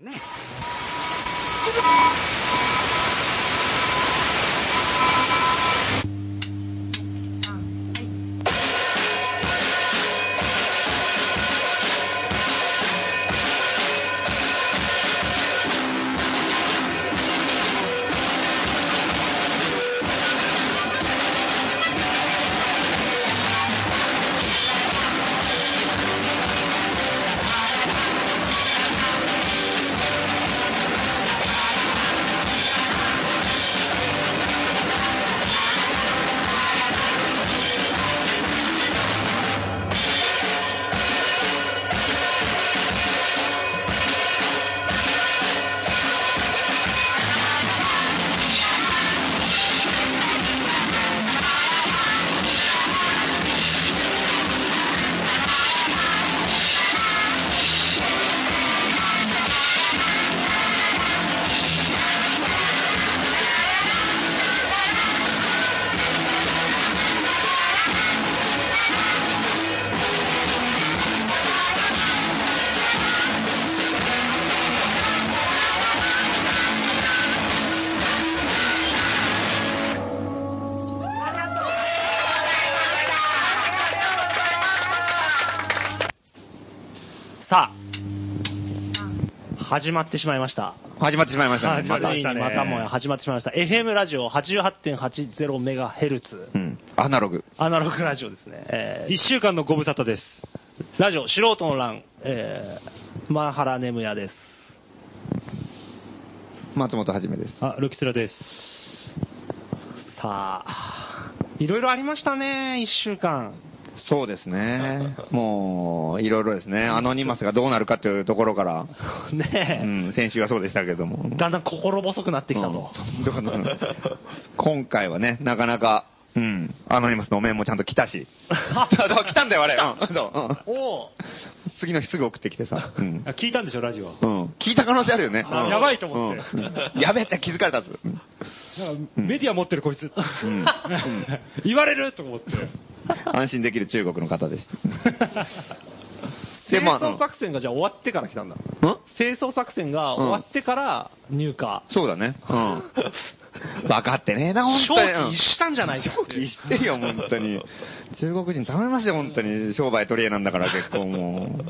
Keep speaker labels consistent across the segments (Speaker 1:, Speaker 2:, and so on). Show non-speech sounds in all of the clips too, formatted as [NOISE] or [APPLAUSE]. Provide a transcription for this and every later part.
Speaker 1: ね。
Speaker 2: さあ、始まってしまいました。
Speaker 3: 始まってしまいましたね。
Speaker 2: 始まりましたね。ま
Speaker 3: ま
Speaker 2: たもや始まってしまいました。FM ラジオ 88.80MHz。
Speaker 3: うん。アナログ。
Speaker 2: アナログラジオですね。え
Speaker 4: 一週間のご無沙汰です。
Speaker 2: ーラジオ、素人の欄、えー、マンハラネムヤです。
Speaker 3: 松本はじめです。
Speaker 4: あ、ルキスラです。
Speaker 2: さあ、いろいろありましたね、一週間。 [LAUGHS]
Speaker 3: そうですね。 [LAUGHS] もう、いろいろですね。アノニマスがどうなるかというところから、う
Speaker 2: ね
Speaker 3: ん、先週はそうでしたけども
Speaker 2: え、。だんだん心細くなってきたと。
Speaker 3: うんそうどうぞ今回はね、なかなか、うん、アノニマスのお面もちゃんと来たし。そう来たんだよ、あれ。うん、そう。
Speaker 2: [LAUGHS]
Speaker 3: うん
Speaker 2: おう
Speaker 3: 次の日すぐ送ってきてさ。うん
Speaker 4: あ、聞いたんでしょ、ラジオ。
Speaker 3: うん聞いた可能性あるよね。
Speaker 4: あ
Speaker 3: うん
Speaker 4: やばいと思って
Speaker 3: うんやべえって気づかれたんです。うん
Speaker 4: なんかメディア持ってるこいつ。
Speaker 3: ん
Speaker 4: 言われると思
Speaker 3: [LAUGHS]
Speaker 4: って。
Speaker 3: 安心できる中国の方でした。
Speaker 2: 清
Speaker 3: まあ
Speaker 2: 掃作戦がじゃあ終わってから来たんだ。
Speaker 3: うん
Speaker 2: 清掃作戦が終わってから入荷。
Speaker 3: そうだね。 [LAUGHS] うん。分かってねえな、本当に。
Speaker 2: 正気逸したんじゃないか
Speaker 3: 正気逸してるよ、本当に。中国人頼みましたよ、本当に。商売取り柄なんだから、結構もう。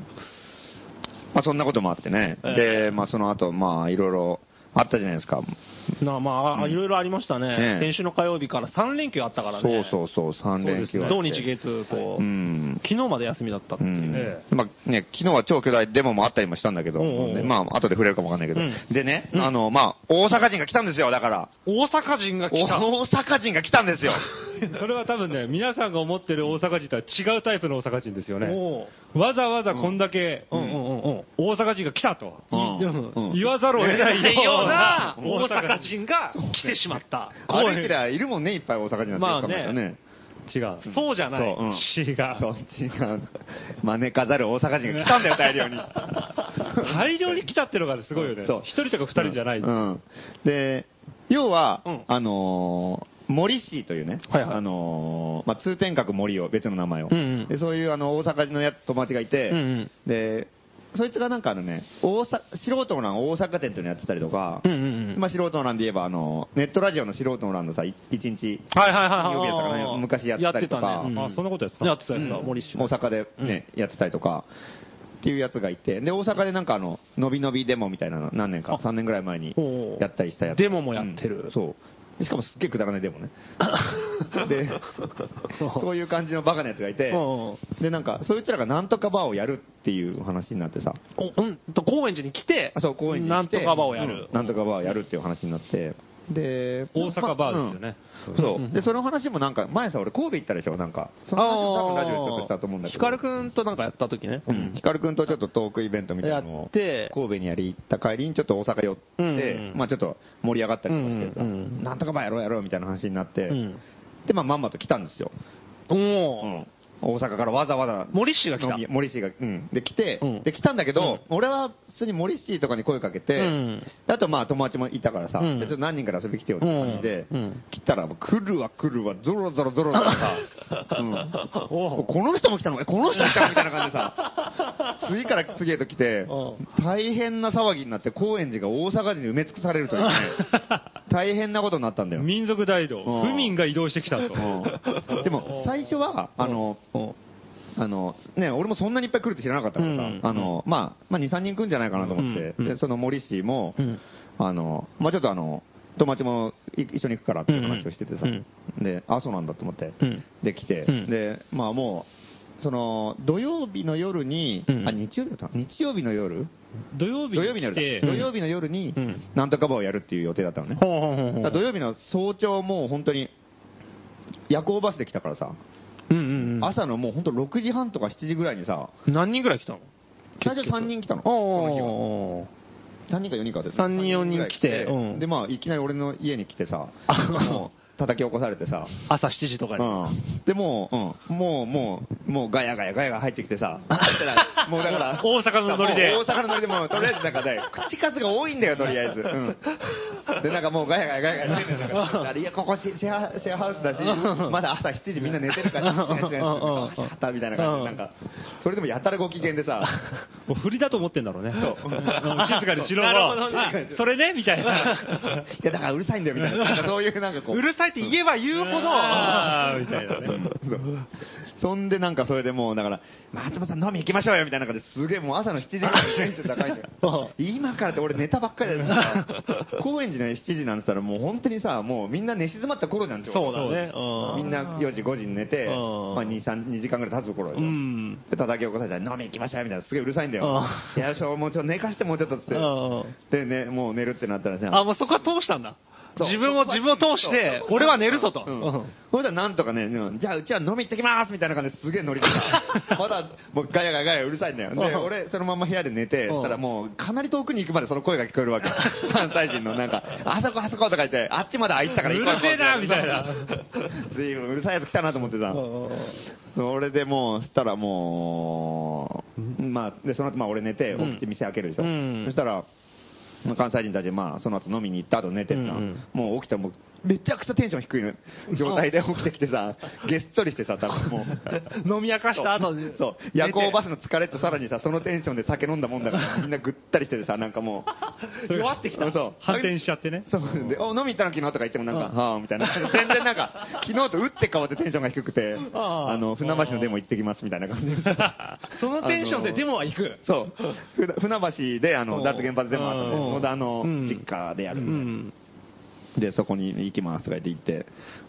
Speaker 3: まあ、そんなこともあってね。で、まあ、その後、まあ、いろいろあったじゃないですか。
Speaker 2: なあまああ、いろいろありましたね、
Speaker 3: ねえ
Speaker 2: 先週の火曜日から3連休あったから
Speaker 3: そう
Speaker 2: ね、
Speaker 3: そうそう、3連休あって
Speaker 2: 土日月、こう、
Speaker 3: うん。
Speaker 2: 昨日まで休みだったっ
Speaker 3: う
Speaker 2: ていう、
Speaker 3: ん
Speaker 4: え
Speaker 3: まあね、昨日は超巨大デモもあったりもしたんだけど、
Speaker 2: おうおうおう
Speaker 3: ねまあ後で触れるかもわかんないけど、
Speaker 2: うん
Speaker 3: でね、
Speaker 2: うん
Speaker 3: あの、まあ、大阪人が来たんですよ、だから。
Speaker 2: 大阪人が来た、
Speaker 3: お大阪人が来たんですよ。
Speaker 4: それは多分ね、皆さんが思ってる大阪人とは違うタイプの大阪人ですよね。
Speaker 2: おう
Speaker 4: わざわざこんだけ、
Speaker 2: うんうんうんうん、
Speaker 4: 大阪人が来たと。
Speaker 3: う
Speaker 2: う
Speaker 3: ん
Speaker 2: ん
Speaker 4: 言わざるを
Speaker 2: [LAUGHS]
Speaker 4: 得ない
Speaker 2: いいよ
Speaker 4: よ
Speaker 2: う
Speaker 4: う
Speaker 2: な
Speaker 4: な
Speaker 2: 大阪人が来てしまった、
Speaker 3: 歩いてりゃいるもんね、いっぱい大阪人
Speaker 2: ま
Speaker 3: な
Speaker 2: あ
Speaker 3: んて考えたら
Speaker 2: ね
Speaker 3: ね。
Speaker 4: 違う。
Speaker 2: そうじゃない、
Speaker 3: そううん
Speaker 4: 違。
Speaker 3: そうっちが、招かざる大阪人が来たんだよ、大
Speaker 2: [LAUGHS]
Speaker 3: 量に。
Speaker 4: 大量に来たってのがすごいよね。
Speaker 3: そう
Speaker 4: 一人とか二人じゃない。
Speaker 3: うん。で、要は
Speaker 2: うん、
Speaker 3: あのー、森市というね、
Speaker 2: はいはい
Speaker 3: あのー、まあ、通天閣森を、別の名前を。
Speaker 2: うんうん
Speaker 3: で、そういうあの、大阪人のや友達がいて、
Speaker 2: うんうん
Speaker 3: で、そいつがなんかあのね、大阪、素人の欄大阪店っていうのやってたりとか、
Speaker 2: うんうんうん
Speaker 3: まあ、素人の欄で言えば、あの、ネットラジオの素人の欄のさ、い一日、
Speaker 2: はいはいはいはい
Speaker 3: 曜日やったかな昔やってたりとか
Speaker 2: やってたね
Speaker 4: あ、そんなことやってた
Speaker 2: やってたやってた、
Speaker 3: うん
Speaker 2: 森氏
Speaker 3: 大阪でね、やってたりとか、っていうやつがいて、で、大阪でなんかあの、のびのびデモみたいなの何年か、
Speaker 2: あ
Speaker 3: 3年ぐらい前に
Speaker 2: おうおう
Speaker 3: やったりしたやつ。
Speaker 2: デモもやってる
Speaker 3: うんそう。しかもすっげえくだらないデ
Speaker 2: [LAUGHS]
Speaker 3: モね。で、そういう感じのバカなやつがいて
Speaker 2: おうお、
Speaker 3: で、なんか、そいつらがなんとかバーをやるっていう話になってさ、
Speaker 2: おうんと高円寺に来て、
Speaker 3: あ、そう、高円寺
Speaker 2: なん
Speaker 3: に来て
Speaker 2: とか場をやる、
Speaker 3: うんなんとかバーをやるっていう話になって、で、
Speaker 4: 大阪バーで
Speaker 3: まあう
Speaker 4: すよ
Speaker 3: ん
Speaker 4: ね。
Speaker 3: そ
Speaker 2: うん
Speaker 3: う。で、その話もなんか、前さ、俺神戸行ったでしょ、なんか。その話も多分ラジオでちょっとしたと思うんだけど。
Speaker 2: ひかるくんとなんかやった時ね、
Speaker 3: うん、ヒカルくんとちょっとトークイベントみたいなの
Speaker 2: やっ
Speaker 3: を
Speaker 2: て
Speaker 3: 神戸にやり行った帰りにちょっと大阪寄って、
Speaker 2: うんうん
Speaker 3: まあちょっと盛り上がったりとかしてさ、
Speaker 2: うんうんうん
Speaker 3: なんとかばやろうやろうみたいな話になって、
Speaker 2: うん
Speaker 3: で、まあまんまと来たんですよ。
Speaker 2: おお、
Speaker 3: うん大阪からわざわざ。
Speaker 5: 森氏が来た
Speaker 3: 飲み屋森氏が、うん。で、来て、
Speaker 5: うん
Speaker 3: で、来たんだけど、俺は普通に森氏とかに声かけて、
Speaker 5: うん
Speaker 3: であとまあ友達もいたからさ、
Speaker 5: うん
Speaker 3: でちょっと何人から遊び来てよって感じで、
Speaker 5: うんうん
Speaker 3: 来たら、来るわ来るわ、ゾロゾロゾロゾロさ、
Speaker 5: [LAUGHS]
Speaker 3: うん
Speaker 5: おう
Speaker 3: この人も来たのえこの人も来たのみたいな感じでさ、
Speaker 5: [LAUGHS]
Speaker 3: 次から次へと来て
Speaker 5: う、
Speaker 3: 大変な騒ぎになって、高円寺が大阪人に埋め尽くされるという
Speaker 5: [LAUGHS]
Speaker 3: ね、大変なことになったんだよ。
Speaker 4: 民族大移動
Speaker 3: うん、
Speaker 4: 府民が移動してきたと。
Speaker 3: でも最初は、あの、あのね、俺もそんなにいっぱい来るって知らなかったからさ、
Speaker 5: うん
Speaker 3: あのまあまあ、2、3人来るんじゃないかなと思って、
Speaker 5: うん
Speaker 3: でその森氏も、
Speaker 5: うん
Speaker 3: あのまあ、ちょっとあの友達もい一緒に行くからっていう話をしててさ、
Speaker 5: うん
Speaker 3: であそうなんだと思って、
Speaker 5: うん
Speaker 3: で来て、
Speaker 5: うん
Speaker 3: でまあ、もうその土曜日の夜に、
Speaker 5: うん
Speaker 3: あ日曜日だったの日曜日の夜、
Speaker 4: 土曜日
Speaker 3: 土曜日の
Speaker 4: に来
Speaker 3: 夜
Speaker 4: て
Speaker 3: だ、土曜日の夜に、
Speaker 5: うん
Speaker 3: なんとか場をやるっていう予定だったのね。
Speaker 5: ほうほうほうほう
Speaker 3: だから土曜日の早朝もう本当に夜行バスで来たからさ、
Speaker 5: うんうんうん。
Speaker 3: 朝のもう本当6時半とか7時ぐらいにさ、
Speaker 5: 何人ぐらい来たの
Speaker 3: 最初3人来たの、その
Speaker 5: おー
Speaker 3: 日は。3人か4人か忘れた。
Speaker 5: 三人四人来て
Speaker 3: 三人ぐらい
Speaker 5: うん
Speaker 3: で、まあ、いきなり俺の家に来てさ、
Speaker 5: あ
Speaker 3: もう叩き起こされてさ、
Speaker 5: 朝7時とかに。
Speaker 3: うん、でもう、うん、もう、もう、もうガヤガヤガヤが入ってきてさ、そしたらもうだから、
Speaker 4: 大阪のノリで
Speaker 3: もう大阪のノリでもう、とりあえずなんかね、口数が多いんだよ、とりあえず。うんで、なんかもうガヤガヤガヤガヤしてるんだから、いや、ここシェアシェアハウスだし、まだ朝7時みんな寝てるから、しないしないし
Speaker 5: うんうんうん
Speaker 3: ないみたいな感じで、なんか、それでもやたらご機嫌でさ、
Speaker 4: もう振りだと思って [LAUGHS] んだろうね。
Speaker 3: そう
Speaker 4: うん静かにしろ。
Speaker 5: なるほどね
Speaker 4: あ [LAUGHS] それねみた
Speaker 3: [LAUGHS]
Speaker 4: いな。
Speaker 3: いや、だからうるさいんだよ、みたいな。なんかそういうなんかこう。
Speaker 2: うるさいって言えば言うほど、
Speaker 4: あーみたいなね。
Speaker 3: [LAUGHS] そうそんでなんかそれでもうだから松本さん飲み行きましょうよみたいな感じですげえもう朝の7時ぐらいにテンション高
Speaker 2: [LAUGHS]
Speaker 3: いんだよ今からって俺寝たばっかりだよ高円寺の7時なんて言ったらもう本当にさもうみんな寝静まった頃じゃんちょうど
Speaker 2: そうだねうん
Speaker 3: みんな4時5時に寝て、
Speaker 2: うん
Speaker 3: まあ、2, 3 2時間ぐらい経つ頃でしょ、
Speaker 2: うん
Speaker 3: で叩き起こされたら飲み行きましょうよみたいなすげえうるさいんだよ
Speaker 2: う
Speaker 3: いやしょもうちょっと寝かしてもうちょっとっつってでねもう寝るってなったらさ
Speaker 2: あ、もうそこは通したんだ。
Speaker 3: そう
Speaker 2: 自分を自分を通して、俺は寝るぞと。
Speaker 3: うん。そしたらなんとかね、うんじゃあうちは飲み行ってきますみたいな感じですげえ
Speaker 4: [LAUGHS]
Speaker 3: ノリでさまだもうガヤガヤガヤうるさいんだよ。で、
Speaker 2: うん
Speaker 3: 俺そのまま部屋で寝て、
Speaker 2: うん
Speaker 3: そしたらもうかなり遠くに行くまでその声が聞こえる
Speaker 4: [LAUGHS]
Speaker 3: わけ。関西人のなんか、あそこあそことか言って、あっちまで行ったから行こう
Speaker 4: うるせえなみたいな。
Speaker 3: [LAUGHS] ずいぶんうるさいやつ来たなと思ってさ。それでもう、そしたらもう、まあ、で、その後まあ俺寝て、起きて店開けるでしょ。
Speaker 5: うん
Speaker 3: そしたら、まあ関西人たち、まあ、その後飲みに行った後寝てさ、
Speaker 5: うんうん
Speaker 3: もう起きたらもう、めちゃくちゃテンション低いの状態で起きてきて
Speaker 5: [LAUGHS]
Speaker 3: さ、げっそりしてさ、多分もう。
Speaker 2: 飲み明かした後に。
Speaker 3: そう、夜行バスの疲れとさらにさ、そのテンションで酒飲んだもんだから、みんなぐったりしててさ、なんかもう、
Speaker 4: それ
Speaker 3: 弱ってきた。そう。
Speaker 4: 反転しちゃってね。
Speaker 3: そうで、お、飲み行ったの昨日とか言ってもなんか、はぁ、みたいな。全然なんか、昨日と打って変わってテンションが低くて、
Speaker 2: あ
Speaker 3: あ
Speaker 2: あ
Speaker 3: の、船橋のデモ行ってきますみたいな感じで。
Speaker 2: そのテンション
Speaker 3: あ
Speaker 2: で
Speaker 3: の
Speaker 2: デモは行く。
Speaker 3: そう。ふな船橋で、あの、脱原発デモあったんで、
Speaker 2: うん
Speaker 3: 野田の
Speaker 2: うん
Speaker 3: 実家でやる
Speaker 2: う。
Speaker 3: みたいなんで、そこに行きますとか言って行って、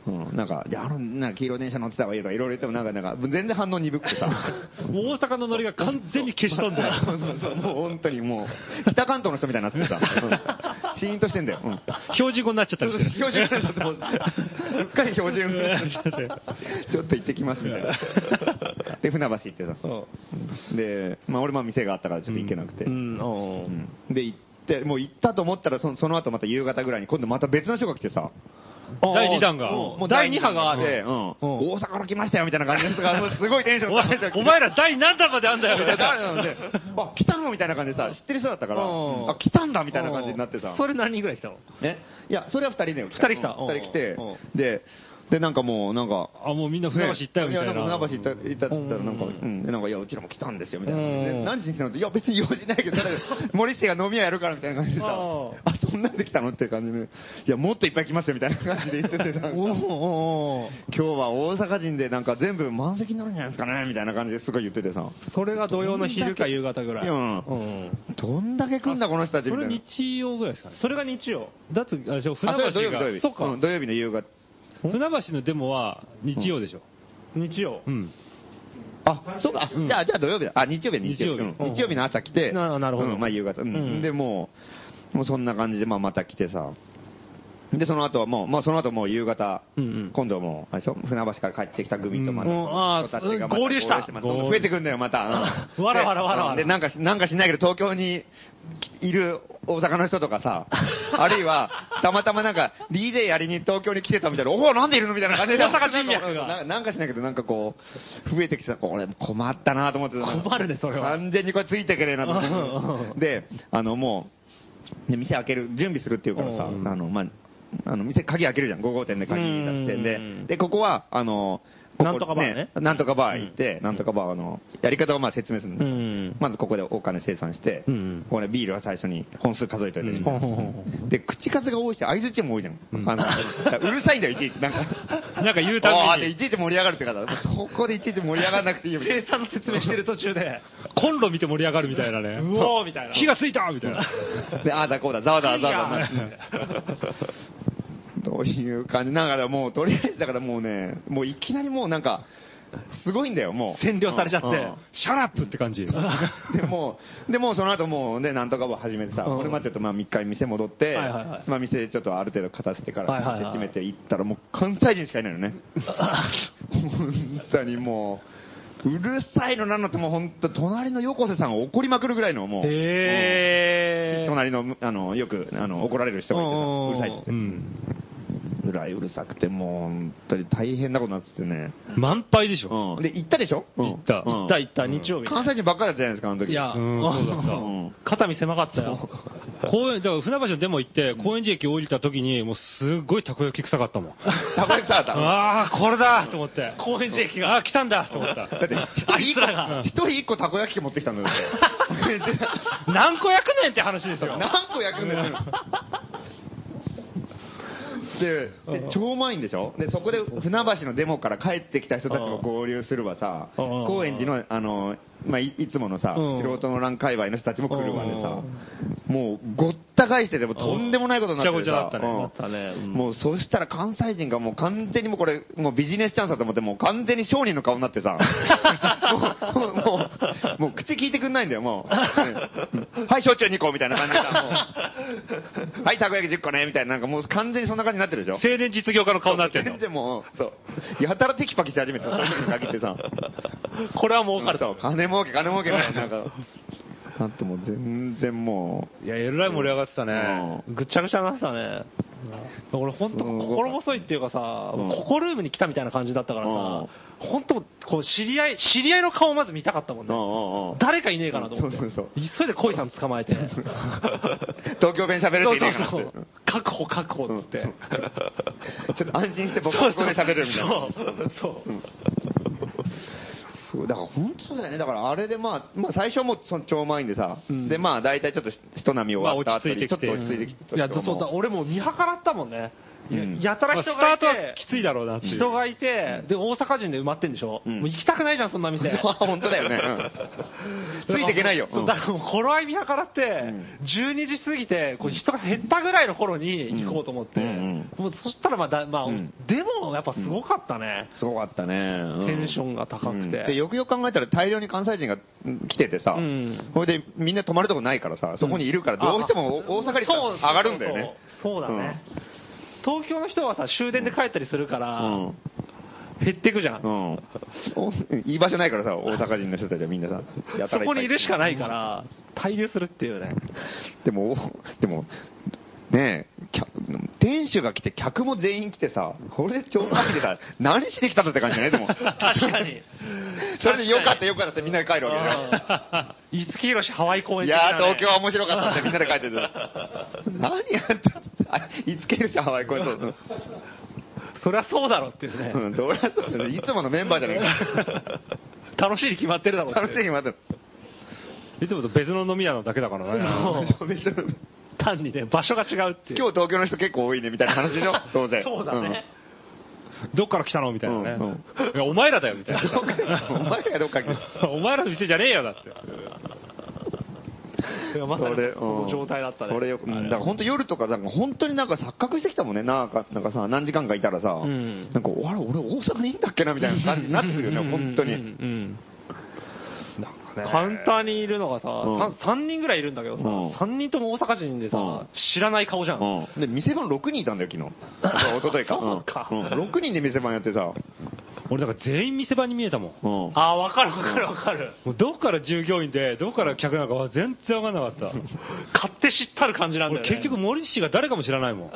Speaker 3: うん、なんか、じゃあ、あの、なんか黄色い電車乗ってた方がいいとか、いろいろ言っても、なんか、なんか、全然反応鈍くてさ。
Speaker 4: もう大阪のノリが完全に消し飛んだよ。
Speaker 3: [LAUGHS] そうそうそう、もう本当にもう、北関東の人みたいになっててさ、うんシーンとしてんだよ。うん
Speaker 4: 標準語になっちゃったり
Speaker 3: [LAUGHS]
Speaker 4: して。
Speaker 3: 標準語だと思う。うっかり標準語ちょっと行ってきますみたいな。で、船橋行ってさ。で、まあ俺も店があったからちょっと行けなくて。
Speaker 2: うん、おー
Speaker 3: うんで、行って、もう行ったと思ったらその、その後また夕方ぐらいに今度また別の人が来てさ。
Speaker 4: 第二弾が
Speaker 2: おー
Speaker 3: もう
Speaker 2: 第2波があ
Speaker 3: あって、
Speaker 2: る。
Speaker 3: うん大阪から来ましたよみたいな感じですが、すごいテンション
Speaker 4: お
Speaker 3: 高い人が来
Speaker 4: 前
Speaker 3: て
Speaker 4: お前ら第何弾まであんだよ、みた
Speaker 3: 誰
Speaker 4: いな。
Speaker 3: なので、あ、来たのみたいな感じでさ、知ってる人だったから、
Speaker 2: うん
Speaker 3: あ、来たんだみたいな感じになってさ。
Speaker 2: それ何人ぐらい来たの
Speaker 3: えいや、それは二人だよ。
Speaker 2: 二人来た
Speaker 3: うん二人来て
Speaker 2: うん、
Speaker 3: で、で、なんかもう、なんか、
Speaker 4: あ、もうみんな船橋行ったよ、みたいな。
Speaker 3: や、なんか船橋行った、行ったって言ったら、なんか、
Speaker 2: う
Speaker 3: うんん、でなんか、いや、うちらも来たんですよ、みたいな。
Speaker 2: うん
Speaker 3: で何しに来たのって、いや、別に用事ないけど、ただ森氏が飲み屋やるから、みたいな感じでさ、
Speaker 2: あ
Speaker 3: あ、そんなんで来たのって感じで、いや、もっといっぱい来ますよ、みたいな感じで言ってて、なんか
Speaker 2: おーおーおー
Speaker 3: 今日は大阪人で、なんか全部満席になるんじゃないですかね、みたいな感じですごい言っててさ、
Speaker 2: それが土曜の昼か夕方ぐらい。
Speaker 3: うん
Speaker 2: うん
Speaker 3: どんだけ来んだ、この人たち、み
Speaker 4: そ
Speaker 3: た
Speaker 4: れ
Speaker 3: いな。
Speaker 4: 日曜ぐらいですかね。
Speaker 2: それが日曜。
Speaker 4: だって、あれでしょ船
Speaker 3: あ、それは土曜日、
Speaker 4: 橋
Speaker 3: 土曜
Speaker 4: が
Speaker 3: 日。
Speaker 2: そっか
Speaker 3: うん土曜日の夕方。
Speaker 4: 船橋のデモは日曜でしょ。
Speaker 2: 日曜。
Speaker 4: うん。
Speaker 3: あ、そうか。じゃあ、じゃあ土曜日だ。あ、日曜日だ日曜日。
Speaker 4: 日曜日
Speaker 3: うん日曜日の朝来て、
Speaker 2: ななるほど
Speaker 3: うんまあ夕方。うん
Speaker 2: うん
Speaker 3: で、もう、もうそんな感じで、まあまた来てさ、で、その後はもう、まあ、その後もう夕方、
Speaker 2: うんうん
Speaker 3: 今度はもう、あれでしょ船橋から帰ってきた組とまた、
Speaker 2: うん
Speaker 3: その人たちがまた
Speaker 2: あー合流した
Speaker 3: またどんどん増えてくんだよ、また。
Speaker 2: [LAUGHS]
Speaker 3: うん
Speaker 5: わらわらわらわら
Speaker 3: で、うんでなんかし、なんかしないけど、東京にいる大阪の人とか
Speaker 2: [LAUGHS]
Speaker 3: さ、あるいは、たまたまなんか、DJ やりに東京に来てたみたいな、おお、なんでいるのみたいな感じで。
Speaker 5: 大阪人脈が
Speaker 3: ななんかしないけど、なんかこう、増えてきてた、これ困ったなと思って
Speaker 2: 困るねそれは
Speaker 3: 完全にこれついてけねえなと
Speaker 2: うんうん
Speaker 3: 思
Speaker 2: う
Speaker 3: って。で、あの、もう、で店開ける、準備するっていうからさ、
Speaker 2: うん
Speaker 3: あの、まあ、あの、店鍵開けるじゃん、5号店で鍵出してん
Speaker 2: う
Speaker 3: で
Speaker 2: ん、
Speaker 3: で、ここは、あの、ここ
Speaker 2: なんとかバーね
Speaker 3: なんとかバー行って、なんとかバーの、やり方をまあ説明するの
Speaker 2: うん
Speaker 3: まずここでお金生産して、
Speaker 2: うんうん
Speaker 3: これビールは最初に本数数えといて、
Speaker 2: うんほんほんほんほん
Speaker 3: で、口数が多いし、相づちも多いじゃん。あのうるさいんだよ、いちいち。なんか、
Speaker 2: [LAUGHS] なんか言う
Speaker 3: あ
Speaker 2: た
Speaker 3: ーっ
Speaker 2: び
Speaker 3: て
Speaker 2: に。
Speaker 3: いちいち盛り上がるって方、もうそこでいちいち盛り上がらなくていいよみたいな
Speaker 2: 生産の説明してる途中で、
Speaker 4: コンロ見て盛り上がるみたいなね。
Speaker 2: うおーみたいな。
Speaker 4: 火がついたみたいな。
Speaker 3: で、ああだこうだ、ざわざわざわざわなっ
Speaker 2: いや
Speaker 3: て。という感じ。なんかでももう、とりあえずだからもうね、もういきなりもうなんか、すごいんだよ、もう。
Speaker 2: 占領されちゃって
Speaker 3: うん
Speaker 4: シャラップって感 [LAUGHS] じ。
Speaker 3: でもう、でもうその後もうね、なんとかも始めてさ、
Speaker 2: うん
Speaker 3: 俺まちょっとまあ3日店戻って、
Speaker 2: はいはいはい
Speaker 3: まあ店ちょっとある程度片付けから、
Speaker 2: はいはいはい
Speaker 3: 店閉めて行ったら、もう関西人しかいないのね。本当にもう、うるさいのなのってもう本当、隣の横瀬さんを怒りまくるぐらいのもう、
Speaker 2: へー。
Speaker 3: 隣の、あの、よく、あの、怒られる人がいてさ、うるさいっつって
Speaker 4: う。ん。
Speaker 3: ぐらいうるさくて、もう本当に大変なことになっててね。
Speaker 4: 満杯でしょ。
Speaker 3: うん。で、行ったでしょ行
Speaker 4: 行った
Speaker 2: 行った行った、日曜日。
Speaker 3: 関西人ばっかりだったじゃないですか、あの時。
Speaker 2: いや、
Speaker 4: うんそうだった
Speaker 3: うん
Speaker 2: 肩身狭かったよ。
Speaker 4: 公園、だから船橋のデモ行って、高円寺駅降りた時に、もうすっごいたこ焼き臭かった
Speaker 2: [LAUGHS]
Speaker 4: もん。
Speaker 3: たこ焼きさ、た [LAUGHS]
Speaker 4: ああ、これだと思って。
Speaker 2: 高円寺駅が。
Speaker 4: ああ、来たんだと思った。
Speaker 2: [LAUGHS]
Speaker 3: だって、
Speaker 2: あ
Speaker 3: 一
Speaker 2: い
Speaker 3: 人
Speaker 2: つらが
Speaker 3: 一人一個たこ焼き器持ってきたんだ [LAUGHS] よ。だって
Speaker 4: 何個焼くねんって話ですよ。
Speaker 3: [LAUGHS] 何個焼くんだよ。でで、超満員でしょで、そこで船橋のデモから帰ってきた人たちも合流するわさ、
Speaker 2: うんうん
Speaker 3: 高円寺の、あの、まあ、いいつものさ、
Speaker 2: うん
Speaker 3: 素人の欄界隈の人たちも来るわでさ、もうごった返してて、もうとんでもないことになっててさ
Speaker 4: ごちゃごちゃだったね
Speaker 3: うん
Speaker 4: なっ
Speaker 2: だねうん
Speaker 3: もうそしたら関西人がもう完全にもうこれ、もうビジネスチャンスだと思って、もう完全に商人の顔になっ
Speaker 2: [LAUGHS]
Speaker 3: てさ、もう、もう、もう口聞いてくんないんだよ、もう。
Speaker 2: [LAUGHS]
Speaker 3: うんはい、焼酎2個みたいな感じでさ、もう。はい、たこ焼き10個ね、みたいな、なんかもう完全にそんな感じになってるでしょ。
Speaker 4: 青年実業家の顔になってんの
Speaker 3: 全。然もう、そう。やたらテキパキし始めてさ、その時に限ってさ。
Speaker 2: これは儲かる
Speaker 3: そ。う、金儲け、金儲けみたいな、なんか。なんてもう全然もう、
Speaker 4: いや、えらい盛り上がってたね。
Speaker 2: ぐちゃぐちゃになってたね。俺本当心細いっていうかさ、
Speaker 3: うん
Speaker 2: ここルームに来たみたいな感じだったからさ、本当こう知り合い、知り合いの顔をまず見たかったもん
Speaker 3: う
Speaker 2: ね。
Speaker 3: んうんうん
Speaker 2: 誰かいねえかなと思って。
Speaker 3: そう
Speaker 2: [LAUGHS]
Speaker 3: そうそ
Speaker 2: 急いで恋さん捕まえて。
Speaker 3: 東京弁喋る
Speaker 2: そ
Speaker 3: し
Speaker 2: う
Speaker 3: い
Speaker 2: そう
Speaker 3: ないかなって。
Speaker 2: そう。 [LAUGHS] 確保確保っつっ
Speaker 3: [LAUGHS]
Speaker 2: て。 [LAUGHS]
Speaker 3: ちょっと安心して僕はここで喋れるみたいな。
Speaker 2: そうそうそう。
Speaker 3: そうだから本当そうだよね。だからあれでまあ、まあ最初はもうその超満員でさ、
Speaker 2: うん
Speaker 3: でまあ大体ちょっと人波終わった後に、ち
Speaker 4: ま
Speaker 3: ょ
Speaker 4: あ
Speaker 3: っ
Speaker 4: 落ち着いてき
Speaker 3: と落ち
Speaker 4: て
Speaker 3: 着いてきて。
Speaker 2: いや、そうだ、俺もう見計らったもんね。
Speaker 3: うん
Speaker 2: やたら
Speaker 4: まあスタ
Speaker 2: 人がい
Speaker 4: ー
Speaker 2: て、
Speaker 4: トはきついだろうなっていう。
Speaker 2: 人がいて、で、大阪人で埋まってんでしょ、
Speaker 3: うん
Speaker 2: もう行きたくないじゃん、そんな店。
Speaker 3: [LAUGHS] あ本当だよね。
Speaker 2: [LAUGHS]
Speaker 3: うんついていけないよ。
Speaker 2: そう
Speaker 3: うん
Speaker 2: だからもう頃合い見計らって、12時過ぎて、こう人が減ったぐらいの頃に行こうと思って、
Speaker 3: うん
Speaker 2: もうそしたらまあだ、まあ、
Speaker 3: うん
Speaker 2: でもやっぱすごかったね。
Speaker 3: すごかったね。うん
Speaker 2: テンションが高くて
Speaker 3: うんで、よくよく考えたら大量に関西人がうん来ててさ
Speaker 2: うん、
Speaker 3: それでみんな泊まるとこないからさ、そこにいるからどうしても大阪に
Speaker 2: そう
Speaker 3: 上がるんだよね。
Speaker 2: そうそうそうだね、東京の人はさ、終電で帰ったりするから、
Speaker 3: うん
Speaker 2: 減っていくじゃん。
Speaker 3: うん。お居場所ないからさ、大阪人の人たちはみんなさ、や
Speaker 2: そ
Speaker 3: たらっぱ
Speaker 2: こにいるしかないから、滞留するっていうね。
Speaker 3: でも、おでも、ねえ、客店主が来て、客も全員来てさ、これ、超満員で
Speaker 2: [LAUGHS]
Speaker 3: さ、何しに来たんだって感じじゃないでも。
Speaker 2: 確かに。
Speaker 3: それでよかったよかったってみんなで帰るわけじゃない。
Speaker 2: 五木ひろしハワイ公演
Speaker 3: い
Speaker 2: 的なね
Speaker 3: やー、東京は面白かったってみんなで帰ってて。何やったあ、いつけるし、ハワイ、これそう。
Speaker 2: [LAUGHS] そりゃそうだろっていうね。
Speaker 3: うん、そりゃそうだねいつものメンバーじゃないか。
Speaker 2: 楽しいに決まってるだろうっていう
Speaker 3: 楽しみに待って
Speaker 4: いつもと別の飲み屋のだけだからね。
Speaker 2: そう単にね、場所が違うっていう。
Speaker 3: 今日東京の人結構多いねみたいな話でしょ、当然。
Speaker 2: そうだね。
Speaker 4: どっから来たのみたいなね
Speaker 3: うん。
Speaker 4: いや、お前らだよ、みたい
Speaker 2: [LAUGHS]
Speaker 3: うん。どっかお前がどっか来て
Speaker 4: な。 [LAUGHS] お前らの店じゃねえよ、だって。
Speaker 2: いやまさにその状態だったね。
Speaker 3: それよく、うんだから本当夜とか、なんか本当になんか錯覚してきたもんね。なんか、なんかさ、何時間かいたらさ、
Speaker 2: ん
Speaker 3: なんか、あれ、俺大阪にいいんだっけなみたいな感じになってくるよね、本当に。
Speaker 2: うん
Speaker 3: なんか
Speaker 5: ね
Speaker 2: カウンターにいるのがさ、
Speaker 3: うん
Speaker 2: さん3人ぐらいいるんだけどさ、
Speaker 3: うん
Speaker 2: 3人とも大阪人でさ、
Speaker 3: うん
Speaker 2: 知らない顔じゃん。
Speaker 3: うんで、店番6人いたんだよ、昨日。
Speaker 2: [LAUGHS]
Speaker 3: そう一昨日か。
Speaker 2: そうか
Speaker 3: んうん6人で店番やってさ。
Speaker 4: 俺だから全員店番に見えたもん。
Speaker 3: うん
Speaker 2: ああ、わかるわかるわかる。
Speaker 4: もうどこから従業員で、どこから客なのかは全然わかんなかった。
Speaker 2: 買って知ったる感じなんだよ、
Speaker 4: 俺
Speaker 2: ね。
Speaker 4: 結局森氏が誰かも知らないもん。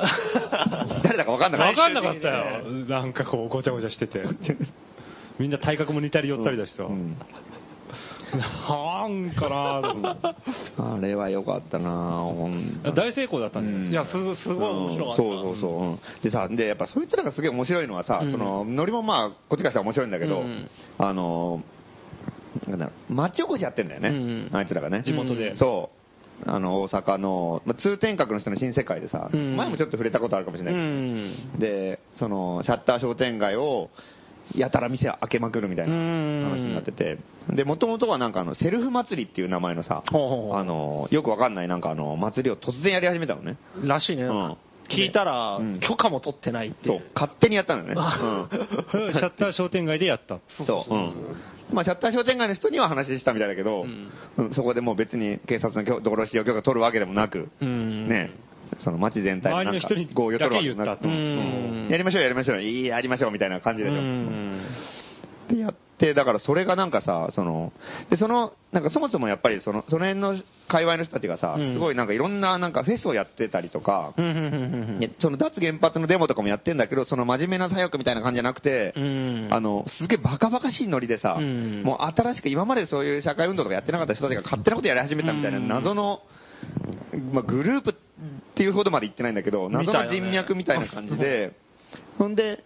Speaker 3: 誰だか分かんなか
Speaker 4: わ
Speaker 3: っ
Speaker 4: かんなかったよ。なんかこう、ごちゃごちゃしてて。みんな体格も似たり寄ったりだしさ。
Speaker 3: た。うん
Speaker 4: なんかなと思って
Speaker 3: あれは良かったなほんと
Speaker 4: 大成功だったんじゃない
Speaker 2: いや、すごい、すごい面白かった。
Speaker 3: うんそうそうそう、うんでさでやっぱそいつらがすげえ面白いのはさ、そのノリもまあこっちからしたら面白いんだけど、
Speaker 2: うん
Speaker 3: あのなんだろう町おこしやってんだよね、
Speaker 2: うん
Speaker 3: あいつらがね
Speaker 4: 地元で
Speaker 3: そうあの大阪の、まあ、通天閣の人の新世界でさ、
Speaker 2: うん
Speaker 3: 前もちょっと触れたことあるかもしれ
Speaker 2: う
Speaker 3: ないけど、
Speaker 2: ん。
Speaker 3: でそのシャッター商店街をやたら店開けまくるみたいな話になっててで元々はなんかあのセルフ祭りっていう名前のさ
Speaker 2: ほうほうほう
Speaker 3: あのよくわかんないなんかあの祭りを突然やり始めたのね
Speaker 2: らしいね。
Speaker 3: うん
Speaker 2: 聞いたら、
Speaker 3: うん
Speaker 2: 許可も取ってないってい。
Speaker 3: そうう勝手にやったのね、
Speaker 4: それをシャッター商店街でやった。
Speaker 3: うんそううんまあシャッター商店街の人には話したみたいだけど、
Speaker 2: ん
Speaker 3: うんそこでもう別に警察の許道路使用許可取るわけでもなく、
Speaker 2: うん
Speaker 3: ねその街全体なんか
Speaker 4: 周りの人に
Speaker 3: 合意を取るわけでもな
Speaker 4: だ
Speaker 3: く
Speaker 4: け言った
Speaker 2: うん
Speaker 3: やりましょうやりましょういいやりましょうみたいな感じでしょ、
Speaker 2: うん。
Speaker 3: でやって、だからそれがなんかさ、その、で、その、なんかそもそもやっぱりその、その辺の界隈の人たちがさ、
Speaker 2: うん
Speaker 3: すごいなんかいろんななんかフェスをやってたりとか、
Speaker 2: うんうんうん
Speaker 3: ねその脱原発のデモとかもやってんだけど、その真面目な左翼みたいな感じじゃなくて、
Speaker 2: うん
Speaker 3: あの、すげえバカバカしいノリでさ、
Speaker 2: うん
Speaker 3: もう新しく今までそういう社会運動とかやってなかった人たちが勝手なことやり始めたみたいな
Speaker 2: うん
Speaker 3: 謎の、まあ、グループっていうほどまで言ってないんだけど、謎の人脈みたいな感じで、ほんで、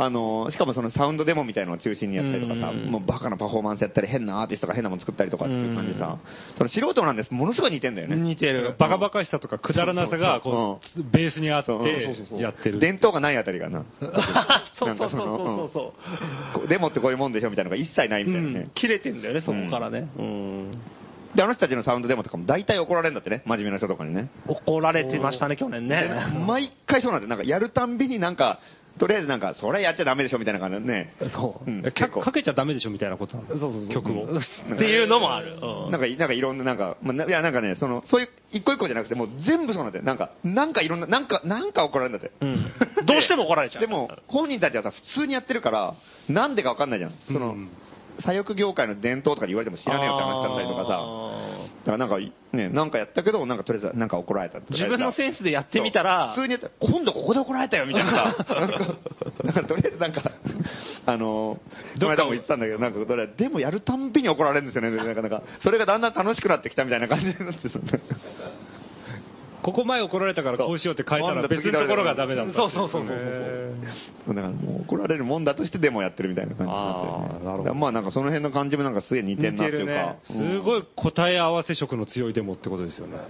Speaker 3: あの、しかもそのサウンドデモみたいなのを中心にやったりとかさ、
Speaker 2: うん
Speaker 3: もうバカなパフォーマンスやったり、変なアーティストが変なもの作ったりとかっていう感じでさ、その素人なんです、ものすごい似てんだよね。
Speaker 2: 似てる。
Speaker 4: バカバカしさとかくだらなさが、こう、ベースにあって
Speaker 3: そうそうそうそう
Speaker 4: やってる。
Speaker 3: 伝統がないあたりがな。 [LAUGHS]
Speaker 2: そう
Speaker 3: なん
Speaker 2: そうそ
Speaker 3: かそうの
Speaker 2: そうそう。
Speaker 3: こうデモってこういうもんでしょみたいなのが一切ないみたいなね。
Speaker 2: 切れてんだよね、そこからね。うん
Speaker 3: で、あの人たちのサウンドデモとかも大体怒られるんだってね、真面目な人とかにね。
Speaker 2: 怒られてましたね、去年
Speaker 3: で
Speaker 2: ね。
Speaker 3: 毎回そうなんだよなんかやるたんびになんか、とりあえずなんか、それやっちゃダメでしょみたいな感じでね。
Speaker 2: [LAUGHS] そうう。
Speaker 3: ん結
Speaker 4: 客
Speaker 3: 構
Speaker 4: かけちゃダメでしょみたいなことなの曲を。
Speaker 2: っていうのもある。うん
Speaker 3: なんか、なんかいろんな、なんか、まあないや、なんかね、その、そういう、一個一個じゃなくて、もう全部そうなんだよ。なんか、なんかいろんな、なんか、なんか怒られるんだって。
Speaker 2: うんどうしても怒られちゃう。
Speaker 3: でも、本人たちはさ、普通にやってるから、なんでかわかんないじゃん。その、
Speaker 4: うん
Speaker 3: 左翼業界の伝統とかで言われても知らねえよって話だったりとかさ。
Speaker 2: あー
Speaker 3: だからなんか、ね、なんかやったけど、なんかとりあえず、なんか怒られた。
Speaker 2: 自分のセンスでやっ
Speaker 3: って
Speaker 2: みたら
Speaker 3: 普、通にやったら、今度ここで怒られたよみたいなさ、なんかなんかとりあえずなんか、あのー、この間も言ってたんだけど、なんかそれ、でもやるたんびに怒られるんですよね、なかなか、それがだんだん楽しくなってきたみたいな感じになってさ、
Speaker 4: ここ前怒られたからこうしようって変えたら別のところがダメだった。
Speaker 2: そうそうそうそうそう
Speaker 4: へ
Speaker 3: だからもう怒られるもんだとして、でもやってるみたいな感じになって
Speaker 4: あー
Speaker 3: ね、
Speaker 4: なるほど
Speaker 3: だからまあなんかその辺の感じもなんかすげえ似てんなっていうか、
Speaker 4: ーすごい答え合わせ色の強いデモってことですよ
Speaker 3: う
Speaker 4: ね。
Speaker 3: ん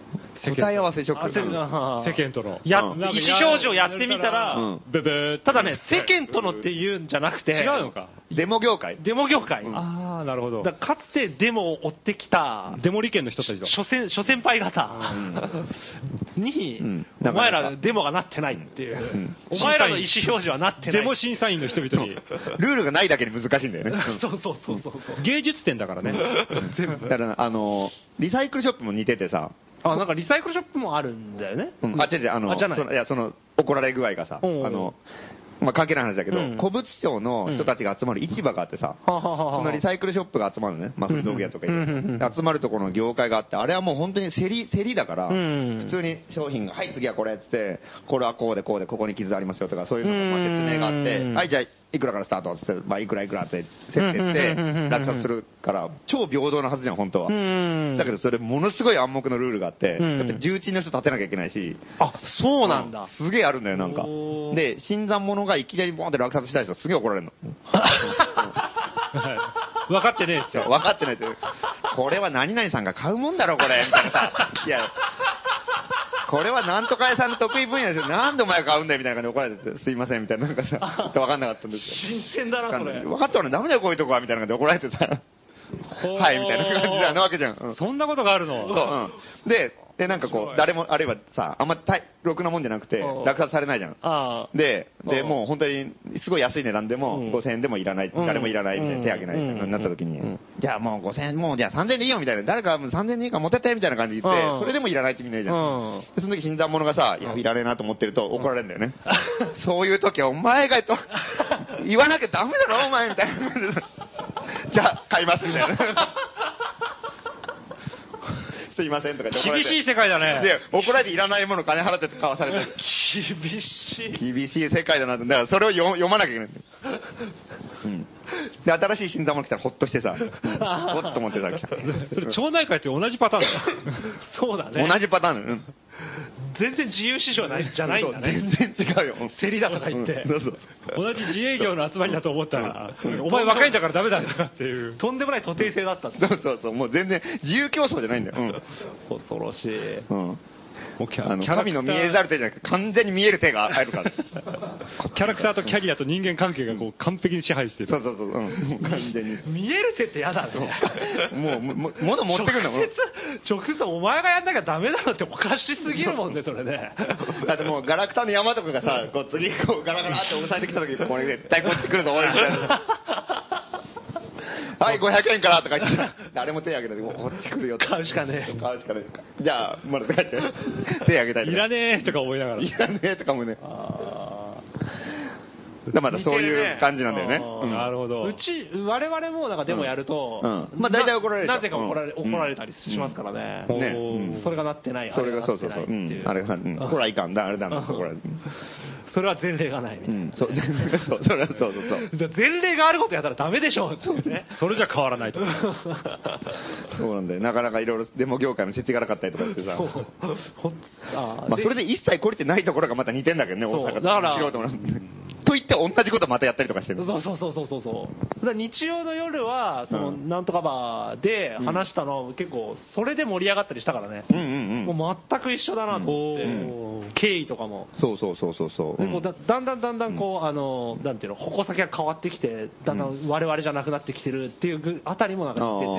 Speaker 3: 答え合わせショック
Speaker 2: 焦るな
Speaker 4: 世間との。
Speaker 2: や、意
Speaker 3: う
Speaker 2: 思
Speaker 3: ん
Speaker 2: 表示をやってみたら、
Speaker 3: うん
Speaker 4: ベベーって
Speaker 2: ただね、世間とのっていうんじゃなくて、
Speaker 4: 違うのか。
Speaker 3: デモ業界、
Speaker 2: デモ業界。だ
Speaker 4: ああ、なるほど。
Speaker 2: からかつてデモを追ってきた、
Speaker 4: デモ利権の人たちだ。
Speaker 2: 諸先諸先輩方に、
Speaker 3: うん
Speaker 2: お前らデモがなってないっていう、
Speaker 3: ん
Speaker 2: お前らの意思表示はなってない。
Speaker 4: デモ審査員の人々に。
Speaker 3: ルールがないだけに難しいんだよね。
Speaker 2: そうそうそうそうそう。
Speaker 4: 芸術展だからね。
Speaker 3: だから、あのー、リサイクルショップも似ててさ、
Speaker 2: あ、なんかリサイクルショップもあるんだよね。
Speaker 3: うんあ、違う違う、あの、
Speaker 2: じゃない
Speaker 3: そのいや、その、怒られ具合がさ、あ
Speaker 2: うん
Speaker 3: の、まあ、関係ない話だけど、
Speaker 2: うん
Speaker 3: 古物商の人たちが集まる市場があってさ、
Speaker 2: はははは
Speaker 3: そのリサイクルショップが集まるのね、まあ、古道具屋とかい
Speaker 2: うんうんう
Speaker 3: うんで集まるところの業界があって、あれはもう本当に競り、競りだから、
Speaker 2: うん
Speaker 3: 普通に商品が、はい、次はこれっつって、これはこうでこうで、ここに傷ありますよとか、そういうののまあ
Speaker 2: うん
Speaker 3: 説明があって、
Speaker 2: うん
Speaker 3: はい、じゃあ、いくらからスタートっつって、まあ、いくらいくらって設定して
Speaker 2: うんうんうんうんうん、
Speaker 3: 落札するから、超平等なはずじゃん、本当は。
Speaker 2: うん
Speaker 3: だけどそれものすごい暗黙のルールがあって、
Speaker 2: うん
Speaker 3: だって重鎮の人立てなきゃいけないし、
Speaker 2: あ、そうなんだ。
Speaker 3: すげえあるんだよ、なんか
Speaker 2: おー。
Speaker 3: で、新参者がいきなりボーンって落札した人、すげえ怒られ
Speaker 2: [LAUGHS]
Speaker 3: るの。
Speaker 4: はい分かってねえっ
Speaker 3: い
Speaker 4: て
Speaker 3: や分かってないって。これは何々さんが買うもんだろ、これ。みたいな
Speaker 2: [LAUGHS]
Speaker 3: さ。いや、これはなんとか屋さんの得意分野ですよ。なんでお前が買うんだよ、みたいな感じで怒られてて、すいません、みたいな。なんかさ、ちょっと分かんなかったんですよ。
Speaker 2: 新鮮だな、それ。
Speaker 3: 分かったらダメだよ、こういうとこは、みたいな感じで怒られてさ。はい、みたいな感じなわけじゃん。うん
Speaker 5: そんなことがある
Speaker 3: そ
Speaker 5: の
Speaker 3: う、うん。で、で、なんかこう、誰も、あるいはさ、あんま大、ろくなもんじゃなくて
Speaker 2: うん、
Speaker 3: 落札されないじゃん。
Speaker 5: ああ。
Speaker 3: で、で、
Speaker 2: うん
Speaker 3: もう本当に、すごい安い値段でも、5000円でもいらない、
Speaker 5: ん
Speaker 3: 誰もいらない、みたいな、手挙げない、みたいなのになった時に、じゃあもう5000円、もうじゃあ3000円でいいよ、みたいな、誰かもう3000円でいいから持ってって、みたいな感じで言っ
Speaker 5: うん
Speaker 3: て、それでもいらないってみんないじゃ
Speaker 5: うん
Speaker 3: ん。で、その時、新参者がさ、いや、いられなと思ってると怒られるんだよ
Speaker 5: [LAUGHS]
Speaker 3: ね。そういう時は、お前がと、言わなきゃダメだろ、お前、みたいな感じで。じゃあ、買います、みたい
Speaker 5: [LAUGHS]
Speaker 3: な。すいませんとか言って怒られ
Speaker 5: 厳
Speaker 3: て
Speaker 5: しい世界だね。
Speaker 3: で、怒られていらないもの金払って買わされてる。
Speaker 2: 厳しい。
Speaker 3: 厳しい世界だなって、だからそれを読読まなきゃいけないんだよ。うん。で、新しい新参者来たらほっとしてさ、ほっと思ってさ、来た。
Speaker 4: それ町内会って同じパターンだよ。
Speaker 2: そうだね。
Speaker 3: 同じパターンだよ。
Speaker 2: 全然自由市場ないじゃないんだね。
Speaker 3: ね。全然違うよ。
Speaker 2: 競りだとか言って
Speaker 3: うん。そうそう。
Speaker 4: 同じ自営業の集まりだと思ったら、お前若いんだからダメだっていう。
Speaker 2: とんでもない徒弟制だったんだ
Speaker 3: そうそうそう、もう全然自由競争じゃないんだよ。
Speaker 2: 恐ろしい。
Speaker 3: うん。うん。
Speaker 4: もうキ
Speaker 3: あ
Speaker 4: ャ
Speaker 3: の、
Speaker 4: キャラク
Speaker 3: 神
Speaker 4: タ
Speaker 3: の見え
Speaker 4: ー
Speaker 3: ざる手じゃなくて、完全に見える手が入るから。
Speaker 4: キャラクターとキャリアと人間関係がこう完璧に支配して
Speaker 3: そ
Speaker 4: る。
Speaker 3: うそうそう、うん。もう完全に。
Speaker 2: 見える手ってやだね。
Speaker 3: もう、もも物持ってくるんだもん。
Speaker 2: 直接、直接お前がやんなきゃダメだろっておかしすぎるもんね、それね。
Speaker 3: だってもう、ガラクタの山とかがさ、こう、次、こう、ガラガラって押さえてきた時、これ絶対こっち来るぞ、俺、み
Speaker 2: [LAUGHS]
Speaker 3: たいな。はい、500円からとか言ってさ、誰も手挙げないで、こっち来るよって。
Speaker 2: 買うしかねえ
Speaker 3: 買うしかない。じゃあ、ま
Speaker 2: [LAUGHS]
Speaker 3: だ帰って。手挙げたいとか
Speaker 4: いらねえとか思いながら
Speaker 3: い。らねえとかもね。
Speaker 2: あ
Speaker 3: だからまだそういう感じなんだよね。
Speaker 2: 似てるね
Speaker 3: うん
Speaker 4: なるほ
Speaker 2: ー
Speaker 4: ど。
Speaker 2: うち、我々もなんかでもやると、
Speaker 3: うんうんまあ大体怒られる
Speaker 2: な
Speaker 3: よ
Speaker 2: なぜか怒られ,、
Speaker 3: うん
Speaker 2: 怒られたりしますからね。
Speaker 4: うん
Speaker 3: ね
Speaker 4: おー
Speaker 3: うん
Speaker 2: それがなってない。
Speaker 3: それがそうそうそ
Speaker 2: あ
Speaker 3: う。
Speaker 2: れなっ
Speaker 3: う
Speaker 2: てないってい
Speaker 3: ん。あれが、うんほら、いかんだ、あれだな、これ。
Speaker 2: それは前例がないみ
Speaker 3: う
Speaker 2: たいな。
Speaker 3: ん。そう、そう、それはそうそうそう。
Speaker 2: だから前例があることやったらダメでしょっていうね。
Speaker 4: それじゃ変わらな
Speaker 2: [LAUGHS]
Speaker 4: いと。
Speaker 3: そうなんだよ。なかなかいろいろ、デモ業界の世知辛かったりとかしてさ。
Speaker 2: そうほんあー
Speaker 3: まあ、
Speaker 2: で
Speaker 3: それで一切懲りてないところがまた似てんだけどね、
Speaker 2: そう
Speaker 3: 大阪と
Speaker 2: だから
Speaker 3: 素人なんでと言って同じことまたやったりとかしてる。
Speaker 2: そうそうそうそうそうそう。だから日曜の夜は、その、
Speaker 3: うん
Speaker 2: なんとかバーで話したの、結構、それで盛り上がったりしたからね。
Speaker 3: うんうんうん。
Speaker 2: もう全く一緒だなと思って、
Speaker 3: う
Speaker 2: 経緯とかも。
Speaker 3: そうそうそうそうそう。
Speaker 2: で
Speaker 3: うん
Speaker 2: もうだだんだんだんだんこう、あのなんていうの矛先が変わってきてだんだん我々じゃなくなってきてるっていうぐあたりもなんか似てて
Speaker 3: あ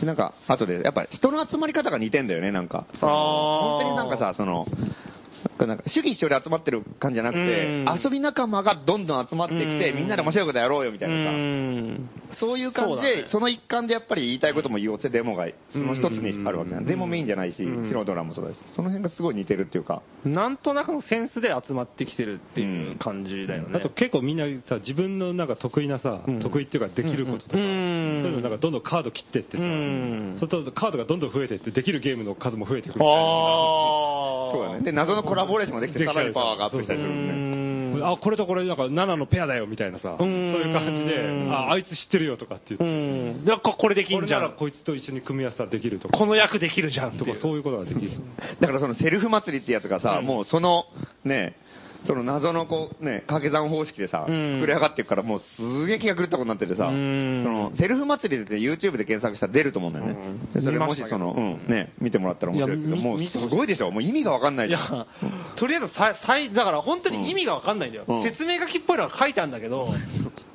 Speaker 3: ーなんか、あとで、やっぱ人の集まり方が似てんだよね、なんか。その
Speaker 2: あー
Speaker 3: 本当になんかさ、その、なんか主義主張で集まってる感じじゃなく
Speaker 2: うん
Speaker 3: て、遊び仲間がどんどん集まってきて、
Speaker 2: うん
Speaker 3: みんなで面白いことやろうよみた
Speaker 2: う
Speaker 3: いなさ、
Speaker 2: ん
Speaker 3: そういう感
Speaker 2: そ
Speaker 3: じ
Speaker 2: うだ
Speaker 3: で、
Speaker 2: ね
Speaker 3: その一環でやっぱり言いたいことも言おうってデモが、その一つにあるわけじゃん。デモメインじゃないし、
Speaker 2: うん
Speaker 3: 素人らもそうだし、その辺がすごい似てるっていうか。
Speaker 2: なんとなくのセンスで集まってきてるっていう感じだよね、
Speaker 4: あと結構みんなさ、自分のなんか得意なさ
Speaker 2: うん、
Speaker 4: 得意っていうかできることとか、
Speaker 2: う
Speaker 4: そうんいうのなんかどんどんカード切ってってさ
Speaker 2: うん、
Speaker 4: それとカードがどんどん増えてって、できるゲームの数も増えてくるみたいな。
Speaker 2: ああ
Speaker 3: そうだね。で、謎のコラボレーションができて、
Speaker 4: でき
Speaker 3: さ
Speaker 4: た
Speaker 3: ら
Speaker 4: り
Speaker 3: に
Speaker 4: さ
Speaker 3: パワーがアップしたりするもんね。
Speaker 2: ね
Speaker 4: あ、これとこれなんか7のペアだよみたいなさ、そう
Speaker 2: うん
Speaker 4: いう感じで、あ、あいつ知ってるよとかって言って、
Speaker 2: うんだからこれでき
Speaker 4: こ
Speaker 2: ん
Speaker 4: れ
Speaker 2: じゃ
Speaker 4: なら
Speaker 2: ん
Speaker 4: こいつと一緒に組み合わせたらできるとか、
Speaker 2: この役できるじゃん
Speaker 4: と
Speaker 2: とか
Speaker 4: かそういうことができる。
Speaker 3: だからそのセルフ祭りってやつがさ、もうそのね、その謎のこうね、掛け算方式でさ、
Speaker 2: うん
Speaker 3: 膨れ上がっていくからもうすげえ気が狂ったことになっててさ、
Speaker 2: うん
Speaker 3: そのセルフ祭りで YouTube で検索したら出ると思うんだよね。
Speaker 2: うん
Speaker 3: でそれもし
Speaker 2: 見ましたけど
Speaker 3: その、うんね、見てもらったら面白いけ
Speaker 2: いや
Speaker 3: ど、
Speaker 2: み
Speaker 3: もう
Speaker 2: 見て
Speaker 3: す
Speaker 2: ました
Speaker 3: ごいでしょもう意味がわかんない
Speaker 2: い
Speaker 3: じ
Speaker 2: や
Speaker 3: ゃん。、
Speaker 2: とりあえずささい、だから本当に意味がわかんないんだよ、
Speaker 3: うん
Speaker 2: 説明書きっぽいのが書いてあるんだけど、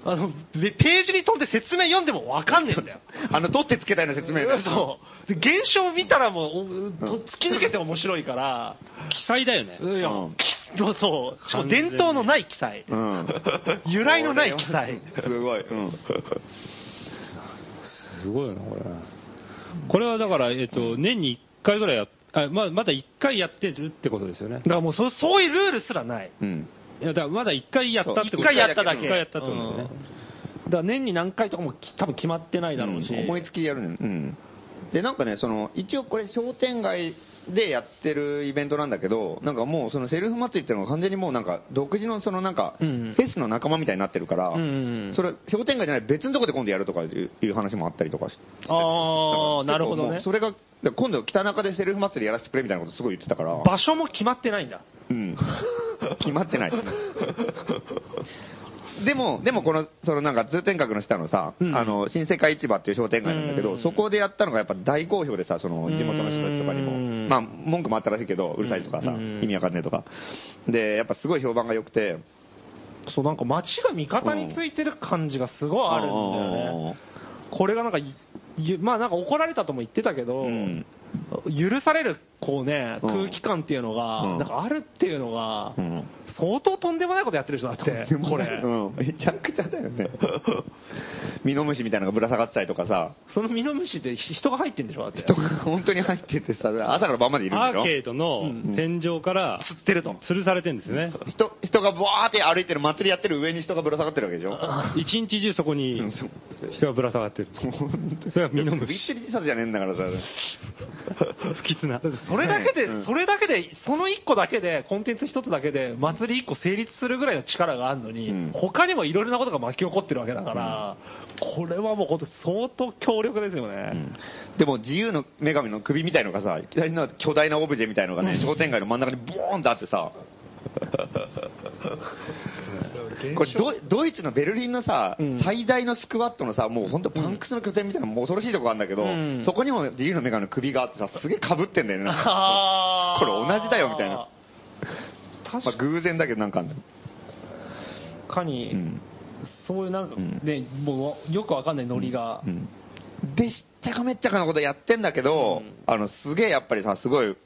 Speaker 2: あのでページに飛んで説明読んでもわかんねえんだよ。
Speaker 3: あの、取ってつけたような説明だよ
Speaker 2: そうで現象見たらもうおと突き抜けて面白いから、
Speaker 4: 記載だよね。
Speaker 2: いや
Speaker 3: うん
Speaker 2: きそうそうしかも伝統のない記載、
Speaker 3: うん。
Speaker 2: [LAUGHS] 由来のない記載、
Speaker 3: すごい。うん。
Speaker 4: [LAUGHS] すごいよな、これ。これはだから、えっと、年に1回ぐらいやっあままだ1回やってるってことですよね
Speaker 2: だ。からもうそそういうルールすらない、
Speaker 3: うん。
Speaker 4: いや、だからまだ1回やったってこ
Speaker 3: そ
Speaker 4: と
Speaker 3: う
Speaker 2: 一回やっただけ、
Speaker 3: 一
Speaker 4: 回やったってことだよね
Speaker 2: うんだから年に何回とかもき多分決まってないだろうし、
Speaker 3: ん思いつきでやるねうんでなんかねその一応これ商店街でやってるイベントなんだけどなんかもうそのセルフ祭りっていうのが完全にもうなんか独自のそのなんか
Speaker 2: う
Speaker 3: フ
Speaker 2: ん
Speaker 3: ェスの仲間みたいになってるから、
Speaker 2: うんうんうん
Speaker 3: それ商店街じゃない別のとこで今度やるとかいういう話もあったりとかして
Speaker 2: ああ、なるほど
Speaker 3: も
Speaker 2: ね
Speaker 3: う。それがだから今度北中でセルフ祭りやらせてくれみたいなことすごい言ってたから
Speaker 2: 場所も決まってないんだ。
Speaker 3: うん、決まってない。 [LAUGHS] でも、でもこの、そのなんか通天閣の下のさ、
Speaker 2: うん
Speaker 3: あの、新世界市場っていう商店街なんだけど、
Speaker 2: うん
Speaker 3: そこでやったのがやっぱ大好評でさ、その地元の人たちとかにも、
Speaker 2: うん
Speaker 3: まあ文句もあったらしいけど、うるさいとか
Speaker 2: う
Speaker 3: さ、
Speaker 2: ん
Speaker 3: 意味わかんねえとか。で、やっぱすごい評判が良くて、
Speaker 2: そう、なんか街が味方についてる感じがすごいあるんだよね。これがなんか、ゆまあなんか怒られたとも言ってたけど、
Speaker 3: うん
Speaker 2: 許されるこうね、
Speaker 3: うん
Speaker 2: 空気感っていうのが、
Speaker 3: うん
Speaker 2: なんかあるっていうのが、
Speaker 3: うん
Speaker 2: 相当とんでもないことやってる人だって、これ。
Speaker 3: うん。めちゃくちゃだよね。ミノムシみたいなのがぶら下がってたりとかさ、
Speaker 2: そのミノムシでひ人が入ってんでしょだって。
Speaker 3: 人が本当に入っててさ、朝から晩までいるん
Speaker 4: アーケ
Speaker 3: で
Speaker 4: ードの
Speaker 2: うん
Speaker 4: 天井から
Speaker 2: 釣ってると。
Speaker 4: 吊るされてるんですよね。
Speaker 3: しょ人、人がブワーって歩いてる祭りやってる上に人がぶら下がってるわけでしょ
Speaker 4: 一日中そこに
Speaker 3: うんそう
Speaker 4: 人がぶら下がってる。それはミノム
Speaker 3: びっ
Speaker 4: シ。
Speaker 3: しり自殺じゃねえんだからさ。
Speaker 4: 不吉な。
Speaker 2: それだけで、
Speaker 3: うん
Speaker 2: それだけで、その一個だけで、コンテンツ一つだけで、祭り一個成立するぐらいの力があるのに、
Speaker 3: うん
Speaker 2: 他にもいろいろなことが巻き起こってるわけだから、これはもう本当相当強力ですよね。
Speaker 3: でも自由の女神の首みたいのがさ、いきなりの巨大なオブジェみたいのがね、商店街の真ん中にボーンとあってさ、これドドイツのベルリンのさ、
Speaker 2: うん
Speaker 3: 最大のスクワットのさ、もう本当パンクスの拠点みたいなもう恐ろしいとこがあるんだけど、
Speaker 2: うん
Speaker 3: そこにも自由の女神の首があってさ、すげえ被ってんだよね、なんか
Speaker 2: あー
Speaker 3: これ同じだよみたいな。まあ偶然だけどなんかあんだよ
Speaker 2: 確かに、
Speaker 3: うん
Speaker 2: そういうなんか
Speaker 3: うん
Speaker 2: ね、もうよくわかんないノリが、
Speaker 3: で、しっちゃかめっちゃかなことやってんだけど、あの、すげえやっぱりさ、すごい、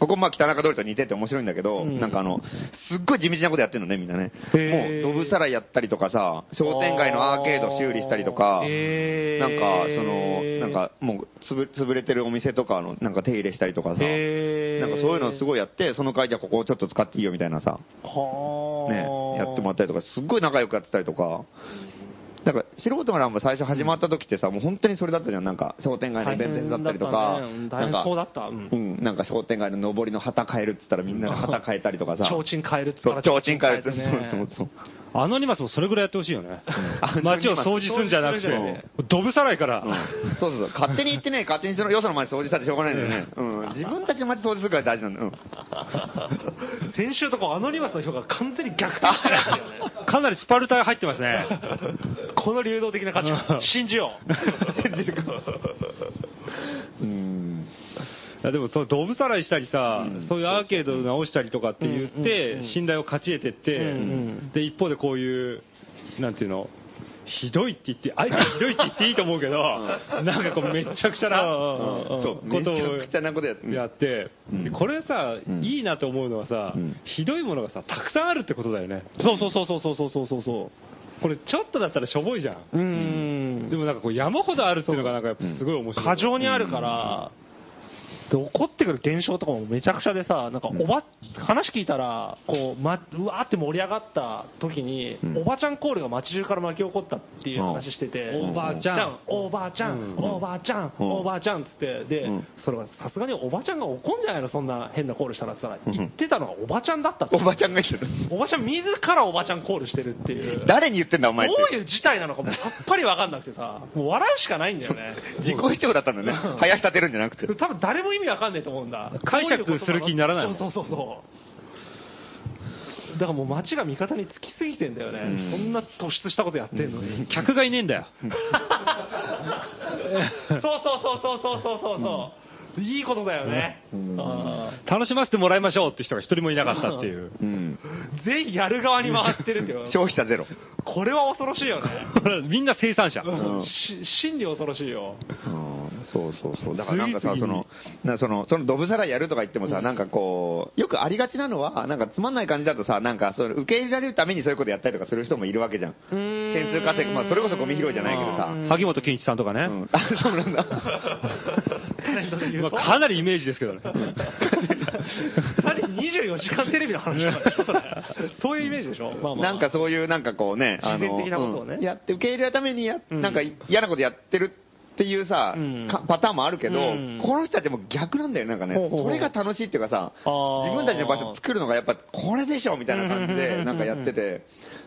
Speaker 3: ここまあ北中通りと似てて面白いんだけど、
Speaker 2: うん
Speaker 3: なんかあの、すっごい地道なことやってんのね、みんなね。
Speaker 2: へー
Speaker 3: もう、ドブさらいやったりとかさ、商店街のアーケード修理したりとか、
Speaker 2: へー
Speaker 3: なんか、その、なんか、もうつぶ、潰れてるお店とかの、なんか手入れしたりとかさ、
Speaker 2: へー
Speaker 3: なんかそういうのをすごいやって、その会じゃあここをちょっと使っていいよみたいなさ、
Speaker 2: は
Speaker 3: ね、やってもらったりとか、すっごい仲良くやってたりとか、なんか素人のランボ最初始まった時ってさ、もう本当にそれだったじゃん、なんか商店街のイベント手伝ったりと
Speaker 2: 大
Speaker 3: か、な
Speaker 2: 変
Speaker 3: んか
Speaker 2: そうだった、うん
Speaker 3: うん、なんか商店街の上りの旗変えるって言ったらみんなで旗変えたりとかさ、
Speaker 2: 提灯変えるっつった
Speaker 3: そう
Speaker 2: ら
Speaker 3: 提灯変えるって、
Speaker 2: 提灯変えて
Speaker 3: そ
Speaker 2: ね
Speaker 3: うそうそう。
Speaker 4: アノニマスもそれぐらいやってほしいよね
Speaker 3: う。ん
Speaker 4: 街を掃除するんじゃなく
Speaker 2: 掃除するんじゃな
Speaker 4: て
Speaker 2: く、
Speaker 4: ドブさらいから
Speaker 3: うん、そうそうそう勝手に行ってね、勝手に人のよその前に掃除したってしょうがないんだよね。うん、自分たちの街掃除するから大事なんだよ。
Speaker 2: 先週とこアノニマスの評価が完全に逆転してるんですよね
Speaker 3: [LAUGHS]
Speaker 4: かなりスパルタが入ってますね。
Speaker 2: この流動的な価値観信じよう
Speaker 3: [LAUGHS] うん。うん
Speaker 4: いやでもそのドブさらいしたりさ、そういうアーケード直したりとかって言って、
Speaker 2: うんうんうん
Speaker 4: 信頼を勝ち得てって、
Speaker 2: ん
Speaker 4: で一方でこういうなんていうのひどいって言ってあえてひどいって言っていいと思うけど、なんかこうめちゃくちゃな
Speaker 2: うん
Speaker 3: そう、
Speaker 4: こ
Speaker 3: めち
Speaker 4: とを
Speaker 3: ゃくちゃなことやって。
Speaker 4: やって、
Speaker 3: うん
Speaker 4: でこれさ、
Speaker 3: うん
Speaker 4: いいなと思うのはさ、
Speaker 3: うん
Speaker 4: ひどいものがさたくさんあるってことだよね
Speaker 2: そうそうそうそうそうそうそうそ
Speaker 4: これちょっとだったらしょぼいじゃん、
Speaker 2: ううん
Speaker 3: [LAUGHS]
Speaker 4: でもなんかこう山ほどあるっていうのがなんかやっぱすごい面白い、
Speaker 2: 過剰にあるから、で怒ってくる現象とかもめちゃくちゃでさ、なんかおば、話聞いたら、こう、ま、うわーって盛り上がった時に、
Speaker 3: うん
Speaker 2: おばちゃんコールが街中から巻き起こったっていう話してて、
Speaker 4: うんおばあちゃん
Speaker 2: おばあちゃん、
Speaker 4: うん
Speaker 2: おばあちゃん、
Speaker 3: うん
Speaker 2: おばあちゃんっつって、で、
Speaker 3: うん
Speaker 2: それはさすがにおばちゃんが怒んじゃないの、そんな変なコールしたらって言った
Speaker 3: うん
Speaker 2: ら、言ってたのはおばちゃんだったって
Speaker 3: おばちゃんが言ってた。
Speaker 2: おばちゃん自らおばちゃんコールしてるっていう。
Speaker 3: 誰に言ってんだお
Speaker 2: どう
Speaker 3: 前って。
Speaker 2: いう事態なのかもうさっぱりわかんなくてさ、もう笑うしかないんだよね。
Speaker 3: 自己主張だったんだね。林立てるんじゃなくて。
Speaker 2: 多分誰も意味わかんないと思うんだ
Speaker 4: 解釈する気にならないもん
Speaker 2: そうそうそうそうだからもう街が味方につきすぎてんだよね、
Speaker 3: うん
Speaker 2: そんな突出したことやってんのに、
Speaker 4: 客がいねえんだよ
Speaker 2: そうそうそうそうそうそうそうそういいことだよね、
Speaker 3: うん
Speaker 2: あー
Speaker 4: 楽しませてもらいましょうって人が一人もいなかったっていう。
Speaker 3: うん。
Speaker 2: 全員やる側に回ってるっていう
Speaker 3: 消費者ゼロ。
Speaker 2: これは恐ろしいよね、
Speaker 4: みんな生産者。
Speaker 3: ん
Speaker 2: し真理恐ろしいよ
Speaker 3: そうそうそう。だからなんかさ、
Speaker 4: 次
Speaker 3: そ
Speaker 4: 々に
Speaker 3: の、なその、そのドブさらいやるとか言ってもさ、なんかこう、よくありがちなのは、なんかつまんない感じだとさ、なんかそれ受け入れられるためにそういうことやったりとかする人もいるわけじゃん。点数稼ぐ、まあそれこそゴミ拾いじゃないけどさ。
Speaker 4: 萩本欽一さんとかね。
Speaker 3: うんあ、そうなんだ。 [LAUGHS]
Speaker 4: まあ、かなりイメージですけどね。
Speaker 2: 何24時間テレビの話なんでしょそれそういうイメージでしょ、まあまあ、
Speaker 3: なんかそういうなんかこうね、あ
Speaker 2: 自
Speaker 3: の
Speaker 2: 然的なことをね
Speaker 3: うんやって受け入れるためにや、
Speaker 2: うん
Speaker 3: なんか嫌なことやってるっていうさ、
Speaker 2: うん
Speaker 3: かパターンもあるけど、
Speaker 2: うん
Speaker 3: この人たちも逆なんだよね、なんかね、
Speaker 2: ほうほうほう
Speaker 3: それが楽しいっていうかさ、
Speaker 2: あー
Speaker 3: 自分たちの場所作るのがやっぱこれでしょみたいな感じ
Speaker 2: うんうんうんうんう
Speaker 3: で
Speaker 2: ん
Speaker 3: なんかやってて、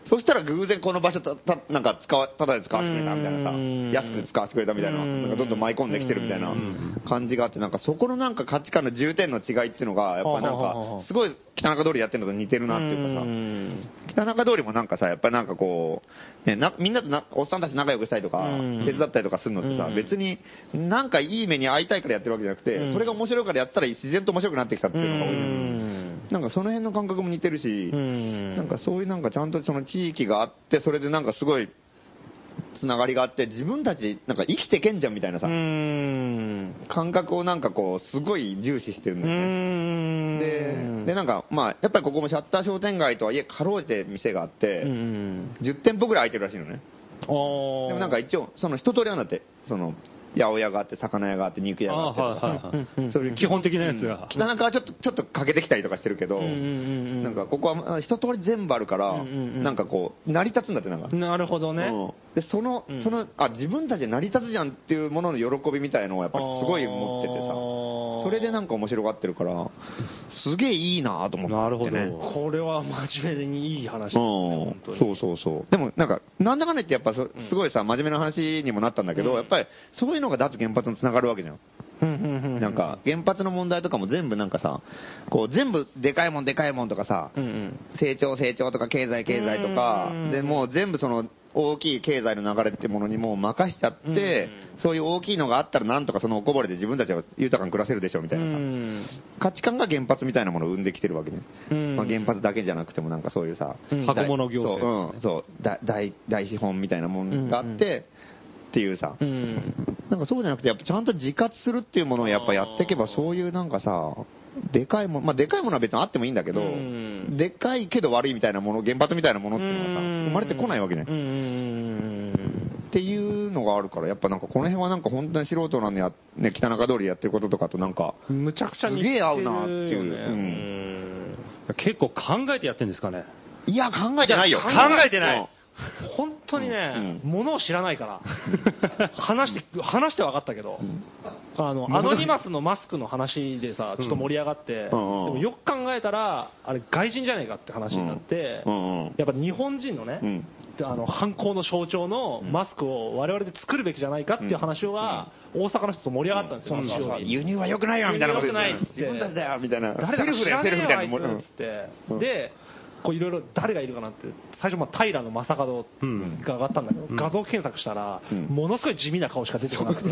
Speaker 3: そしたら偶然この場所たたなんか使わただで使わせてくれたみたいな
Speaker 2: う
Speaker 3: さ
Speaker 2: ん、
Speaker 3: 安く使わせてくれたみたいな、
Speaker 2: うん
Speaker 3: なんかどんどん舞い込んできてるみたいな
Speaker 2: うん
Speaker 3: 感じがあって、なんかそこのなんか価値観の重点の違いっていうのが、やっぱなん
Speaker 2: ほうほうほうほう
Speaker 3: か、すごい北中通りやってるのと似てるなっていうかさ。
Speaker 2: ん
Speaker 3: 北中通りもなんかさ、やっぱりなんかこう、ね、なみんなとなおっさんたち仲良くしたりとか、
Speaker 2: うん
Speaker 3: 手伝ったりとかするのってさ、
Speaker 2: うん
Speaker 3: 別になんかいい目に遭いたいからやってるわけじゃなくて、
Speaker 2: うん
Speaker 3: それが面白いからやったら自然と面白くなってきたっていうのが多いのよなんかその辺の感覚も似てるし、なんかそういうなんかちゃんとその地域があって、それでなんかすごい、つながりがあって、自分たち、なんか生きてけんじゃんみたいな
Speaker 2: う
Speaker 3: さ、
Speaker 2: ん。
Speaker 3: 感覚をなんかこう、すごい重視してるん
Speaker 2: う
Speaker 3: だよね。
Speaker 2: ん。
Speaker 3: で、で、なんか、まあ、やっぱりここもシャッター商店街とはいえ、かろうじて店があって、
Speaker 2: うん。
Speaker 3: 10店舗ぐらい空いてるらしいのね。
Speaker 2: おー
Speaker 3: でもなんか、一応、その一通りあるんだって、その、八百屋があって、魚屋があって、肉屋があってとかさ、
Speaker 4: あーはいはいはい
Speaker 2: うんうん
Speaker 3: そういう
Speaker 4: 基本的なやつが。
Speaker 3: 北中はちょっと、ちょっと欠けてきたりとかしてるけど、
Speaker 2: うんうんうんうん
Speaker 3: なんかここはまあ一通り全部あるから、
Speaker 2: うんうんうん
Speaker 3: なんかこう、成り立つんだって、なんか。
Speaker 2: なるほどね。
Speaker 3: うんで、その
Speaker 2: うん、
Speaker 3: その、あ、自分たちで成り立つじゃんっていうものの喜びみたいのをやっぱりすごい持ってて
Speaker 2: あー、
Speaker 3: さそれでなんか面白がってるから、すげえいいなと思って、ね。
Speaker 4: なるほど
Speaker 2: これは真面目にいい話ですね、
Speaker 3: うん
Speaker 2: 本当に。
Speaker 3: そうそうそう。でもなんか、なんだかんだ言ってやっぱそすごいさ、真面目な話にもなったんだけど、やっぱりそういうのが脱原発につながるわけじゃん。
Speaker 2: うんうんうん
Speaker 3: なんか、原発の問題とかも全部なんかさ、こう全部でかいもんでかいもんとかさ、
Speaker 2: うんうん
Speaker 3: 成長成長とか経済経済とか
Speaker 2: うん、
Speaker 3: で、もう全部その大きい経済の流れってものにもう任しちゃって、そういう大きいのがあったらなんとかそのおこぼれで自分たちは豊かに暮らせるでしょみたいなさ、
Speaker 2: うん
Speaker 3: 価値観が原発みたいなものを生んできてるわけね。
Speaker 2: うん
Speaker 3: まあ、原発だけじゃなくてもなんかそういうさ、
Speaker 2: うん
Speaker 4: 箱物行政
Speaker 3: そう、うん、そうだ大、大資本みたいなもんがあって、
Speaker 2: うんう
Speaker 3: っていうさ、
Speaker 2: うん
Speaker 3: なんかそうじゃなくて、やっぱちゃんと自活するっていうものをやっぱやっていけば、そういうなんかさ、でかいもの、まあでかいものは別にあってもいいんだけど、
Speaker 2: うん
Speaker 3: でかいけど悪いみたいなもの、原発みたいなものっていうのはさ、
Speaker 2: うん
Speaker 3: 生まれてこないわけね。
Speaker 2: うんうん
Speaker 3: っていうのがあるから、やっぱなんかこの辺はなんか本当に素人なんでや、ね、北中通りでやってることとかとなんか、
Speaker 2: うんむちゃくちゃ似
Speaker 3: すげ
Speaker 2: てる
Speaker 3: え
Speaker 2: よ
Speaker 3: 合
Speaker 2: ね
Speaker 3: うなっていう
Speaker 4: 結構考えてやってんですかね。
Speaker 3: いや、考えてないよ。
Speaker 2: 考えてない。本当にね、
Speaker 3: うん
Speaker 2: ものを知らない
Speaker 3: [LAUGHS]
Speaker 2: から、話して、話して分かったけど、あの、
Speaker 3: 物
Speaker 2: アノニマスのマスクの話でさ、ちょっと盛り上がって、で
Speaker 3: うんうん
Speaker 2: もよく考えたら、あれ外人じゃないかって話になって
Speaker 3: う、んうん
Speaker 2: やっぱ日本人のね、
Speaker 3: うん
Speaker 2: あの犯行の象徴のマスクを我々で作るべきじゃないかっていう話は、大阪の人と盛り上がったんですよ、
Speaker 3: そうそうそう
Speaker 2: 日曜日
Speaker 3: 輸入は良くないよみたいなこと言って
Speaker 2: 輸入は良くないっつって
Speaker 3: 自分たちだよみたいな
Speaker 2: 誰
Speaker 3: セ
Speaker 2: だか
Speaker 3: ルフ
Speaker 2: 知
Speaker 3: だよ
Speaker 2: ら
Speaker 3: セ
Speaker 2: ね
Speaker 3: ル
Speaker 2: え
Speaker 3: フみ
Speaker 2: よ
Speaker 3: た
Speaker 2: あい
Speaker 3: いなもん
Speaker 2: つっつって、
Speaker 3: うん
Speaker 2: でこういろいろ誰がいるかなって最初まあ平の正門
Speaker 4: うん
Speaker 2: が上がったんだけど、画像検索したら、
Speaker 3: うん
Speaker 2: ものすごい地味な顔しか出てこなくて、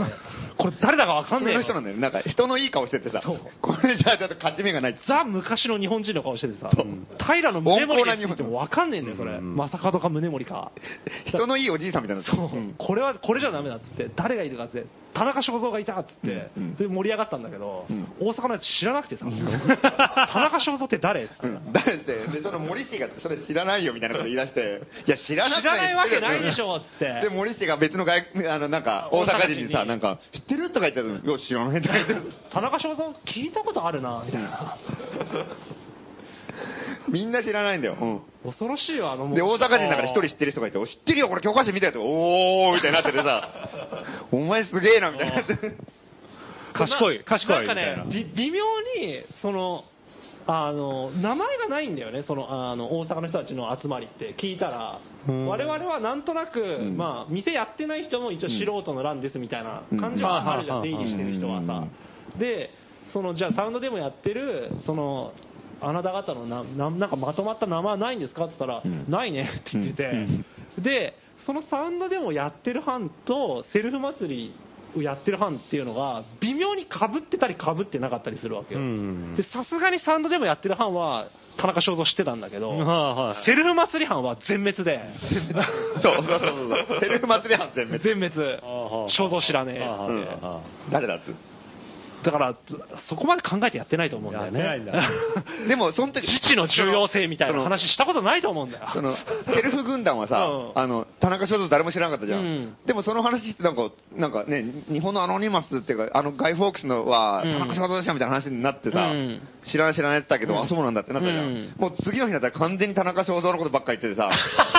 Speaker 2: これ誰だかわか
Speaker 3: 普
Speaker 2: んねえ
Speaker 3: 通
Speaker 2: よ
Speaker 3: の人なんだよねなんか人のいい顔しててさ
Speaker 2: そう
Speaker 3: これじゃあちょっと勝ち目がないっつって
Speaker 2: ザ昔の日本人の顔しててさ、平の宗盛ですって言ってもわかんねえんだよ、それ。
Speaker 4: うん
Speaker 2: 正門か宗盛か。
Speaker 3: 人のいいおじいさんみたいなそう
Speaker 2: これはこれじゃダメだっつって誰がいるかっつって田中正造がいたっつって、
Speaker 3: うんうん
Speaker 2: で盛り上がったんだけど、
Speaker 3: うん
Speaker 2: 大阪のやつ知らなくてさ、田中正造って誰っつって、
Speaker 3: 誰ってでその森氏がそれ知らないよみたいなこと言い出していや知らな
Speaker 2: 知
Speaker 3: く
Speaker 2: らないわけないでし
Speaker 3: っ
Speaker 2: ょっつって
Speaker 3: てで森氏が別の外あのなんか大阪人
Speaker 2: 大阪
Speaker 3: に
Speaker 2: 人
Speaker 3: さ
Speaker 2: に
Speaker 3: なんか知ってるとか言ったらよ知らない [LAUGHS] んだけど
Speaker 2: 田中正造聞いたことあるなみたいな
Speaker 3: みんな知らないんだようん
Speaker 2: 恐ろしいわあのもう
Speaker 3: で、大阪人だから一人知ってる人がいて、お知ってるよ、これ教科書見たよと、おーみたいになってて
Speaker 2: [LAUGHS]
Speaker 3: さ、お前すげえな、みたいになって。
Speaker 4: 賢い、賢いみ
Speaker 2: な
Speaker 4: た
Speaker 2: んか
Speaker 4: い
Speaker 2: ね
Speaker 4: な。
Speaker 2: び微妙にそのあの名前がないんだよねそのあの大阪の人たちの集まりって聞いたら
Speaker 4: うん
Speaker 2: 我々はなんとなく、
Speaker 3: ん
Speaker 2: まあ、店やってない人も一応素人の欄ですみたいな感じはあるじゃん、
Speaker 4: うん
Speaker 2: 出入りしてる人はさ、でそのじゃあサウンドでもやってるそのあなた方のなななんかまとまった名前ないんですかって言ったら、
Speaker 3: うん
Speaker 2: ないねって言ってて、でそのサウンドでもやってる班とセルフ祭りをやってる班っていうのが微妙にかぶってたりかぶってなかったりするわけよ、
Speaker 4: うん
Speaker 2: でさすがにサウンドでもやってる班は田中正造知ってたんだけど、
Speaker 4: はいはい
Speaker 2: セルフ祭り班は全滅 [LAUGHS] で
Speaker 3: そうそうそうそう。セルフ祭り反戦滅。
Speaker 2: 全滅
Speaker 4: あはあ
Speaker 2: 正造知らねえ
Speaker 4: あはあ
Speaker 2: って
Speaker 4: はあはあ
Speaker 3: 誰だっつう
Speaker 2: だからそこまで考えてやってないと思うんだよね
Speaker 4: やってないん
Speaker 3: でも、その時、
Speaker 2: [LAUGHS] 自治の重要性みたいな
Speaker 3: そ
Speaker 2: 話したことないと思うんだよ
Speaker 3: の。そのセルフ軍団はさ、
Speaker 2: うん
Speaker 3: あの、田中正造誰も知らなかったじゃん。
Speaker 2: うん
Speaker 3: でもその話ってなんか、なんかね、日本のアノニマスっていうか、あのガイフォークスのは、
Speaker 2: うん
Speaker 3: 田中正造でしたみたいな話になってさ、
Speaker 2: うん
Speaker 3: 知らない知らないって言ったけど、あ、そうなんだってなったじゃん。
Speaker 2: うん
Speaker 3: もう次の日だったら完全に田中正造のことばっかり言っ
Speaker 2: [LAUGHS]
Speaker 3: ててさ、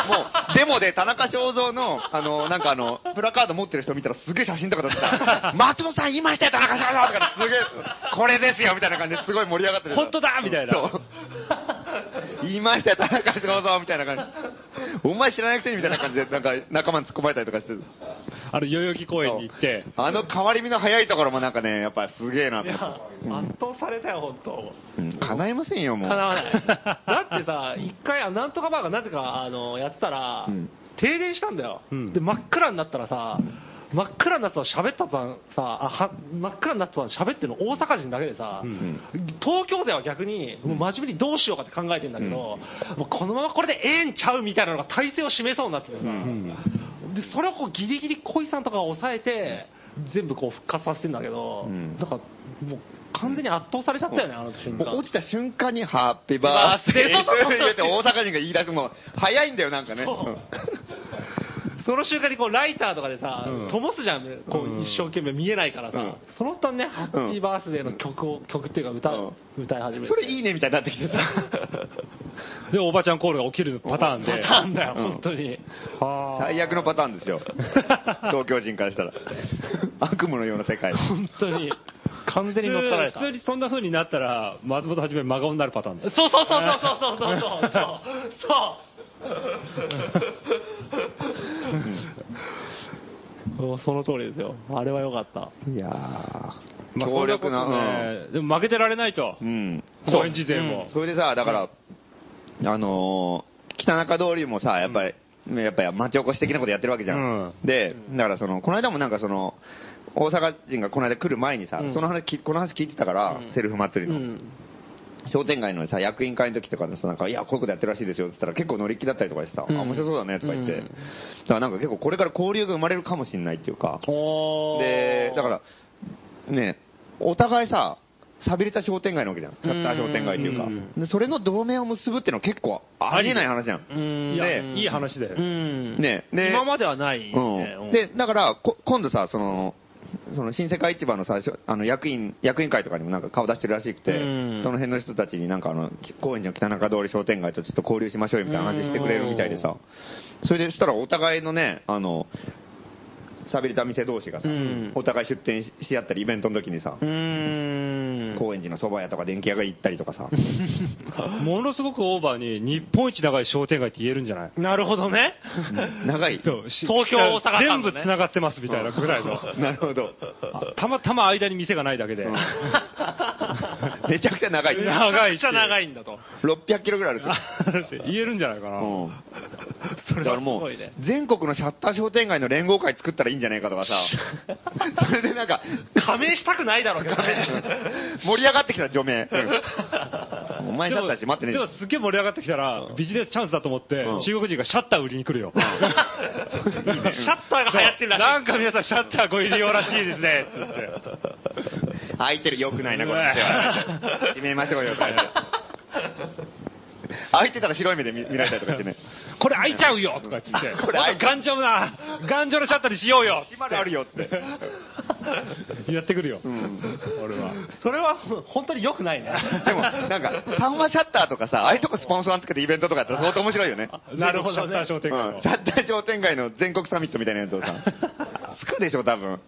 Speaker 3: もう、デモで田中正造の、あの、なんかあの、プラカード持ってる人見たらすげえ写真とか撮ってさ、松本さん言いましたよ、田中正造とかってすげえ、これですよみたいな感じですごい盛り上がっててさ
Speaker 4: 本当だみたいな
Speaker 3: そう。 [LAUGHS] 言いましたよ、田中正造みたいな感じ。お前知らないくせにみたいな感じで、なんか仲間に突っ込まれたりとかして
Speaker 4: あの、代々木公園に行って、
Speaker 3: あの変わり身の早いところもなんかね、やっぱすげえな
Speaker 2: [LAUGHS]
Speaker 3: と
Speaker 2: いや
Speaker 3: 思っ
Speaker 2: 圧倒されたよ本当
Speaker 3: てうん叶いませんよ、もう。
Speaker 2: 叶わ
Speaker 3: [LAUGHS]
Speaker 2: ない。だってさ、一回、あなんとかバーがなぜかあのやってたら、
Speaker 3: うん
Speaker 2: 停電したんだよ、
Speaker 4: うん
Speaker 2: で、真っ暗になったらさ、真っ暗になったら喋ったさ、さあは真っ暗になったら喋ってるの大阪人だけでさ、
Speaker 4: うん
Speaker 2: 東京では逆に、もう真面目にどうしようかって考えてんだけど、もうこのままこれでええんちゃうみたいなのが体制を示そうになっててさ、
Speaker 3: うん
Speaker 2: でそれをこうギリギリ恋さんとかが抑えて全部こう復活させてんだけど、
Speaker 3: うん
Speaker 2: なんかもう完全に圧倒されちゃったよね、あの瞬
Speaker 3: もう
Speaker 2: 間
Speaker 3: 落ちた瞬間に、ハッピーバースデー
Speaker 2: そうそうそうそう
Speaker 3: って大阪人が [LAUGHS] 言い出すもう早いんだよ、なんかね。
Speaker 2: そうその瞬間にこうライターとかでさ、
Speaker 4: うん
Speaker 2: 灯すじゃん、こ
Speaker 4: う
Speaker 2: うん一生懸命見えないからさ、
Speaker 3: うん
Speaker 2: その端ね、ハッピーバースデーの曲を、曲っていうか歌、
Speaker 3: うん
Speaker 2: 歌い始めて。
Speaker 3: それいいねみたいになってきてさ。
Speaker 2: [LAUGHS]
Speaker 4: で、おばちゃんコールが起きるパターン
Speaker 2: パ
Speaker 4: で
Speaker 2: タ。ーンだよ、
Speaker 3: うん
Speaker 2: 本当に。
Speaker 3: 最悪のパターンですよ。
Speaker 2: [LAUGHS]
Speaker 3: 東京人からしたら。悪夢のような世界。
Speaker 2: 本当に。完
Speaker 4: 普
Speaker 2: 全に乗っ取られ
Speaker 4: 通
Speaker 2: た。
Speaker 4: 普通にそんな風になったら、松本はじめ真顔になるパターンです。
Speaker 2: そうそうそうそうそうそうそうそうそう。そう。その通りですよ。あれは良かった。
Speaker 3: いや
Speaker 4: まあ
Speaker 3: 強力
Speaker 4: そん
Speaker 3: な。
Speaker 4: ことねでも負けてられないと
Speaker 3: う。ん。うん
Speaker 4: 高円寺勢も。
Speaker 3: それでさ、だから、あのー北中通りもさ、やっぱり、やっぱり町おこし的なことやってるわけじゃん。で、だからその、この間もなんかその、大阪人がこの間来る前にさ、
Speaker 2: うん
Speaker 3: その話き、この話聞いてたから、
Speaker 2: うん
Speaker 3: セルフ祭
Speaker 2: う
Speaker 3: りの、
Speaker 2: ん。
Speaker 3: 商店街のさ、役員会の時とかのさ、なんか、いや、こういうことやってるらしいですよって言ったら、結構乗り気だったりとかしてさ、
Speaker 2: うん
Speaker 3: あ面白そうだねとか言って、
Speaker 2: うん
Speaker 3: だからなんか結構これから交流が生まれるかもしれないっていうか、
Speaker 2: お
Speaker 3: で、だから、ね、お互いさ、寂れた商店街なわけじゃん。シャッター商店街というか
Speaker 2: うんうん。
Speaker 3: で、それの同盟を結ぶってのは結構ありえない話じゃん。
Speaker 2: うん。
Speaker 4: いや、
Speaker 3: で
Speaker 4: いい話だよ。
Speaker 2: うん。
Speaker 3: ねで
Speaker 2: 今まではない、ね
Speaker 3: うん。で、だから、こ今度さ、その、その新世界市場のさ、しょあの役員、役員会とかにもなんか顔出してるらしくて、
Speaker 2: うん
Speaker 3: その辺の人たちになんかあの、高円寺の北中通り商店街とちょっと交流しましょうよみたいな話してくれるみたいでさ、それでしたらお互いのね、あの、寂れた店同士がさ、
Speaker 2: うん
Speaker 3: お互い出店しし合ったりイベントの時にさ、
Speaker 2: うん。
Speaker 3: 高円寺の蕎麦屋とか電気屋が行ったりと
Speaker 2: [LAUGHS]
Speaker 3: かさ、
Speaker 4: ものすごくオーバーに、日本一長い商店街って言えるんじゃない
Speaker 2: なるほどね。
Speaker 3: 長い。 [LAUGHS]
Speaker 4: そうし
Speaker 2: 東京大阪間のね
Speaker 4: 全部繋がってますみたいなぐらいの。
Speaker 3: なるほど。
Speaker 4: たまたま間に店がないだけで。
Speaker 3: めちゃくち
Speaker 2: [LAUGHS]
Speaker 3: ゃ長い。
Speaker 4: 長い
Speaker 2: めちゃくちゃ長いんだと。
Speaker 3: 600キロぐらいあるって。
Speaker 4: って言えるんじゃないか
Speaker 2: [LAUGHS]
Speaker 4: な。
Speaker 3: うん、だ
Speaker 2: れ
Speaker 3: か
Speaker 2: は
Speaker 3: ら
Speaker 2: す
Speaker 3: も
Speaker 2: ご
Speaker 3: う
Speaker 2: いね、
Speaker 3: 全国のシャッター商店街の連合会作ったらいいんじゃないかと
Speaker 2: [LAUGHS]
Speaker 3: かさ、それでなんか、
Speaker 2: 加盟したくないだろうけどね。
Speaker 3: 盛り上がってきた、除名。うんお前シャ
Speaker 4: で
Speaker 3: ッ
Speaker 4: も
Speaker 3: ターし待ってね
Speaker 4: でもすげえ盛り上がってきたら、ビジネスチャンスだと思って、
Speaker 3: うん
Speaker 4: 中国人がシャッター売りに来るよ。
Speaker 2: [LAUGHS] シャッターが流行ってるらしい。
Speaker 4: なんか皆さんシャッターご入り用らしいですね、つって。
Speaker 3: え。空いてる、よくないな、これ。閉めましょうよ、これ空いてたら白い目で見見られたりとかしてね。
Speaker 4: [LAUGHS] これ開いちゃうよとか言 [LAUGHS] って。
Speaker 3: これ開いちゃう
Speaker 4: 頑丈な、頑丈なシャッターにしようよ
Speaker 3: 閉まるあるよって。
Speaker 4: やってくるよ。
Speaker 3: うん
Speaker 4: 俺は。
Speaker 2: それは本当に良くないね。
Speaker 3: でも、なんか、三話シャッターとかさ、ああいうとこスポンサーつけてイベントとかやったら相当面白いよね。
Speaker 4: なるほど、シャッター商
Speaker 3: う
Speaker 4: 店街
Speaker 3: ん
Speaker 4: の。
Speaker 3: シャッター商店街の全国サミットみたいなやつをさ、つくでしょ、多分。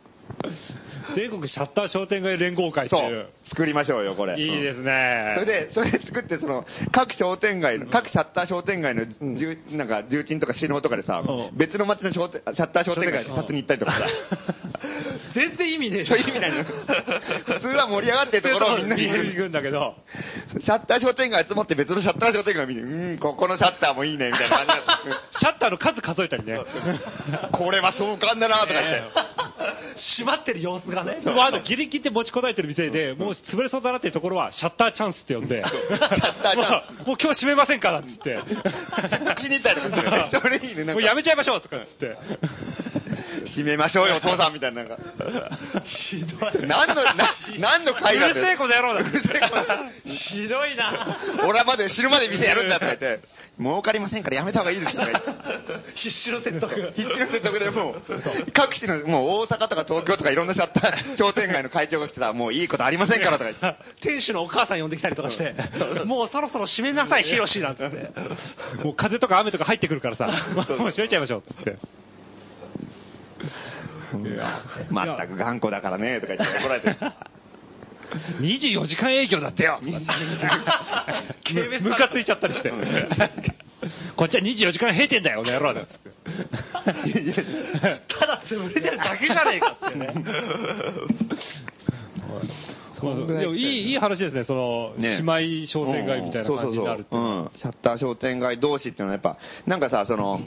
Speaker 4: 全国シャッター商店街連合会って
Speaker 3: そ
Speaker 4: いう
Speaker 3: う。。作りましょうよ、これ。
Speaker 4: いいです
Speaker 3: うん
Speaker 4: ね。
Speaker 3: それで、それで作って、その、各商店街の、各シャッター商店街の、重なんか、重鎮とか首脳とかでさ、
Speaker 2: うん
Speaker 3: 別の街の商店シャッター商店街視察に行ったりとかさ、
Speaker 2: 全然意味ねえじ
Speaker 3: そ
Speaker 2: ゃ
Speaker 3: ういう意味ないの。普通は盛り上がってるところをみんなに
Speaker 4: [LAUGHS] 行
Speaker 3: 行く
Speaker 4: くんだけど、
Speaker 3: シャッター商店街集まって別のシャッター商店街見て、うん、ここのシャッターもいいね、みたいな感じだ
Speaker 4: シャッターの数数えたりね。
Speaker 3: これは壮観だな、とか言って。
Speaker 2: 閉まってる様子がね。
Speaker 4: まあ、あのギリギリで持ちこたえてる店で、もう潰れそうだなっていうところは、シャッターチャンスって呼んで、も
Speaker 3: シャッターチャ
Speaker 4: うもう今日閉めませんからっつって、
Speaker 3: 気に入ったりとかするよね。 [LAUGHS] それいいね、なん
Speaker 4: も
Speaker 3: か
Speaker 4: う。やめちゃいましょうとかっつって、
Speaker 3: 閉めましょうよ、お父さんみたいな、なんか。
Speaker 2: ひどい。
Speaker 3: 何の、な何の会
Speaker 4: う
Speaker 3: だ
Speaker 4: るせえこの野郎だっつって
Speaker 2: ひどいな。
Speaker 3: [LAUGHS] 俺はまで死ぬまで店やるんだとか言って、儲かりませんからやめた方がいいですとか言って。
Speaker 2: 必死の説得。
Speaker 3: 必要なとこでもう、各地の、もう大阪とか東京とかいろんなシャッター商店街の会長が来てたら、もういいことありませんからとか言って。
Speaker 2: 店主のお母さん呼んできたりとかして、もうそろそろ閉めなさい、ヒロシなんつって。
Speaker 4: もう風とか雨とか入ってくるからさ、もう閉めちゃいましょうっつって。
Speaker 3: 全く頑固だからね、とか言って怒られてる。
Speaker 4: 24時間営業だって [LAUGHS] よ
Speaker 2: 軽蔑された
Speaker 4: むかついちゃったりして。こっちは24時間閉店だよ、この野郎だっつって。
Speaker 2: [LAUGHS] ただ潰れてるだけじゃねえかってね。
Speaker 4: そうそうでもいいいい話ですね、その、
Speaker 3: ね
Speaker 4: 姉妹商店街みたいな感じになるって
Speaker 3: そうそうそううんシャッター商店街同士っていうのはやっぱなんかさその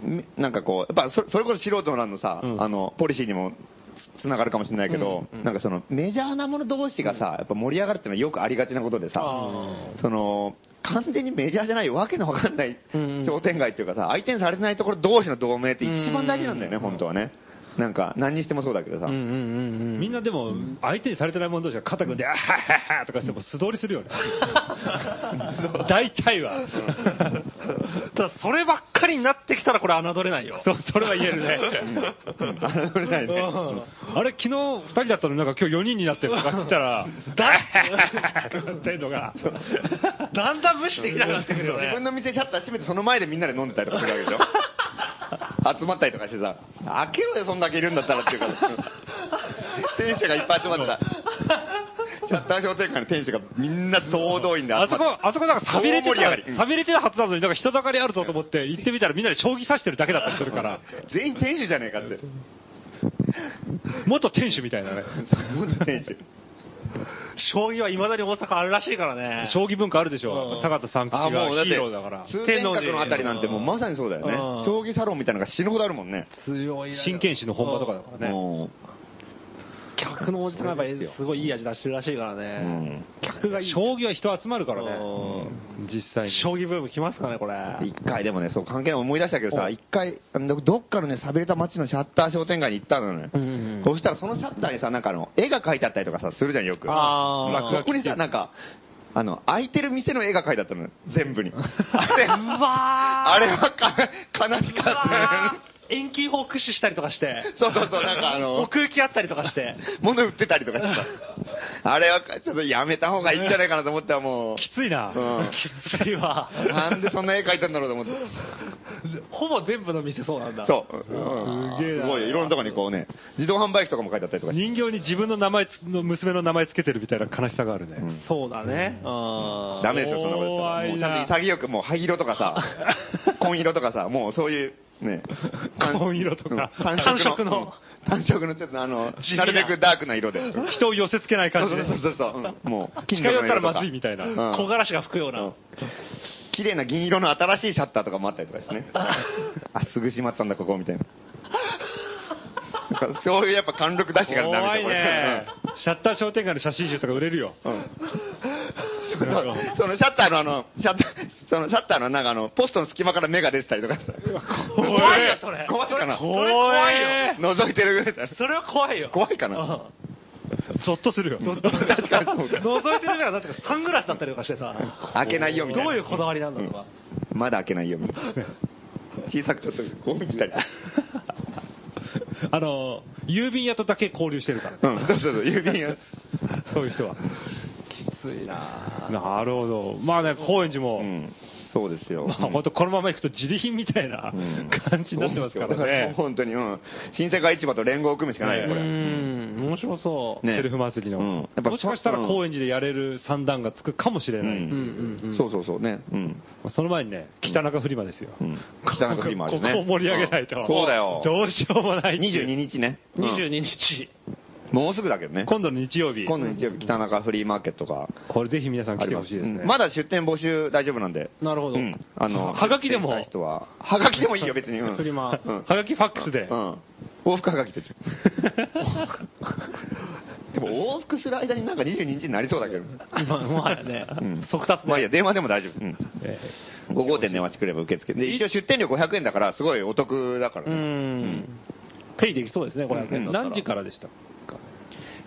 Speaker 3: みなんかこうやっぱそそれこそ素人なんのさ、
Speaker 4: うん
Speaker 3: あのポリシーにもつつながるかもしれないけど、なんかそのメジャーなもの同士がさやっぱ盛り上がるっていうのはよくありがちなことでさ、その完全にメジャーじゃないわけのわかんない
Speaker 2: うんうん
Speaker 3: 商店街っていうかさ、相手にされてないところ同士の同盟って一番大事なんだよね、本当はね。なんか、何にしてもそうだけどさ。
Speaker 2: うんうん
Speaker 4: みんなでも、相手にされてない者同士が肩組んで、あはははとかしても素通りするよね。大体は。
Speaker 2: ただそればっかりになってきたらこれ侮れないよ
Speaker 4: そうそれは言えるね。
Speaker 3: [LAUGHS] あれ、俺ない
Speaker 4: [LAUGHS]
Speaker 3: ね。
Speaker 4: あれ、昨日2人だったのになんか今日4人になってるとかって言ったら、だいとかっていうのが、
Speaker 2: だんだん無視できなくなってくるよ
Speaker 3: 自分
Speaker 2: ね
Speaker 3: の店シャッター閉めてその前でみんなで飲んでたりとかするわ
Speaker 4: [LAUGHS]
Speaker 3: けでしょ集まったりとかしてさ開けろよそんだけいるんだったらって
Speaker 4: [LAUGHS]
Speaker 3: いうから店主がいっぱい集まってたシャッター商店街の店主がみんな総動員で集ま
Speaker 4: あ
Speaker 3: って
Speaker 4: そこ、あそこなんか寂れて
Speaker 3: 大盛り上がり
Speaker 4: た、寂れてるはずなのになんか人だかりあるぞと思って行ってみたらみんなで将棋指してるだけだったりするから、
Speaker 3: 全員店主じゃねえか
Speaker 4: [LAUGHS]
Speaker 3: って
Speaker 4: 元店主みたいなね。
Speaker 3: 元店主
Speaker 2: 将棋はいまだに大阪あるらしいからね
Speaker 4: 将棋文化あるでし
Speaker 2: う
Speaker 4: ょ
Speaker 2: ん。
Speaker 4: 坂田さん吉
Speaker 3: あ
Speaker 4: が
Speaker 3: あ
Speaker 4: ヒ
Speaker 3: もうだって
Speaker 4: ーローだから。
Speaker 3: 通天閣のあたりなんてもうまさにそうだよね
Speaker 2: うん
Speaker 3: 将棋サロンみたいなのが死ぬほどあるもんね
Speaker 2: 強いな
Speaker 4: 真剣士の本場とかだからね。
Speaker 3: も
Speaker 2: 客のおじさんがやっぱりすごいいい味出してるらしいから
Speaker 3: う
Speaker 2: ね、
Speaker 3: ん
Speaker 2: 客がいい
Speaker 4: 将棋は人集まるからね。実際に。
Speaker 2: 将棋ブーム来ますかねこれ
Speaker 3: 一回でもね、そう関係ない思い出したけど
Speaker 2: お
Speaker 3: さ、一回、あのどっかのね、寂れた街のシャッター商店街に行ったのね。
Speaker 2: うんうんうん
Speaker 3: そしたらそのシャッターにさ、なんかあの、絵が描いてあったりとかさ、するじゃん、よく。
Speaker 2: あー
Speaker 3: そこにさ、なんか、あの、空いてる店の絵が描いてあったのよ全部に。あれ、
Speaker 2: う [LAUGHS] わー
Speaker 3: あれはか悲し
Speaker 2: うわ
Speaker 3: かっ
Speaker 2: ー遠近法駆使したりとかして
Speaker 3: た。そうそうそう、なんかあの、
Speaker 2: 奥行きあったりとかして
Speaker 3: 物売ってたりとかしてさ。あれはか、ちょっとやめた方がいいんじゃないかなと思ったらもう。
Speaker 4: [LAUGHS] きついな。
Speaker 3: うん。
Speaker 2: きついわ
Speaker 3: なんでそんな絵描いたんだろうと思って。
Speaker 2: ほぼ全部の店そうなんだ
Speaker 3: そう。うん
Speaker 4: すげえな
Speaker 3: すごいよ。いろんなとこにこうね、自動販売機とかも書いてあったりとかして。
Speaker 4: 人形に自分の名前つの娘の名前つけてるみたいな悲しさがあるね、
Speaker 3: うん
Speaker 2: そうだねうん
Speaker 3: ダメですよ、そんなことやったら。もうちゃんと潔く、もう灰色とか
Speaker 4: [LAUGHS]
Speaker 3: さ、紺色とかさ、もうそういう、ね。単
Speaker 4: [LAUGHS] 紺色とか
Speaker 3: うん単色
Speaker 2: 単色
Speaker 3: の
Speaker 2: の。
Speaker 3: うん単色のちょっとあの、
Speaker 2: 地味
Speaker 3: な
Speaker 2: な
Speaker 3: るべくダークな色で。そう
Speaker 4: 人を寄せつけない
Speaker 3: そ
Speaker 4: 感
Speaker 3: う
Speaker 4: じで
Speaker 3: そうそうそう。うんもう、
Speaker 4: 近寄ったらまずい
Speaker 3: 金
Speaker 4: みたいな、
Speaker 3: うん
Speaker 2: 木枯らしが吹くような
Speaker 3: 綺麗な銀色の新しいシャッターとかもあったりとかです
Speaker 4: [LAUGHS]
Speaker 3: ね。あ、すぐ閉まったんだ、ここ、みたいな。なんかそういうやっぱ貫禄出してからダ
Speaker 4: 怖
Speaker 3: メですよ、
Speaker 4: い
Speaker 3: これ
Speaker 4: ねシャッター商店街の写真集とか売れるよ
Speaker 3: うんそのそのシャッターのあの、シャッター、そのシャッターのなんかあの、ポストの隙間から目が出てたりとかさ
Speaker 2: 怖いよそれ
Speaker 3: 怖いかな
Speaker 2: それ怖いよ
Speaker 3: 覗いてるぐらいだ
Speaker 2: それは怖いよ
Speaker 3: 怖いかな
Speaker 2: うん
Speaker 4: ゾッとするよ
Speaker 3: 確かにそうか
Speaker 2: 覗いてる目がだってサングラスだったりとかしてさ
Speaker 3: 開けないよみたい
Speaker 2: ど
Speaker 3: な。
Speaker 2: ういうこだわりなんだとか
Speaker 3: まだ開けないよみたいな。小さくちょっとゴミ来たりとか。
Speaker 4: [LAUGHS] あの郵便屋とだけ交流してるから、ね、
Speaker 3: うん、そうそうそう、郵便屋。
Speaker 4: そういう人は
Speaker 2: きついな
Speaker 4: なるほどまあね高円寺も、
Speaker 3: うん、そうですよ。
Speaker 4: まあ、本当このまま行くと自利品みたいな
Speaker 3: うん
Speaker 4: 感じになってますか
Speaker 3: そうですよだ
Speaker 4: ら
Speaker 3: もう
Speaker 4: ね
Speaker 3: 本当に、うん。新世界市場と連合を組むしかないよ、こ
Speaker 2: う
Speaker 3: れ。
Speaker 2: ん面白そう
Speaker 3: ね
Speaker 4: セルフ祭りの、
Speaker 3: うんやっぱ
Speaker 4: もしかしたら高円寺でやれる三段がつくかもしれない、
Speaker 3: うん
Speaker 2: うんうん
Speaker 3: そうそうそうね。うん。
Speaker 4: まあその前にね北中フリマですよ、
Speaker 3: うん北中フリマあるよね。
Speaker 4: ここを盛り上げないと、
Speaker 3: うんそうだよ。
Speaker 4: どうしようもないっていう
Speaker 3: 22日ね。
Speaker 2: 22日
Speaker 3: うんもうすぐだけどね。
Speaker 4: 今度の日曜日
Speaker 3: 今度の日曜日、北中フリーマーケットが
Speaker 4: これぜひ皆さん
Speaker 3: あり
Speaker 4: 来て
Speaker 3: ま
Speaker 4: ほ
Speaker 3: す。
Speaker 4: しいですね、
Speaker 3: うんまだ出店募集大丈夫なんで。
Speaker 2: なるほど
Speaker 3: うんあの、
Speaker 4: はがきでも
Speaker 3: 出店したい人は。はがきでもいいよ、別に。うん
Speaker 2: フリマ
Speaker 3: うん
Speaker 4: はがきファックス
Speaker 3: う
Speaker 4: で、
Speaker 3: ん。往復はがきですよ。
Speaker 4: [LAUGHS]
Speaker 3: でも往復する間になんか22日になりそうだけど。
Speaker 2: まあまあね
Speaker 3: うん
Speaker 2: 速達
Speaker 3: まあいい
Speaker 2: で
Speaker 3: や、電話でも大丈夫。うん
Speaker 4: え
Speaker 3: 5号店電話してくれば受付。で、一応出店料500円だから、すごいお得だから
Speaker 2: う
Speaker 3: ね。
Speaker 2: んペイできそうですね500円だっ
Speaker 4: ー
Speaker 2: たら
Speaker 4: 何時からでした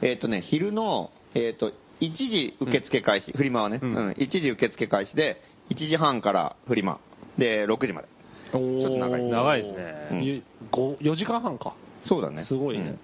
Speaker 3: えっ、とね、昼の、えっ、と、1時受付開始、フリマはね、う、
Speaker 4: うんん
Speaker 3: 1時受付開始で、1時半からフリマ、で、6時まで。
Speaker 2: ちょ
Speaker 3: っと長い
Speaker 4: 長いですね
Speaker 3: うん
Speaker 2: 4時間半か
Speaker 3: そうだね。
Speaker 2: すごいね
Speaker 3: うん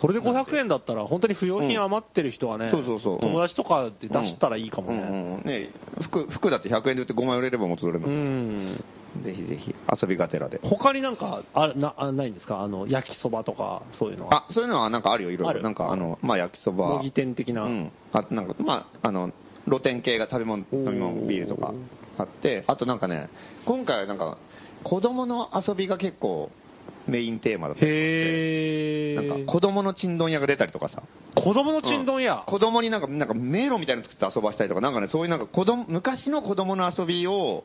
Speaker 2: それで500円だったら本当に不要品余ってる人はね
Speaker 3: うんそうそうそううん
Speaker 2: 友達とかで出したらいいかも
Speaker 3: うん
Speaker 2: ね
Speaker 3: うんうんね服服だって100円で売って5枚売れれば元取れる
Speaker 2: う
Speaker 3: の、
Speaker 2: ん
Speaker 3: ぜひぜひ遊びがてらで
Speaker 2: 他になんかあなあないんですかあの焼きそばとかそういうのは
Speaker 3: あそういうのはなんかあるよいろい
Speaker 2: あ
Speaker 3: ろ
Speaker 2: る
Speaker 3: なんかあのまあ焼きそば
Speaker 2: 模擬店的な
Speaker 3: うん、あなんかまああの露天系が食べ物飲み物ビールとかあってあとなんかね今回はなんか子供の遊びが結構メインテーマだったりして
Speaker 2: へえ
Speaker 3: なんか子供のちんどん屋が出たりとかさ
Speaker 2: 子供のちんどん屋
Speaker 3: 子供になんかなんか迷路みたいなの作って遊ばしたりとか、なんかね、そういうなんか子供、昔の子供の遊びを、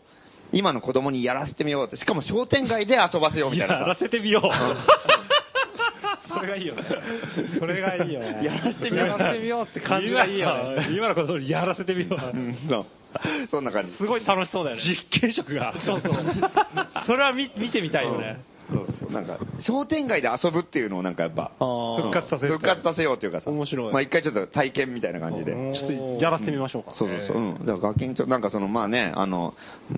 Speaker 3: 今の子供にやらせてみようって、しかも商店街で遊ばせようみた
Speaker 4: や
Speaker 3: いな
Speaker 4: らせてみよう
Speaker 2: それがいいよねそれがいいよね
Speaker 3: やらせてみよう
Speaker 2: やらせてみようって感じがいいよね
Speaker 4: 今の今のことやらせてみよう、
Speaker 3: うんそうそんな感じ。
Speaker 2: すごい楽しそうだよね。
Speaker 5: 実験色が。
Speaker 2: そう [LAUGHS] そう。それは見見てみたいよね。
Speaker 3: そうそうなんか、商店街で遊ぶっていうのをなんかやっぱ、
Speaker 2: あー
Speaker 4: 復活させる
Speaker 3: 復活させようっていうかさ、
Speaker 2: 面白い
Speaker 3: まあ一回ちょっと体験みたいな感じで。
Speaker 2: ちょっとやらせてみましょうか。
Speaker 3: そうそうそう。うん。だからガキンチョ、なんかその、まあね、あの、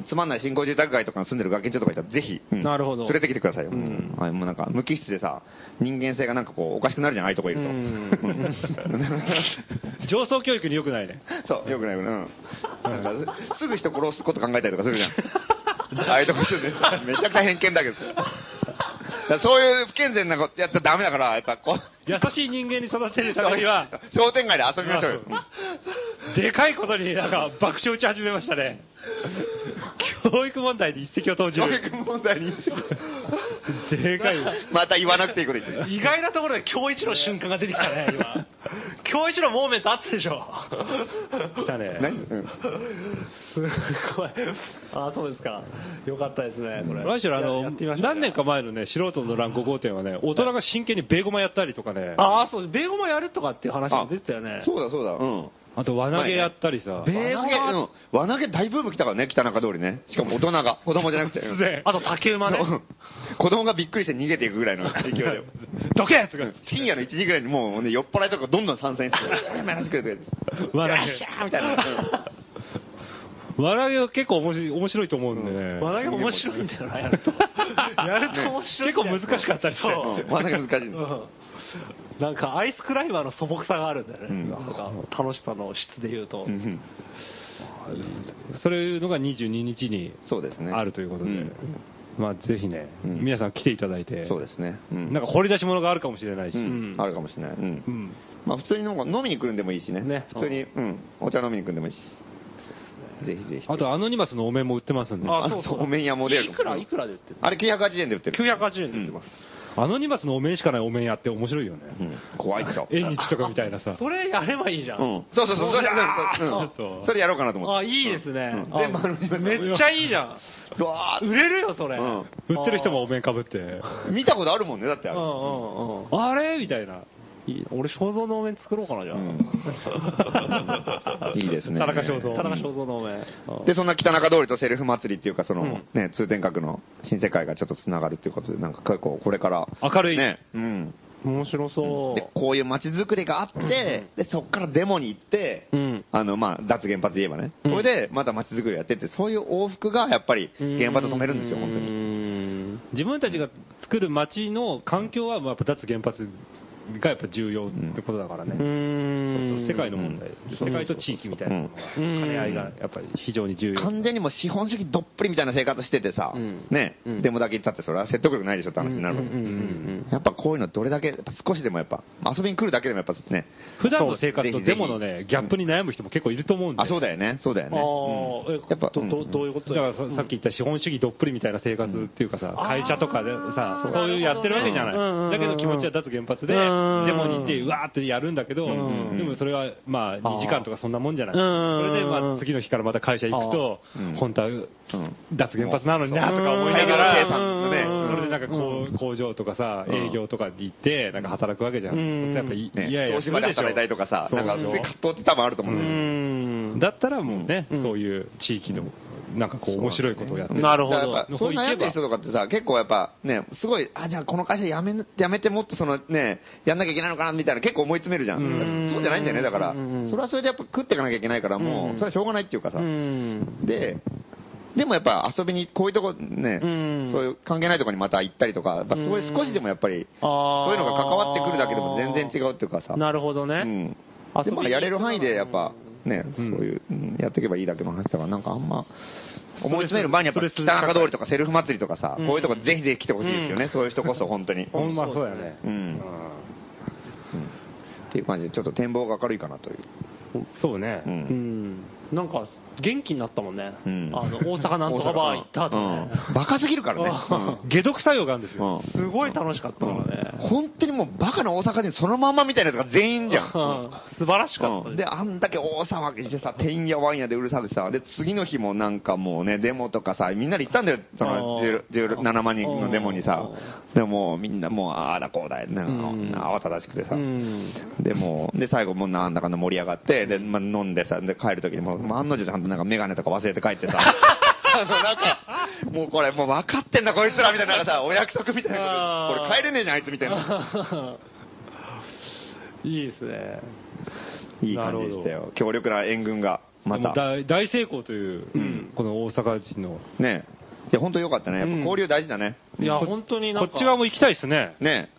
Speaker 3: つまんない新興住宅街とかに住んでるガキンチョとかいたら、ぜひ、うん
Speaker 2: なるほど
Speaker 3: 連れてきてくださいよ。うん。はい、もうなんか、無機質でさ、人間性がなんかこう、おかしくなるじゃん、ああいうとこいると。
Speaker 2: う
Speaker 3: うんん
Speaker 4: 上層教育に良くないね。
Speaker 3: そう、よくないよね。うん。なんか、すぐ人殺すこと考えたりとかするじゃん。ああいうとこ住んでるめちゃくちゃ偏見だけど。だからそういう不健全なことやったらダメだから、やっぱこう、
Speaker 4: 優しい人間に育てるために [LAUGHS] は、
Speaker 3: 商店街で遊びましょうよ。うん
Speaker 4: でかいことになんか爆笑打ち始めましたね。教育問題で一石を投じ
Speaker 3: 教
Speaker 4: る。
Speaker 3: 育問題に。
Speaker 4: でかい。
Speaker 3: また言わなくていいこと言ってる。
Speaker 2: 意外なところで今日一の瞬間が出てきたね、今。 [LAUGHS] 今日一のモーメントあったでしょ。
Speaker 4: 来たね。
Speaker 3: 何うん
Speaker 2: すごい。あーそうですか。よかったですね、これ。
Speaker 4: 何しろあ
Speaker 2: や
Speaker 4: の、
Speaker 2: ってみましょう
Speaker 4: 何年か前のね、素人の欄5号店はね、大人が真剣にベーゴマやったりとかね、
Speaker 2: ああ、そう、米語もやるとかっていう話も出てたよね。
Speaker 3: そうだそうだ、うん。
Speaker 4: あと輪投げやったりさ、
Speaker 2: 米
Speaker 3: 輪投
Speaker 2: 語
Speaker 3: げ、うん。輪投げ大ブーム来たからね、北中通りね。しかも大人が、子供じ
Speaker 4: [LAUGHS]
Speaker 3: ゃなくて。うん
Speaker 2: あと竹馬ね
Speaker 3: そ。う子供がびっくりして逃げていくぐらいの勢い
Speaker 4: [LAUGHS]
Speaker 3: で。
Speaker 4: どけとか、
Speaker 3: 深夜の1時ぐらいにもうね、酔っ払いとかどんどん参戦して、おい今やらせてくれて。
Speaker 4: 輪
Speaker 3: よ
Speaker 4: 投
Speaker 3: っしゃーみたい
Speaker 4: [LAUGHS]
Speaker 3: な。
Speaker 4: げ。輪投げは結構面白い面白いと思うんでね。
Speaker 2: 話題が面白いんだよな、やると。 [LAUGHS] やると面白いんだよ。
Speaker 4: 結構難しかったりして
Speaker 2: そう
Speaker 3: うん輪投げ難しいの。
Speaker 2: うんなんかアイスクライマーの素朴さがあるんだよね、
Speaker 3: うん
Speaker 2: なんか楽しさの質で言うと、
Speaker 3: うん
Speaker 4: そういうのが22日に
Speaker 3: そうですね。
Speaker 4: あるということで、
Speaker 3: ん
Speaker 4: まあぜひね、
Speaker 3: うん
Speaker 4: 皆さん来ていただいて、
Speaker 3: そうですね。うん
Speaker 4: なんか掘り出し物があるかもしれないし、
Speaker 3: うん
Speaker 2: うん
Speaker 3: あるかもしれない。うん
Speaker 4: うん
Speaker 3: まあ普通になんか飲みに来るんでもいいしね。
Speaker 2: ね
Speaker 3: 普通に、うん。お茶飲みに来るんでもいいし。ぜひぜひ。
Speaker 4: あとアノニマスのお面も売ってますんで、
Speaker 2: あ
Speaker 3: あ
Speaker 2: そうそう
Speaker 3: そうお面屋も出る
Speaker 2: いくらいくらで売ってる
Speaker 3: あれ980円で売ってる。
Speaker 2: 980円で売ってます、
Speaker 4: アノニマスのお面しかないお面やって面白いよね。
Speaker 3: うん怖いでしょ。
Speaker 4: 縁日とかみたいなさ。
Speaker 2: それやればいいじゃん、
Speaker 3: うんそうそうそう、それ、
Speaker 4: あ
Speaker 3: それうん
Speaker 4: と
Speaker 3: それやろうかなと思っ
Speaker 2: あ
Speaker 3: て。
Speaker 2: いいですね、
Speaker 3: うん全部あの
Speaker 2: あめっちゃいいじゃん
Speaker 3: うわ
Speaker 2: 売れるよそれ、
Speaker 3: うん
Speaker 4: 売ってる人もお面かぶって、
Speaker 3: ー見たことあるもんね、だってあ
Speaker 2: う
Speaker 3: れ。
Speaker 2: んうんうん
Speaker 4: あれみたいな。
Speaker 2: いい俺肖像のお面作ろうかなじゃあ、
Speaker 3: うんいいですね
Speaker 4: 田中正造。
Speaker 2: 田中肖像のお面、 [LAUGHS] うん
Speaker 3: で、そんな北中通りとセルフ祭りっていうか、その
Speaker 2: うん、
Speaker 3: ね、通天閣の新世界がちょっとつながるっていうことで、なんか結構これから。
Speaker 4: 明るい
Speaker 3: ね。うん。
Speaker 2: 面白そう、
Speaker 3: で、こういう街づくりがあって、で、そっからデモに行って
Speaker 2: うん、
Speaker 3: あの、まあ、脱原発で言えばね。それで、また街づくりやってって、そういう往復がやっぱり原発を止めるんですよ、本当に。
Speaker 2: に
Speaker 4: 自分たちが作る街の環境は、まあやっぱ脱原発がやっぱ重要ってことだからね。そうそう世界の問題、世界と地域みたいなものが、
Speaker 2: うん
Speaker 4: 兼ね合いがやっぱり非常に重要。
Speaker 3: 完全にもう資本主義どっぷりみたいな生活しててさ、
Speaker 2: うん
Speaker 3: ね、
Speaker 2: うん
Speaker 3: デモだけ言ったってそれは説得力ないでしょって話になるわけ、
Speaker 2: うんうんうんうん
Speaker 3: やっぱこういうのどれだけ、やっぱ少しでもやっぱ、遊びに来るだけでもやっぱね、
Speaker 4: 普段の生活
Speaker 3: そ
Speaker 4: と
Speaker 3: うぜひぜ
Speaker 4: デ
Speaker 3: ひ
Speaker 4: モのね、ギャップに悩む人も結構いると思うんで。
Speaker 3: あ、そうだよね、そうだよね。
Speaker 2: ああ、え
Speaker 3: やっぱ
Speaker 2: どど
Speaker 3: うん
Speaker 2: どういうこと
Speaker 4: だ
Speaker 2: だ
Speaker 4: か
Speaker 2: よ
Speaker 4: らささっき言った資本主義どっぷりみたいな生活っていうかさ
Speaker 2: ん、
Speaker 4: 会社とかでさ
Speaker 2: あー、
Speaker 4: そういうやってるわけじゃ
Speaker 2: なるほど
Speaker 4: ない。
Speaker 2: ね
Speaker 4: だけど気持ちは脱原発で、デ
Speaker 2: うん
Speaker 4: モに行って、うわーってやるんだけど、で
Speaker 2: ん
Speaker 4: もそれはまあ2時間とかそんなもんじゃない。
Speaker 2: う
Speaker 4: そ
Speaker 2: ん
Speaker 4: れでまあ次の日からまた会社行くと
Speaker 3: うん、
Speaker 4: 本当は
Speaker 3: ん
Speaker 4: 脱原発なのになとか思いな
Speaker 3: 大
Speaker 4: が
Speaker 3: 量生
Speaker 4: ら、
Speaker 3: 産のね、
Speaker 2: うん
Speaker 4: それでなんかこう工場とかさ、営業とかに行って、なんか働くわけじゃ
Speaker 2: う
Speaker 4: ん。そ
Speaker 2: ん
Speaker 4: したらやっぱい
Speaker 3: ね
Speaker 4: いやいや
Speaker 3: 東芝で働いたりとかさ、
Speaker 4: そう
Speaker 3: なんかそういう葛藤って多分あると思うんだよね
Speaker 2: うん
Speaker 4: だったらもうね、
Speaker 2: うん
Speaker 4: そういう地域の、なんかこう面白いことをやってる。
Speaker 2: なるほど
Speaker 3: だからやっぱそういう悩んでる人とかってさ、結構やっぱね、すごい、あ、じゃあこの会社やめ、やめてもっとそのね、やんなきゃいけないのかなみたいな結構思い詰めるじゃん。そうじゃないんだよね、だから。それはそれでやっぱ食っていかなきゃいけないから、もう、それはしょうがないっていうかさ。で、でもやっぱ遊びに、こういうとこね、
Speaker 2: うん
Speaker 3: そういう関係ないとこにまた行ったりとか、やっぱそういう少しでもやっぱり、
Speaker 2: あー
Speaker 3: そういうのが関わってくるだけでも全然違うっていうかさ。
Speaker 2: なるほどね、
Speaker 3: うん。
Speaker 2: 遊び
Speaker 3: で
Speaker 2: に行く
Speaker 3: まあやれる範囲でやっぱ、ね、そういう、うんやっていけばいいだけの話だから、なんかあんま、思い詰める前にやっぱ、
Speaker 4: ストレス
Speaker 3: 北中通りとかセルフ祭りとかさ、
Speaker 2: ん
Speaker 3: こういうとこぜひぜひ来てほしいですよね、そういう人こそ本当に。
Speaker 4: ほんまそうだよね。
Speaker 3: うん。うんっていう感じで、ちょっと展望が明るいかなという。
Speaker 4: そうね
Speaker 3: う。。
Speaker 2: うんんなんか元気になったもんね、
Speaker 3: うん
Speaker 2: あの大阪なんとかバー行った後ね、
Speaker 3: うんバカすぎるからね。
Speaker 4: 解毒作用があるんです
Speaker 3: う
Speaker 4: よ。
Speaker 3: んうん
Speaker 2: [LAUGHS] すごい楽しかったからね、
Speaker 3: 本当にもうバカな大阪人そのまんまみたいなやつが全員じゃ。
Speaker 2: うんん [LAUGHS] 素晴らしかった
Speaker 3: うんで、あんだけ大騒ぎしてさ、てんやわんやでうるさくてさ、で、次の日もなんかもうね、デモとかさ、みんなで行ったんだよ、その
Speaker 2: あー
Speaker 3: 10 17万人のデモにさ
Speaker 2: あ。
Speaker 3: でもうみんなもう、ああだこうだ、なんか慌ただしくてさ
Speaker 2: う。ん
Speaker 3: で、もうで、最後もうなんだかんだ盛り上がって、で、まあ、飲んでさ、で、帰る時にもう、まあ案の定ちゃんなんかメガネとか忘れて帰ってさ。あのなんか、もうこれ、もう分かってんだこいつらみたいな、なんかさ、お約束みたいなこと、これ帰れねえじゃんあいつみたいな。
Speaker 2: いいですね。
Speaker 3: いい感じでしたよ。強力な援軍が、ま
Speaker 4: でも
Speaker 3: た。
Speaker 4: 大大成功という、この大阪人の。
Speaker 3: ねえ。いや、本当よかったね。やっぱ交流大事だね。
Speaker 2: いや、
Speaker 4: こ
Speaker 2: 本当にな
Speaker 4: こ
Speaker 2: んか、
Speaker 4: っち側も行きたいですね。
Speaker 3: ね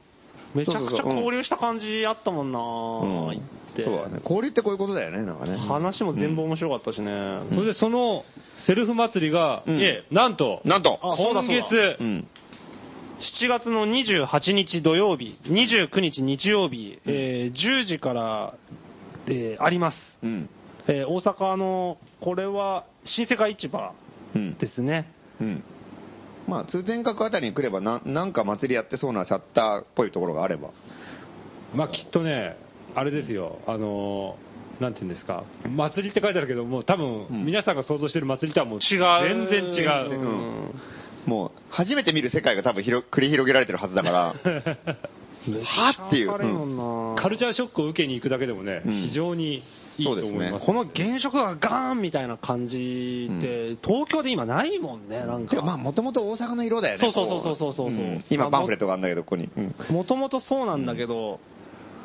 Speaker 3: え。
Speaker 2: めちゃくちゃ交流した感じあったもん
Speaker 3: うん
Speaker 2: な、行って。
Speaker 3: そうだね。交流ってこういうことだよね、なんかね。
Speaker 2: 話も全部面白かったしね。
Speaker 4: それでそのセルフ祭りが、
Speaker 3: うん
Speaker 4: ええなんと、
Speaker 3: なんと
Speaker 2: あそうだ
Speaker 4: 今
Speaker 2: そうだ
Speaker 4: 月
Speaker 3: う、ん。
Speaker 2: 7月の28日土曜日、29日日曜日、えー10時から、えーあります。
Speaker 3: うん。
Speaker 2: えー大阪の、これは新世界市場
Speaker 3: うん。
Speaker 2: ですね。
Speaker 3: うん。まあ、通天閣あたりに来れば、ななんか祭りやってそうなシャッターっぽいところがあれば。
Speaker 4: まあきっとね、あれですよ、あのーなんていうんですか、祭りって書いてあるけど、もう多分、
Speaker 3: うん
Speaker 4: 皆さんが想像してる祭りとはもう
Speaker 2: 違う。
Speaker 4: 全然違
Speaker 3: 全
Speaker 4: う。
Speaker 3: 然もう、初めて見る世界が多分広繰り広げられてるはずだから、はっていう
Speaker 2: 明るいもんな
Speaker 4: カルチャーショックを受けに行くだけでもね、
Speaker 3: うん
Speaker 4: 非常にいいと思い
Speaker 3: そうで
Speaker 4: ます
Speaker 3: ね
Speaker 4: す。
Speaker 2: この現職がガーンみたいな感じって、東京で今ないもんね、 [LAUGHS] なん
Speaker 3: て
Speaker 2: か。
Speaker 3: かまあ、もともと大阪の色だよね。
Speaker 2: そうそうそうそうそうそう
Speaker 3: こん
Speaker 2: あ
Speaker 3: 今、
Speaker 2: の
Speaker 3: パンフレットがあるんだけど、ここに。うん
Speaker 2: もともとそうなんだけど、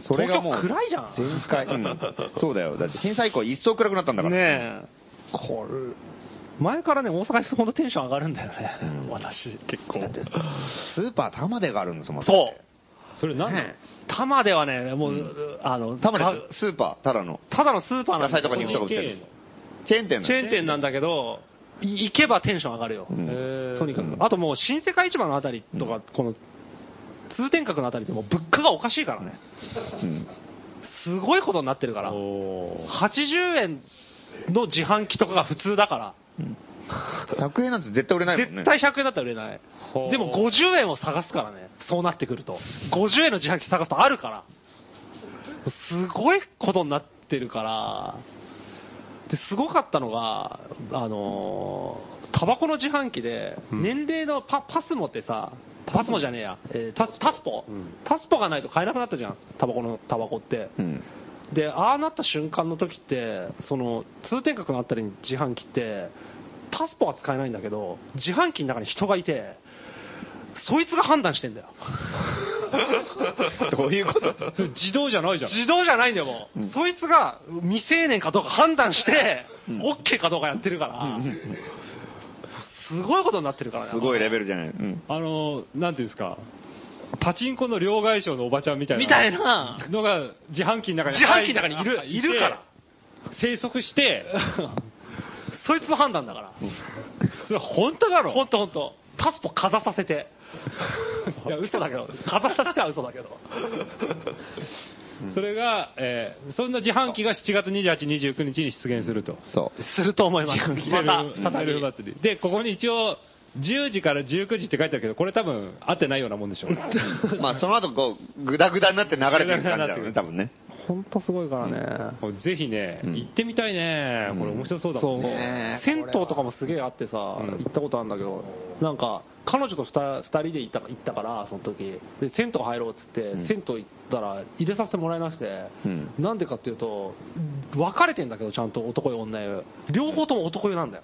Speaker 3: それがもう、
Speaker 2: 東京暗いじゃん
Speaker 3: 全開。うんそうだよ。だって震災以降、一層暗くなったんだから。
Speaker 2: ねえ、これ、前からね、大阪行くと本当テンション上がるんだよね、
Speaker 3: うん
Speaker 2: 私、結構。
Speaker 3: スーパー玉出があるんですもん。
Speaker 2: そう。
Speaker 4: それなん
Speaker 3: ね
Speaker 2: 多摩ではね、もう、あの、
Speaker 3: 玉
Speaker 2: た
Speaker 3: 出、スーパー、ただの。
Speaker 2: ただのスーパーなん
Speaker 3: 野菜とか
Speaker 2: チ
Speaker 3: 肉とか売って
Speaker 4: 経営
Speaker 3: る
Speaker 4: の。
Speaker 3: チェーン店なの
Speaker 2: ェーン店なんだけど、い行けばテンション上がるよ。
Speaker 3: うん
Speaker 4: えー
Speaker 2: とにかく
Speaker 3: う。ん
Speaker 2: あともう、新世界市場のあたりとか、
Speaker 3: うん
Speaker 2: この、通天閣のあたりってもう物価がおかしいからね。
Speaker 3: うん
Speaker 2: すごいことになってるから。
Speaker 4: おー
Speaker 2: 80円の自販機とかが普通だか
Speaker 3: 100円なんて絶対売れな
Speaker 2: ら、
Speaker 3: いもんね。
Speaker 2: 絶対100円だったら売れない
Speaker 4: ほう。
Speaker 2: でも50円を探すからね、そうなってくると。50円の自販機探すとあるから。すごいことになってるから、で、すごかったのが、あのータバコの自販機で、
Speaker 4: うん
Speaker 2: 年齢のパパスモってさ、パスモじゃねえや、えータスタスポ、
Speaker 4: うん
Speaker 2: タスポがないと買えなくなったじゃん、タバコの、タバコって。
Speaker 3: うん。
Speaker 2: でああなった瞬間の時ってその通天閣のあたりに自販機ってタスポは使えないんだけど自販機の中に人がいてそいつが判断してんだよ
Speaker 3: どういうこと
Speaker 4: それ自動じゃないじゃん。
Speaker 2: 自動じゃないんだよもう、
Speaker 3: うん
Speaker 2: そいつが未成年かどうか判断して、
Speaker 3: うん
Speaker 2: OK かどうかやってるから
Speaker 3: す
Speaker 2: すごいことになってるからね
Speaker 3: ごいレベルじゃない。うん
Speaker 4: あのーなんていうんですか、パチンコの両替商のおばちゃんみたいな。
Speaker 2: みたいな
Speaker 4: のが自販機の中に
Speaker 2: 自販機の中にいる
Speaker 4: あ
Speaker 2: いるから
Speaker 4: 生息して
Speaker 2: そいつの判断だから
Speaker 4: それ本当だろ
Speaker 2: 本当本当タスポかざさせていや嘘だけどかざさせては嘘だけど
Speaker 4: それが、えーそんな自販機が7月28、29日に出現すると、
Speaker 3: そう。
Speaker 2: すると思います
Speaker 3: [LAUGHS]
Speaker 2: また
Speaker 4: セ
Speaker 2: 再
Speaker 4: ルフ
Speaker 2: び
Speaker 4: 祭りでここに一応10時から19時って書いてあるけどこれ多分合ってないようなもんでしょう
Speaker 3: まあ、その後、こう、ぐだぐだになって流れてる感じだよね、多分ね。
Speaker 2: 本当すごいからね、
Speaker 4: ぜひね、
Speaker 3: うん
Speaker 4: 行ってみたいね、
Speaker 3: うん
Speaker 4: これ面白そうだ
Speaker 2: そ
Speaker 4: も
Speaker 2: うん
Speaker 4: ね
Speaker 3: ねえ
Speaker 2: 銭湯とかもすげえあってさ、
Speaker 4: ん
Speaker 2: 行ったことあるんだけど、なんか、彼女と 2, 人で行った行ったから、その時で銭湯入ろうっつって、
Speaker 3: うん
Speaker 2: 銭湯行ったら、入れさせてもらえなくて、
Speaker 3: うん
Speaker 2: なんでかっていうと、分かれてんだけど、ちゃんと男湯、女湯、両方とも男湯なんだよ。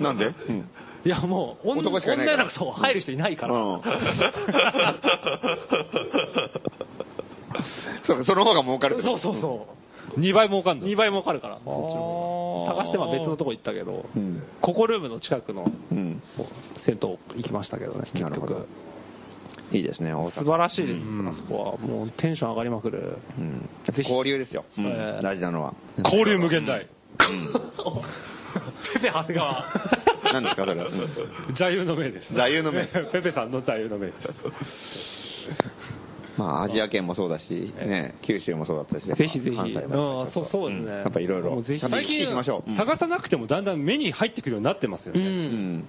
Speaker 3: なんでうん。
Speaker 2: いやもう、女
Speaker 3: 男しかいないから
Speaker 2: 女湯なんかそう入る人いないから、
Speaker 3: うんそうか、その方が儲かるっ
Speaker 2: [LAUGHS]
Speaker 3: て
Speaker 2: そ
Speaker 3: こ
Speaker 2: うそ
Speaker 3: と
Speaker 2: うそう。
Speaker 3: [LAUGHS]
Speaker 4: 2倍儲かんの
Speaker 2: 2倍もかるから、そっちの
Speaker 4: あー
Speaker 2: 方が探しては別のとこ行ったけど、
Speaker 3: うん
Speaker 2: ココルームの近くの
Speaker 3: うん。
Speaker 2: 銭湯行きましたけどね、結
Speaker 3: なるほ
Speaker 2: 局
Speaker 3: ど。いいですね、大
Speaker 2: 素晴
Speaker 3: 阪。
Speaker 2: らしいです、
Speaker 4: うん
Speaker 2: あそこは。もうテンション上がりまくる。
Speaker 3: うん
Speaker 2: ぜひ
Speaker 3: 交流ですよ。うん
Speaker 2: えー
Speaker 3: 大事なのは。
Speaker 4: 交流無限
Speaker 2: ペ
Speaker 4: 大、
Speaker 2: ペ長谷川。
Speaker 3: 何ですか、それは。うん
Speaker 4: 座右の銘です
Speaker 3: 座右の銘
Speaker 4: [LAUGHS] ペペさんの座右の銘です
Speaker 3: [LAUGHS] まあ、アジア圏もそうだし、ね、九州もそうだったし。
Speaker 2: ぜひぜひ。
Speaker 3: 関西
Speaker 2: うん
Speaker 3: もやっぱりちょっと
Speaker 2: そうそうですね。
Speaker 3: んやっぱいろい
Speaker 2: も
Speaker 3: ろ。
Speaker 2: うぜひ。
Speaker 3: 社会的に行きましょう。うん
Speaker 4: 探さなくてもだんだん目に入ってくるようになってますよ
Speaker 2: [LAUGHS] う。
Speaker 4: ね、
Speaker 3: うんん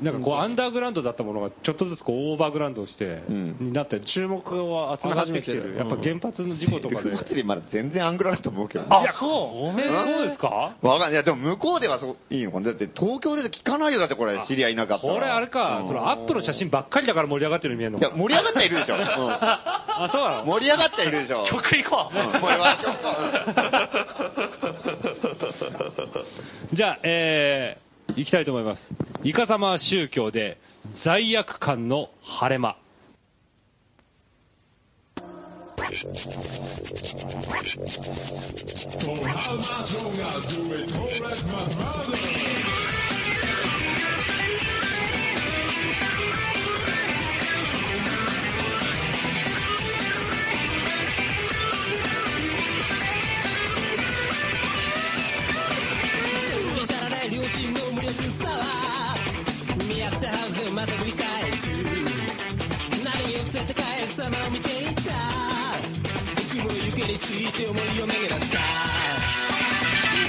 Speaker 4: なんかこう、アンダーグラウンドだったものが、ちょっとずつこう、オーバーグラウンドして、
Speaker 3: うん
Speaker 4: になって、
Speaker 2: 注目を集
Speaker 4: 上
Speaker 2: め
Speaker 4: がっ
Speaker 2: 始
Speaker 4: て
Speaker 2: め
Speaker 4: き
Speaker 2: て
Speaker 4: て
Speaker 2: る
Speaker 4: る。。やっぱ原発の事故とかで。
Speaker 3: 陸祭りまだ全然アングラだと思うけどね。
Speaker 2: あ、そう
Speaker 4: えーそうですか
Speaker 3: わかんない。いや、でも向こうではそういいのかな。だって東京で聞かないよ、だってこれ、知り合いいなかったら
Speaker 4: これあれか、そのアップの写真ばっかりだから盛り上がってるように見えるの
Speaker 3: いや、
Speaker 4: か。
Speaker 3: 盛り上がってはいるでしょ。うん
Speaker 4: あ、そうなの
Speaker 3: 盛り上がってはいるでしょ。
Speaker 2: 曲行こ
Speaker 3: うんもう
Speaker 2: う。
Speaker 4: じゃあ、えー、行きたいと思います。イカ様宗教で罪悪感の晴れ間。
Speaker 6: わからない両親の無力さは見合ったはずまた繰り返す何を伏せて返す様を見ていたいつも行けについて思いを巡らした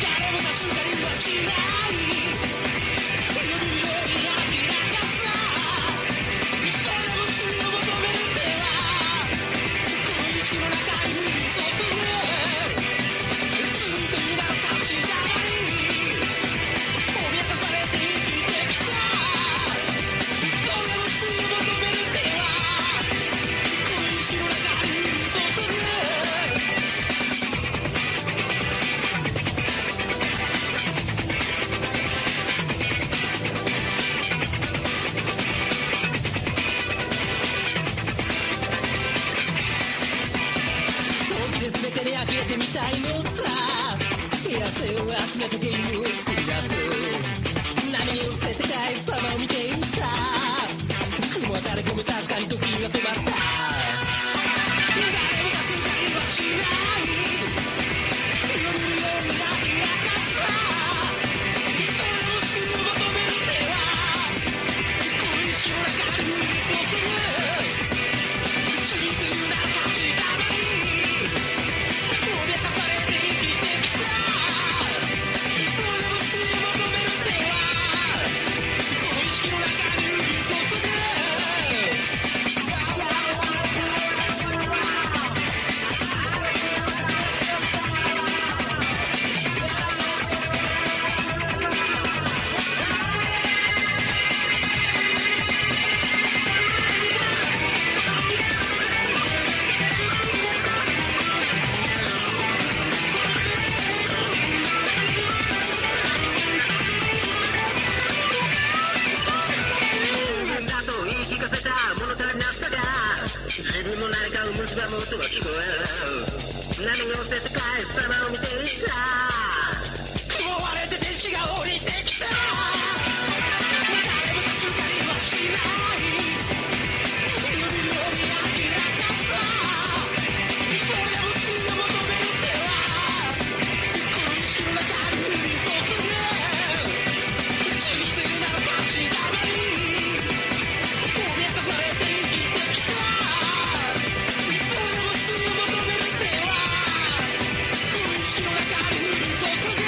Speaker 6: 誰もがつかりはしない人よりより明らかさ誰も救いを求める手はこの意識の中に降り注ぐ「つんていなのかしらない」「脅かされて生きてるだけ」「きた」「それをすぐ求める手は」「この意識の中に突入」本気で全てに呆れてみたいのさ野生を集めてゲームを繰り出す波に打てて返す様を見ているさ雲は垂れ込め確かに時が止まった誰もがすかりはしない強みようになりやがったそれを救い求める手は恋しの中に持ってる「ついてるな立ちたまり」「脅かされて生きてきた」「それをすぐ求める手は」「この意識の中にいることだ」だと言い聞かせた物足りなさが自分の何かを蝕む音が聞こえる波に押せて返す様を見ていた雲割れて天使が降りてきた誰も助かりはしない指を見上げなかったそれを救いを求める手はこの意識の中に突入「ついてるなら立ちたまり」「脅かされて生きてきた」「それをすぐ求める手は」「無意識の中に降り注ぐ」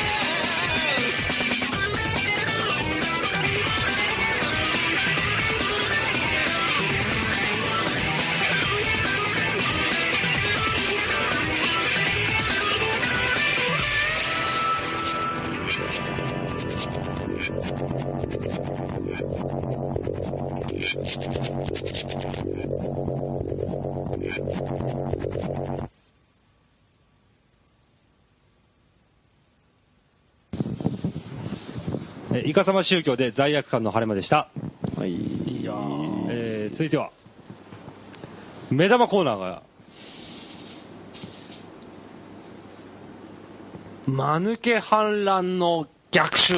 Speaker 4: えイカ様宗教で罪悪感の晴れ間でした。
Speaker 3: はい。いや
Speaker 4: えー、続いては、目玉コーナーが、
Speaker 2: 間抜け反乱の逆襲。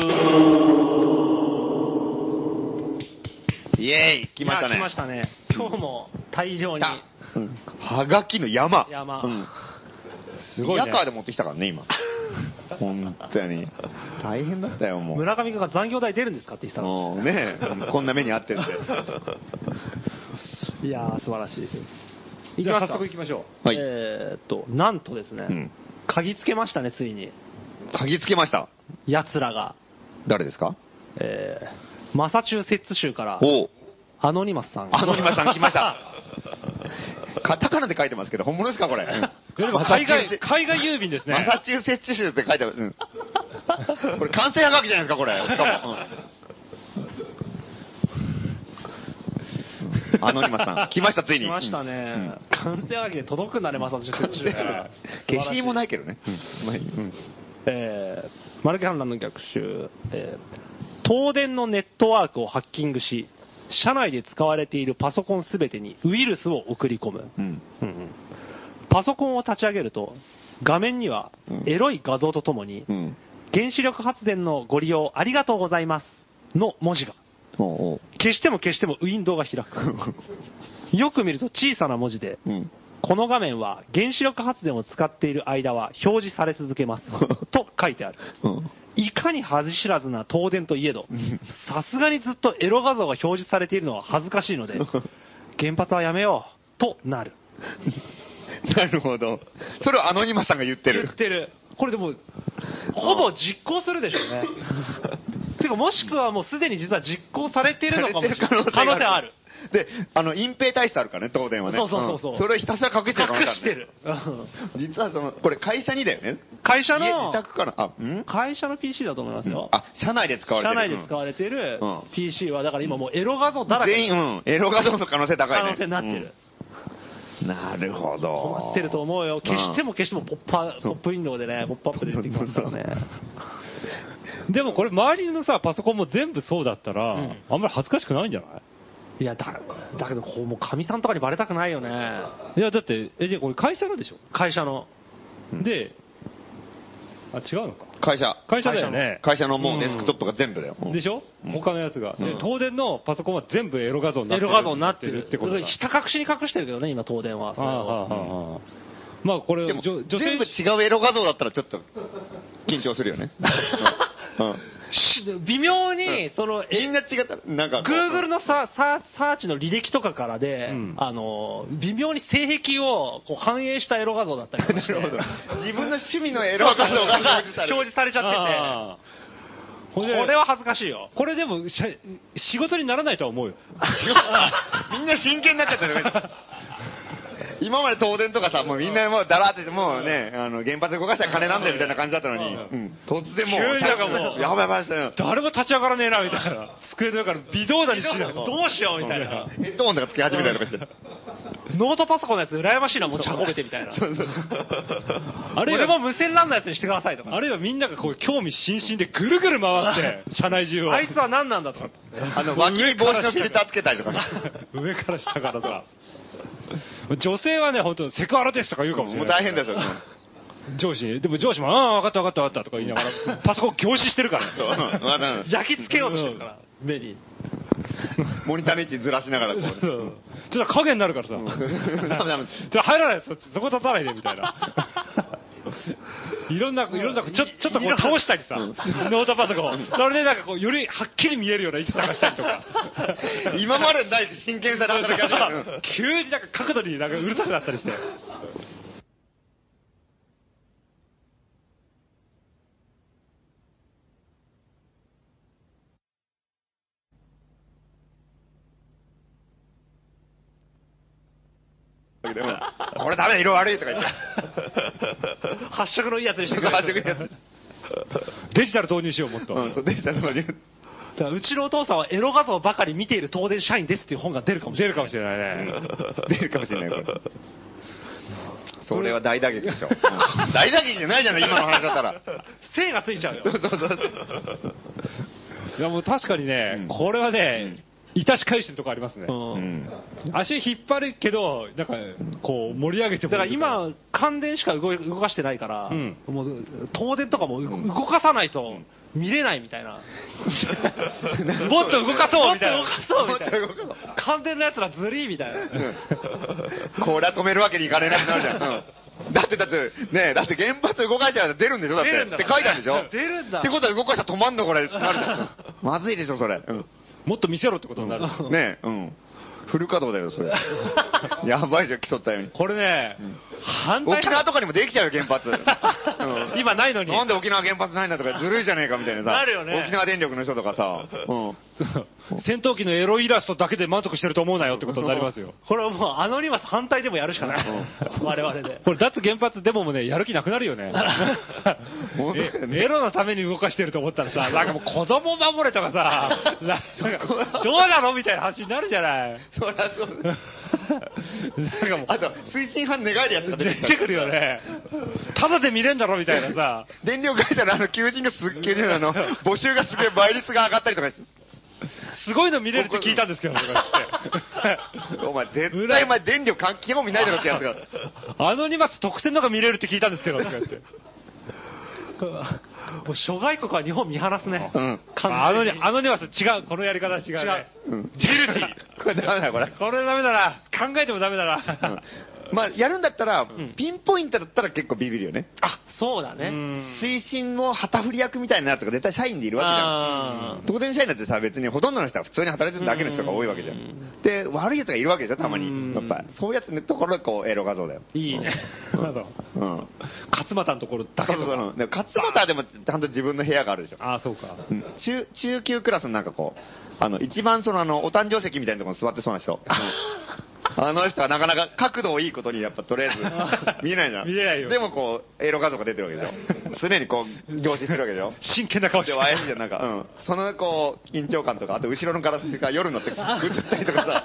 Speaker 3: イエーイ来ました
Speaker 2: いや
Speaker 3: ね。
Speaker 2: 来ましたね。今日も大量
Speaker 3: 来
Speaker 2: に。
Speaker 3: たうんはがきの山。
Speaker 2: 山
Speaker 3: うん
Speaker 4: すごいね
Speaker 3: リヤカーで持ってきたからね、 [LAUGHS] 今。本当に。大変だったよ、もう。
Speaker 2: 村上君が残業代出るんですかって言ってたの。
Speaker 3: うんねえこんな目に遭ってんで。
Speaker 2: いやー、素晴らしい。
Speaker 4: じゃあ早速行きましょ
Speaker 3: はい
Speaker 2: えーっと、なんとですね、
Speaker 3: うん
Speaker 2: 嗅ぎつけましたね、ついに。
Speaker 3: 嗅ぎつけました。
Speaker 2: 奴らが。
Speaker 3: 誰ですか
Speaker 2: えマサチューセッツ州から、
Speaker 3: おう
Speaker 2: アノニマスさんが。
Speaker 3: アノニマスさん来ました。 [LAUGHS] カタカナで書いてますけど、本物ですか、これ。
Speaker 4: いやでも海外、海外郵便です
Speaker 3: マ
Speaker 4: ね。
Speaker 3: サチューセッツ州って書いてある。うん、これ、完成はがきじゃないですか、これ。しかもうんアノニマスさん、来ました、ついに。
Speaker 2: 来ましたね。完成わけで届くんだね、マサチューセッツ州から。。
Speaker 3: [LAUGHS] 消しもないいけどね。
Speaker 2: えー、マルケ反乱の逆襲、えー東電のネットワークをハッキングし、社内で使われているパソコンすべてにウイルスを送り込む。
Speaker 3: うん
Speaker 2: うんうんパソコンを立ち上げると、画面には
Speaker 3: うん
Speaker 2: エロい画像とともに、
Speaker 3: うん。
Speaker 2: 原子力発電のご利用ありがとうございますの文字が。
Speaker 3: おうおう
Speaker 2: 消しても消してもウィンドウが開
Speaker 3: [LAUGHS]
Speaker 2: く。よく見ると小さな文字で、
Speaker 3: うん。
Speaker 2: この画面は原子力発電を使っている間は表示され続 [LAUGHS] けます。と書いてある。
Speaker 3: うん。
Speaker 2: いかに恥知らずな東電といえど、さすがにずっとエロ画像が表示されているのは恥ずかしいの [LAUGHS] で、原発はやめよう、となる。
Speaker 3: なるほど。それをアノニマスさんが言って
Speaker 2: 言
Speaker 3: る
Speaker 2: っ。てる。これでも、ほぼ実行するでしょうね。 [LAUGHS] てか、もしくはもうすでに実は実行されているのかもしれない。可能性ある。。
Speaker 3: で、あの、隠蔽体質あるからね、東電はね。
Speaker 2: そうそうそうそうん
Speaker 3: それをひたすら隠してる可能性あ
Speaker 2: 隠
Speaker 3: る
Speaker 2: してる。うん
Speaker 3: ね。実はその、これ会社にだよね。
Speaker 2: 会社
Speaker 3: 家
Speaker 2: の
Speaker 3: 自、宅から、あ、ん
Speaker 2: 会社の PC だと思いますよ。
Speaker 3: あ、社内で使われ
Speaker 2: 社
Speaker 3: てる。
Speaker 2: 内で使われている
Speaker 3: うん
Speaker 2: PC は、だから今もうエロ画像だらけ
Speaker 3: 全員、うん。エロ画像の可能性高いね。
Speaker 2: 可能性になってる。
Speaker 3: うん。なるほど。
Speaker 2: 困ってると思うよ。消しても消してもポッパー、ポ
Speaker 3: そう
Speaker 2: ップウィンドウでね、ポップアップで出てきますからね。
Speaker 4: でもこれ周りのさ、パソコンも全部そうだったら、
Speaker 2: うん
Speaker 4: あんまり恥ずかしくないんじゃない
Speaker 2: いや、だ、だけど、こう、もうかみさんとかにバレたくないよね。
Speaker 4: いや、だって、え、じゃあこれ会社のでしょ
Speaker 2: 会社の。
Speaker 4: で、あ、違うのか。
Speaker 3: 会社。
Speaker 4: 会社だよね。
Speaker 3: 会社のもうデスクトップが全部だよ。
Speaker 4: でしょ
Speaker 3: うん
Speaker 4: 他のやつが。で
Speaker 3: うん
Speaker 4: 東電のパソコンは全部エロ画像にな
Speaker 2: エ
Speaker 4: ってる。
Speaker 2: ロ画像になってる
Speaker 4: ってことだ。
Speaker 2: ひた隠しに隠してるけどね、今、東電は。そ
Speaker 4: あ
Speaker 2: れを
Speaker 4: あああああまあこれ、
Speaker 3: でも、
Speaker 4: じょ女
Speaker 3: 全
Speaker 4: 性
Speaker 3: 部違うエロ画像だったらちょっと緊張するよ
Speaker 2: [LAUGHS]
Speaker 3: ね。うんうん
Speaker 2: し微妙に、その、
Speaker 3: み
Speaker 2: え
Speaker 3: んな違ったら、なんかこう。
Speaker 2: Google のさササーチの履歴とかからで、
Speaker 4: うん
Speaker 2: あの、微妙に性癖をこう反映したエロ画像だったりとかして
Speaker 3: 自分の趣味のエロ画像が表示さ
Speaker 2: 表
Speaker 3: れる。
Speaker 2: 示されちゃ
Speaker 4: ああ
Speaker 2: ってて、
Speaker 4: ほ
Speaker 2: こ
Speaker 4: んで
Speaker 2: れは恥ずかしいよ。
Speaker 4: これでもしゃ仕事にならないとは思うよ。
Speaker 3: みんな真剣になっちゃ
Speaker 4: [LAUGHS]
Speaker 3: ったよね。今まで東電とかさ、もうみんなもうだらーって、もうね、あの原発動かしたら金なんだよみたいな感じだったのに、うん突然もう、
Speaker 4: 急になんかもう
Speaker 3: やばいやばいやばい
Speaker 4: 誰も立ち上がらねえな、みたいな。机の中の微動だにしない。
Speaker 2: [LAUGHS] どうしようみたいな。
Speaker 3: ヘッドホンとかつけ始めたりとかして。
Speaker 2: ノートパソコンのやつ羨ましいな、持ち運べてみ [LAUGHS] たいな。
Speaker 4: あるい
Speaker 2: 俺も
Speaker 4: は、
Speaker 2: 無線 LAN のやつにしてくださいとか。
Speaker 4: あるいはみんながこう興味津々でぐるぐる回って、社内中を。
Speaker 2: あいつは何なんだとか。
Speaker 3: [LAUGHS] あの、脇に帽子のフィルターつけたりとかさ。
Speaker 4: [LAUGHS] 上から下からさ。女性はね、本当セクハラですとか言うかもしれ
Speaker 3: も
Speaker 4: な
Speaker 3: う大
Speaker 4: い。
Speaker 3: 変ですよ。
Speaker 4: 上司に。でも上司も、ああ、分かった分かった分かったとか言いながら、パソコン凝視してるからね。
Speaker 3: [LAUGHS] そうまだ
Speaker 2: 焼き付けようとしてるから。
Speaker 4: 目に。
Speaker 3: モニターの位置ずらしながらこ
Speaker 4: そう
Speaker 3: う。
Speaker 4: そうちょっと影になるからさ。
Speaker 3: ダメダメ。
Speaker 4: じゃあ入らないそっちそこ立たないでみたいな。いろんな、いろんな、ちょちょっとこう倒したりさ、ノートパソコン。それでなんかこう、よりはっきり見えるような位置探したりとか。
Speaker 3: 今までにない真剣さで働き始
Speaker 4: [LAUGHS]
Speaker 3: める。
Speaker 4: 急になんか角度になんかうるさくなったりして。
Speaker 3: だけどうんこれダメだ、色悪いとか言って。
Speaker 2: 発色のいいやつにして
Speaker 3: ちょっ
Speaker 2: くだ
Speaker 3: と
Speaker 2: さい
Speaker 3: 端っこにやつ
Speaker 4: デジタル導入しよう、もっと。
Speaker 3: うん、そう、デジタルのニュー
Speaker 2: だからうちのお父さんはエロ画像ばかり見ている東電社員ですっていう本が出るかもしれ
Speaker 4: 出
Speaker 2: ない。
Speaker 4: るかもしれないね。
Speaker 3: 出るかもしれない、これ。それは大打撃でしょ。うん大打撃じゃないじゃない、今の話だったら。
Speaker 2: 性がついちゃうよ。
Speaker 3: そうそうそう。
Speaker 4: いやもう確かにね、
Speaker 3: うん
Speaker 4: これはね、いたし返してるとこありますね。
Speaker 2: うん
Speaker 4: 足引っ張るけど、なんか、こう、盛り上げ
Speaker 2: だ
Speaker 4: ても
Speaker 2: から
Speaker 4: いいから
Speaker 2: 今、感電しか動い動かしてないから、
Speaker 4: うん
Speaker 2: もう東電とかも動かさないと見れないみたいな、 [LAUGHS] もっと動かそうみたいな、もっと動かそうみたい
Speaker 3: もっと動
Speaker 2: [LAUGHS]
Speaker 3: か
Speaker 2: な、感電のやつらずりーみたいな、
Speaker 3: これは止めるわけにいかねえなくなるじゃんうん。だって、だって、ねえ、だって原発動かしちゃうと出るんでしょだって。
Speaker 2: 出るんだ
Speaker 3: って
Speaker 2: から
Speaker 3: 書いたんでしょ
Speaker 2: 出るんだ
Speaker 3: ってことは動かしたら止まんのこれ、なるじゃん。まずいでしょ、それ。うん
Speaker 4: もっと見せろってことになる。
Speaker 3: ねえ、うん。フル稼働だよ、それ。やばいじゃん、競ったように。
Speaker 4: これね、反対
Speaker 3: 沖縄とかにもできちゃうよ、原
Speaker 4: [LAUGHS]
Speaker 3: 発。うん
Speaker 4: 今ないのに。
Speaker 3: なんで沖縄原発ないんだとか、ずるいじゃねえかみたいなさ。
Speaker 5: なるよね
Speaker 3: 沖縄電力の人とかさ。うん。
Speaker 4: そう戦闘機のエロイラストだけで満足してると思うなよってことになりますよ。
Speaker 2: これはもう、アノニマス反対でもやるしかない。
Speaker 5: 我々で。
Speaker 4: これ脱原発でももね、やる気なくなるよね。
Speaker 3: 本当だよね
Speaker 4: えエロのために動かしてると思ったらさ、なんかもう子供守れとかさ、なんかどうなのみたいな話になるじゃない。
Speaker 3: そりゃそうだ
Speaker 4: なんかもう、
Speaker 3: あと、推進班願えるやつが出て
Speaker 4: 出
Speaker 3: きた
Speaker 4: てくるよね。ただで見れんだろみたいなさ。
Speaker 3: 電力会社のあの求人がすっげえ、あ
Speaker 4: [LAUGHS]
Speaker 3: の、募集がすげえ倍率が上がったりとかして。
Speaker 4: すごいの見れるって聞いたんですけど、とか
Speaker 3: [LAUGHS]
Speaker 4: 言って
Speaker 3: お前絶対お前電力関係興味ないだろってやつ
Speaker 4: [LAUGHS]
Speaker 3: が。
Speaker 4: アノニマス特選のが見れるって聞いたんですけど、とか言って。
Speaker 2: もう諸外国は日本見放すね。
Speaker 3: うん。
Speaker 4: あアノニアノニマス違う、このやり方は違う、ね。
Speaker 3: うん
Speaker 4: ジルティ。
Speaker 3: これダメだよこれ。
Speaker 4: これダメだな。考えてもダメだ [LAUGHS] な。
Speaker 3: まあ、やるんだったら、ピンポイントだったら結構ビビるよね。
Speaker 2: あ、そうだね。
Speaker 3: 推進の旗振り役みたいなやつが絶対社員でいるわけじゃん。東電社員だってさ、別にほとんどの人は普通に働いてるだけの人が多いわけじゃん。で、悪いやつがいるわけでしょ、たまに。やっぱ、そういうやつのところがこう、エロ画像だよ。
Speaker 4: いいね。なるほど
Speaker 3: うん。
Speaker 4: [LAUGHS] 勝俣のところだ
Speaker 3: そ
Speaker 4: け
Speaker 3: うそう
Speaker 4: とか。 [LAUGHS]
Speaker 3: そう。でも勝俣はでも、ちゃんと自分の部屋があるでしょ。
Speaker 4: ああ、そうか。
Speaker 3: うん中、中級クラスのなんかこう、あの、一番そのあの、お誕生石みたいなところに座ってそうな
Speaker 4: [LAUGHS]
Speaker 3: 人。あの人はなかなか角度をいいことにやっぱとりあえず
Speaker 4: [LAUGHS]
Speaker 3: 見えないじゃん。
Speaker 4: 見えないよ
Speaker 3: でもこう、エロ画像が出てるわけ
Speaker 4: [LAUGHS]
Speaker 3: でしょ。常にこう、凝視してるわけでしょ。
Speaker 4: 真剣な顔して
Speaker 3: で、
Speaker 4: る。
Speaker 3: ワイじゃん、なんか、うん。そのこう、緊張感とか、あと後ろのガラスが夜になって映ったりとかさ。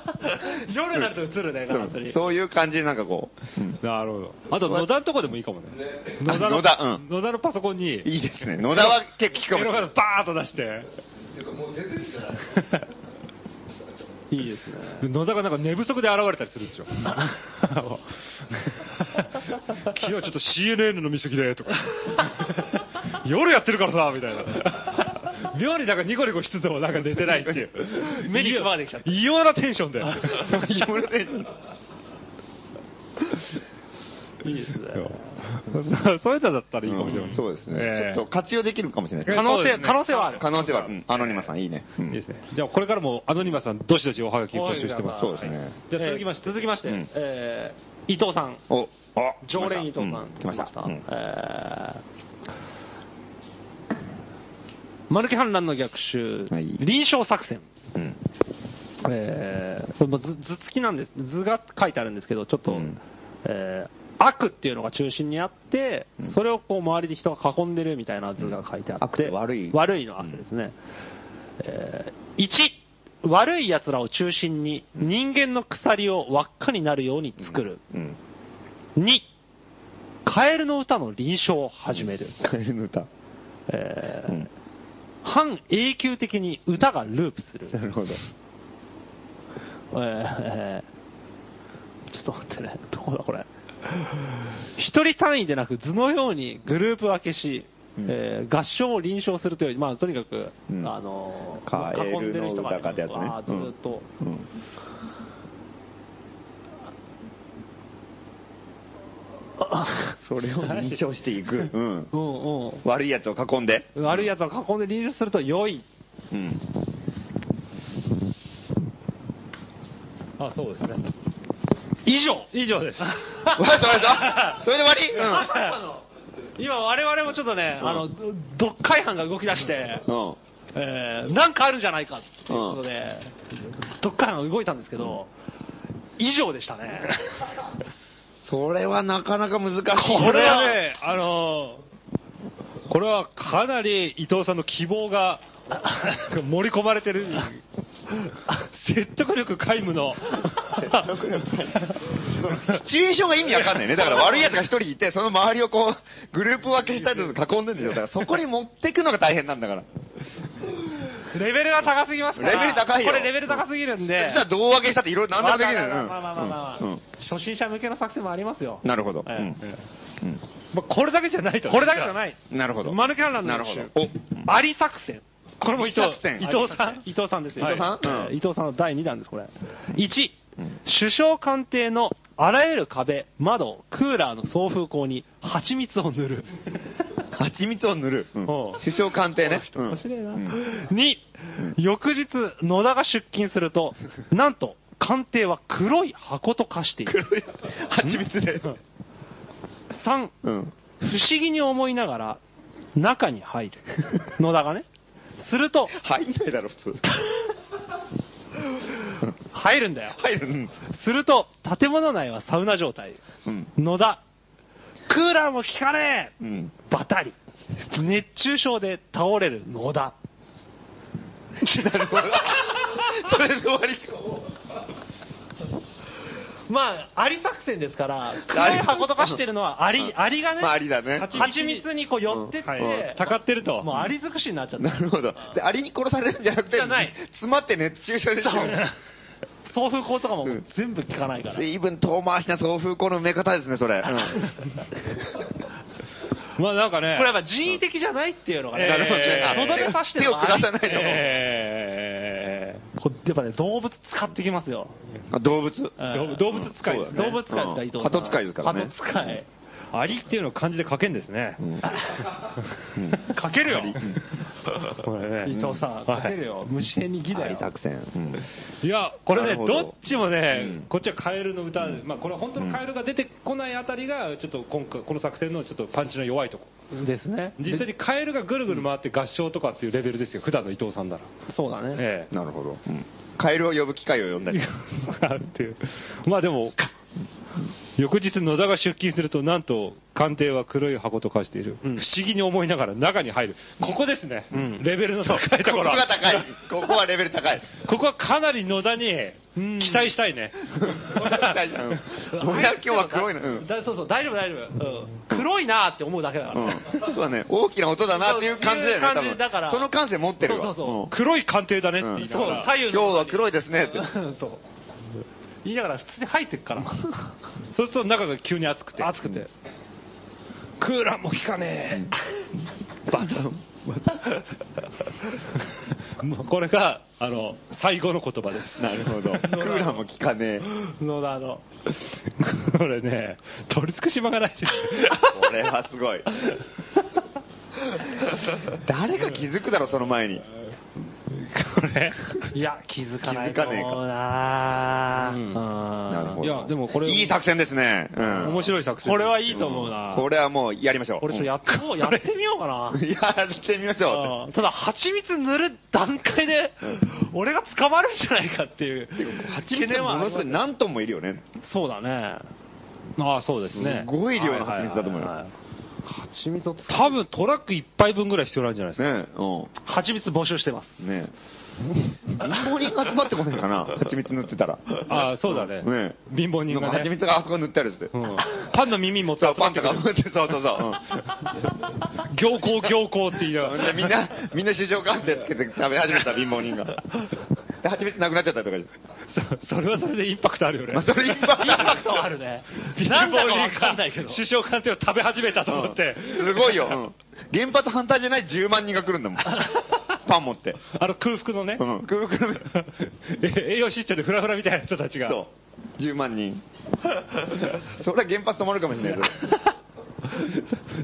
Speaker 2: 夜になると映るね、ガラス
Speaker 3: うん
Speaker 2: に。
Speaker 3: そういう感じでなんかこう、うん
Speaker 4: なるほど。あと、野田のとこでもいいかもね。野
Speaker 3: あ
Speaker 4: 田の、
Speaker 3: 野田うん
Speaker 4: 野田のパソコン
Speaker 3: い
Speaker 4: に、
Speaker 3: いですね。野田は結構聞くかも
Speaker 4: エ
Speaker 3: し
Speaker 4: ロ
Speaker 3: れ
Speaker 4: が
Speaker 3: ない。
Speaker 4: バーッと出して。 [LAUGHS]
Speaker 2: いいですね。
Speaker 4: 野田がなんか寝不足で現れたりするん
Speaker 2: [LAUGHS]
Speaker 4: ですよ。昨日ちょっと CNN の見過ぎで、とか。夜やってるからさ、みたいな。妙になんかニコニコしててもなんか寝てないっていう。
Speaker 2: 目に食われてきちゃった
Speaker 4: 異様なテンションで。
Speaker 3: 言われてる
Speaker 2: いいですね。
Speaker 4: そうそういうのだったらいいかもしれない。
Speaker 3: うんそうですね、
Speaker 4: ええ
Speaker 3: ちょっと活用できるかもしれないですね
Speaker 2: 可能
Speaker 4: そうです
Speaker 2: 性、
Speaker 4: ね
Speaker 2: 可能性はある。
Speaker 3: 可能性はある、うん、アノニマさんいいね、うん
Speaker 4: いいですね。じゃあこれからもアノニマさん、どしどしおはがき募集してます。
Speaker 3: そうですね、
Speaker 4: じゃあ続きまして。
Speaker 2: えー続きまして、
Speaker 3: うん
Speaker 2: えー伊藤さん。
Speaker 3: おあ
Speaker 2: 常連伊藤さん。
Speaker 3: 来ました、うん来ました
Speaker 2: えーマルキ反乱の逆襲、
Speaker 3: はい
Speaker 2: 臨床作戦。
Speaker 3: うん
Speaker 2: えーこれも図図付きなんです図が書いてあるんですけどちょっと、
Speaker 3: うん
Speaker 2: えー悪っていうのが中心にあって、
Speaker 3: うん
Speaker 2: それをこう周りで人が囲んでるみたいな図が書いてあって、
Speaker 3: うん悪悪い
Speaker 2: 悪いの悪ですね、え1悪いやつらを中心に人間の鎖を輪っかになるように作る、
Speaker 3: うん
Speaker 2: 2カエルの歌の臨床を始める、
Speaker 3: カエルの歌、
Speaker 2: え
Speaker 3: う
Speaker 2: ー
Speaker 3: ん、
Speaker 2: 半永久的に歌がループする
Speaker 3: なるほど
Speaker 2: えーちょっと待ってね、どこだこれ。一人単位でなく図のようにグループ分けし、
Speaker 3: うん
Speaker 2: えー合唱を臨床するというより、まあ、とにかく、
Speaker 3: うん
Speaker 2: あのー
Speaker 3: カエ
Speaker 2: 囲んで
Speaker 3: ル
Speaker 2: る
Speaker 3: の
Speaker 2: 人が
Speaker 3: 歌かってやつね
Speaker 2: わーずーっ
Speaker 3: [LAUGHS]
Speaker 2: と、
Speaker 3: うんそれを認証していく、うん、
Speaker 2: うんうん
Speaker 3: 悪いやつを囲んで、
Speaker 2: 悪いやつを囲んで臨床すると良い。
Speaker 3: [LAUGHS] うん、
Speaker 4: あ、そうですね。
Speaker 2: 以上
Speaker 4: 以上です。
Speaker 3: わそれだそれで終わり、
Speaker 2: 今我々もちょっとね、あの、読解班が動き出して、
Speaker 3: うんうん
Speaker 2: えーなんかあるんじゃないかということで、どっからが動いたんですけど、以上でしたね。
Speaker 3: それはなかなか難しい
Speaker 4: これは
Speaker 3: [LAUGHS]
Speaker 4: ね、あのーこれはかなり伊藤さんの希望が盛り込まれてる。説得力皆無の。
Speaker 3: シチュエーションが意味わかんないね。だから悪い奴が一人いて、その周りをこう、グループ分けしたりとか囲んでるんでしょ。だからそこに持ってくのが大変なんだから。
Speaker 2: レベルが高すぎますから。
Speaker 3: レベル高いよ
Speaker 2: これレベル高すぎるんで。
Speaker 3: 実はどう分けしたっていろいろ何でもできるのよ
Speaker 2: まあまあまあまあまあ
Speaker 3: うんうん
Speaker 2: 初心者向けの作戦もありますよ。
Speaker 3: なるほど。う
Speaker 2: ええ
Speaker 3: んうん
Speaker 4: まあこれだけじゃないと。。
Speaker 2: これだけじゃないい。
Speaker 3: なるほど。
Speaker 2: マルキャンラン
Speaker 3: な
Speaker 2: の
Speaker 3: るほ
Speaker 2: 一
Speaker 3: ど
Speaker 2: 種。
Speaker 3: お、
Speaker 2: アリ作戦。
Speaker 4: これも伊藤
Speaker 3: 作戦
Speaker 4: 伊藤さん。
Speaker 2: 伊藤さんですよ。
Speaker 3: 伊藤さん
Speaker 2: はい
Speaker 3: うん
Speaker 2: 伊藤さんの第2弾です、これ。1、
Speaker 3: うん
Speaker 2: 首相官邸のあらゆる壁、窓、クーラーの送風口に蜂蜜を塗 [LAUGHS] る。
Speaker 3: 蜂蜜を塗る。うん
Speaker 2: おう
Speaker 3: 首相官邸ね。うん
Speaker 2: 面白いな。
Speaker 3: うん
Speaker 2: 2、翌日、野田が出勤すると、なんと、鑑定は黒い箱と化している。
Speaker 3: 蜂蜜で。
Speaker 2: 3、
Speaker 3: うん。
Speaker 2: 不思議に思いながら、中に入る。野田がね。すると、
Speaker 3: 入んないだろ、普通。
Speaker 2: 入るんだよ。
Speaker 3: 入る。うん
Speaker 2: すると、建物内はサウナ状態。
Speaker 3: うん。
Speaker 2: 野田、クーラーも効かねえ
Speaker 3: うん。
Speaker 2: バタリ。熱中症で倒れる野田。
Speaker 3: それで終わりか。
Speaker 2: まあ、アリ作戦ですから、黒い箱とかしてるのはアリ、アリがね、
Speaker 3: まあ、ありだね。
Speaker 2: 蜂蜜にこう寄ってって、
Speaker 4: はい。たかってると。
Speaker 2: もうアリ尽くしになっちゃった
Speaker 3: な。るほど。で、アリに殺されるんじゃなくて、
Speaker 2: じゃない
Speaker 3: 詰まって熱中症でしょ。
Speaker 2: 送風口とかも全部効かないから。
Speaker 3: 随分遠回しな送風口の埋め方ですね、それ。うん
Speaker 4: まあなんかね。
Speaker 2: これやっぱ人為的じゃないっていうのがね、
Speaker 4: えー
Speaker 3: なるほどね。あ
Speaker 2: とどめさして
Speaker 3: 手
Speaker 2: る
Speaker 3: を
Speaker 2: のは
Speaker 3: 下さないと。
Speaker 4: え
Speaker 2: こうやっぱね、動物使ってきますよ。
Speaker 3: あ動物。
Speaker 4: ー動動物使いです
Speaker 3: そう
Speaker 4: ね
Speaker 3: だ
Speaker 2: 動
Speaker 3: ね
Speaker 2: 物使いですか、伊藤さん。
Speaker 3: 鳩使いですからね
Speaker 2: 鳩使い。
Speaker 4: アリっていうのを漢字で書けんですね。書けるよ。これね
Speaker 2: 伊藤さん、勝てるよ。虫編に儀
Speaker 3: ア
Speaker 2: だ
Speaker 3: リ
Speaker 2: よ。
Speaker 3: 作戦。うん
Speaker 4: いや、これ
Speaker 3: な
Speaker 4: ね、
Speaker 3: るほど
Speaker 4: どっちもね
Speaker 3: うん、
Speaker 4: こっちはカエルの歌、まあこれ本当のカエルが出てこないあたりが、ちょっと今回、この作戦のちょっとパンチの弱いとこ。
Speaker 2: ですね。
Speaker 4: 実際にカエルがぐるぐる回って合唱とかっていうレベルですよ、普段の伊藤さんなら。
Speaker 2: そうだね。
Speaker 4: ええ。
Speaker 3: なるほど。うんカエルを呼ぶ機会を呼んだり。
Speaker 4: [LAUGHS] あるっていう。まあでも、翌日野田が出勤すると、なんと、官邸は黒い箱と化している。不思議に思いながら中に入る。ここですね。レベルの高いと
Speaker 3: こ
Speaker 4: こ
Speaker 3: こ
Speaker 4: ろ。
Speaker 3: が高い。ここはレベル高い。
Speaker 4: ここはかなり野田に期待したいね。
Speaker 3: 俺 [LAUGHS] は今日は黒いの。うん
Speaker 2: だそうそう、大丈夫、大丈夫。うん黒いなーって思うだけだから。
Speaker 3: うんそうだね。大きな音だなっていう感じだよね、多
Speaker 2: そういう感じだから
Speaker 3: 分。その感性持ってるわ。
Speaker 2: そうそうそう
Speaker 3: うん
Speaker 4: 黒い官邸だねって言いなが
Speaker 2: そう、
Speaker 4: ら
Speaker 2: 左右
Speaker 3: 今日は黒いですねって。
Speaker 2: の。そう。言いながら普通に入ってくから。
Speaker 4: そうすると中が急に暑くて。
Speaker 2: 暑くて。
Speaker 4: クーラーも効かねえ。バタン。もうこれが、あの、最後の言葉で
Speaker 3: [LAUGHS]
Speaker 4: す。
Speaker 3: なるほど。クーラーも効かねえ。
Speaker 2: [LAUGHS] 野田の。
Speaker 4: [LAUGHS] これね、取り付く島がないです。
Speaker 3: [LAUGHS] これはす [LAUGHS] ごい。誰が気づくだろ、その前に。
Speaker 4: これ。
Speaker 2: いや、気づかない
Speaker 3: 気づ
Speaker 2: と
Speaker 3: かねえか
Speaker 2: 思うなー
Speaker 4: うん
Speaker 2: うん
Speaker 3: なるほど。
Speaker 4: いやでもこれ
Speaker 3: いい作戦ですね。うん
Speaker 4: 面白い作戦。
Speaker 2: これはいいと思うな。
Speaker 3: これはもうやりましょう。
Speaker 2: 俺ちょっとやっと、やってみようかな
Speaker 3: う。んやってみましょ
Speaker 2: うんただ、蜂蜜塗る段階で、俺が捕まるんじゃないかっていう
Speaker 3: う。蜂
Speaker 2: 懸
Speaker 3: 蜜
Speaker 2: 念
Speaker 3: も
Speaker 2: はあ
Speaker 3: の
Speaker 2: り
Speaker 3: す
Speaker 2: ま
Speaker 3: ごい何トンもいるよね。
Speaker 2: そうだね。
Speaker 4: ああ、そうですね。
Speaker 3: すごい量の蜂蜜だと思うよ
Speaker 4: はいはいはいはい
Speaker 2: 蜂蜜を
Speaker 4: 多分トラック一杯分ぐらい必要なんじゃないですか。
Speaker 3: ね
Speaker 2: 蜂蜜募集してます。
Speaker 3: うん。ね貧乏人が集まってこないかな蜂蜜塗ってたら。
Speaker 4: ああ、そうだね。
Speaker 3: ね
Speaker 4: 貧乏人
Speaker 3: なん
Speaker 4: が
Speaker 3: か
Speaker 4: ね。
Speaker 3: 蜂蜜があそこに塗ってあるっつって。
Speaker 4: うんパンの耳持って
Speaker 3: そう、
Speaker 4: 集ま
Speaker 3: パ
Speaker 4: っ
Speaker 3: ン
Speaker 4: て
Speaker 3: と
Speaker 4: く
Speaker 3: か
Speaker 4: る
Speaker 3: 持って、そうそうそう。うん
Speaker 4: 行幸行幸って言いなが
Speaker 3: ほんで
Speaker 4: ら。
Speaker 3: みんな、みんな主張鑑定つけて食べ始めた貧乏人が。で、蜂蜜なくなっちゃったりとかして。
Speaker 4: そそれはそれでインパクトあるよね
Speaker 3: まあ、。それインパク
Speaker 2: イン
Speaker 3: ト
Speaker 2: パ
Speaker 3: あ
Speaker 2: ク
Speaker 3: る
Speaker 2: トはあるね。
Speaker 4: 貧乏
Speaker 2: なんだかわ
Speaker 4: 人
Speaker 2: かん
Speaker 4: が
Speaker 2: ないけど。
Speaker 4: 首相官邸を食べ始めたと思って。
Speaker 3: すごいよ。うん原発反対じゃない10万人が来るんだもん。パン持って。
Speaker 4: あの空腹のね
Speaker 3: う、ん。くるくる。
Speaker 4: [LAUGHS] え栄養失調でフラフラみたいな人たちが。
Speaker 3: そう。10万人。それは原発止まるかもしれないけど。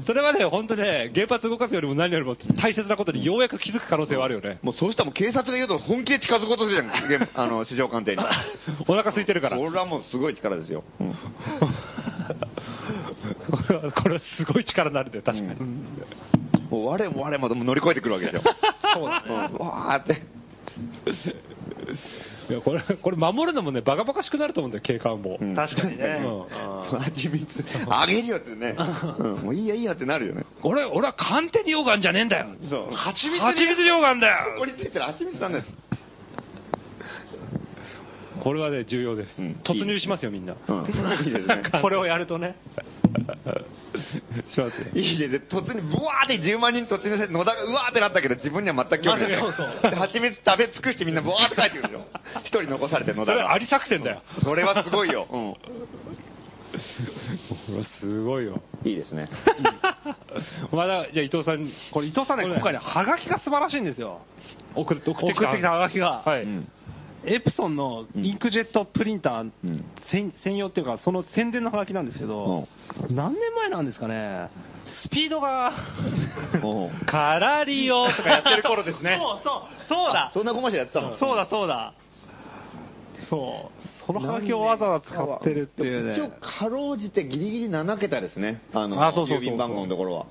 Speaker 4: [LAUGHS] それはね、本当ね、原発動かすよりも何よりも大切なことにようやく気づく可能性はある
Speaker 3: [LAUGHS]
Speaker 4: よね。
Speaker 3: もうそうしたらもう警察が言うと本気で近づこうとするじゃん原。 [LAUGHS] あの、市場鑑定に。
Speaker 4: お腹空いてるから。
Speaker 3: それはもうすごい力ですよ。うん
Speaker 4: これは、これはすごい力になるんだよ、確かに。
Speaker 3: もう我も我もでも乗り越えてくるわけでしょ。
Speaker 2: そうだね。
Speaker 3: うんわーって。
Speaker 4: いや、これ、これ守るのもね、バカバカしくなると思うんだよ、警官も。
Speaker 3: うん
Speaker 2: 確かにね。うん
Speaker 3: 蜂蜜、あげるよってね。うんもういいやいいやってなるよね。
Speaker 4: 俺、俺は鑑定溶岩じゃねえんだよ。
Speaker 3: そう。
Speaker 4: 蜂蜜溶岩だ
Speaker 3: ここに
Speaker 4: よ。
Speaker 3: ついてる蜂蜜なんだよ。
Speaker 4: これはね、重要です。
Speaker 3: うん
Speaker 4: 突入しますよ、みんな。
Speaker 3: うん。いいですね。
Speaker 2: これをやるとね。
Speaker 4: しますよ。
Speaker 3: いいね。で、突入、ブワーって10万人突入して、野田がうわーってなったけど、自分には全く興味ない。
Speaker 2: そうそう
Speaker 3: で蜂蜜食べ尽くしてみんなブワーって帰ってくるでしょ。一人残されて野
Speaker 4: そ
Speaker 3: 田
Speaker 4: れはあ
Speaker 3: が。
Speaker 4: り作戦だよ。
Speaker 3: それはすごいよ。
Speaker 4: これはすごいよ。
Speaker 3: うん。いいです
Speaker 2: [LAUGHS]
Speaker 3: ね。
Speaker 4: まだ、じゃあ伊藤さん、
Speaker 2: これ伊藤さんね、今回ね、ハガキが素晴らしいんですよ。
Speaker 4: 送って送
Speaker 2: 送
Speaker 4: っ
Speaker 2: ってて
Speaker 4: きた。
Speaker 2: きたハガキが。
Speaker 4: はい。
Speaker 3: うん。
Speaker 2: エプソンのインクジェットプリンター
Speaker 3: うん
Speaker 2: 専専用っていうか、その宣伝のハガキなんですけど、何年前なんですかね、スピードが、
Speaker 3: おう
Speaker 2: [LAUGHS]
Speaker 4: カラリオとかやってる頃ですね。
Speaker 2: そうそう、そうだ、
Speaker 3: そんなコマーシャルやってたもん。
Speaker 2: そうだ、そうだ、そう。そのハガキをわざわざ使ってるっていう
Speaker 3: 一応
Speaker 2: ね。
Speaker 3: かろうじてギリギリ7桁ですねあの
Speaker 2: あそうそうそうそう
Speaker 3: 郵便番号のところは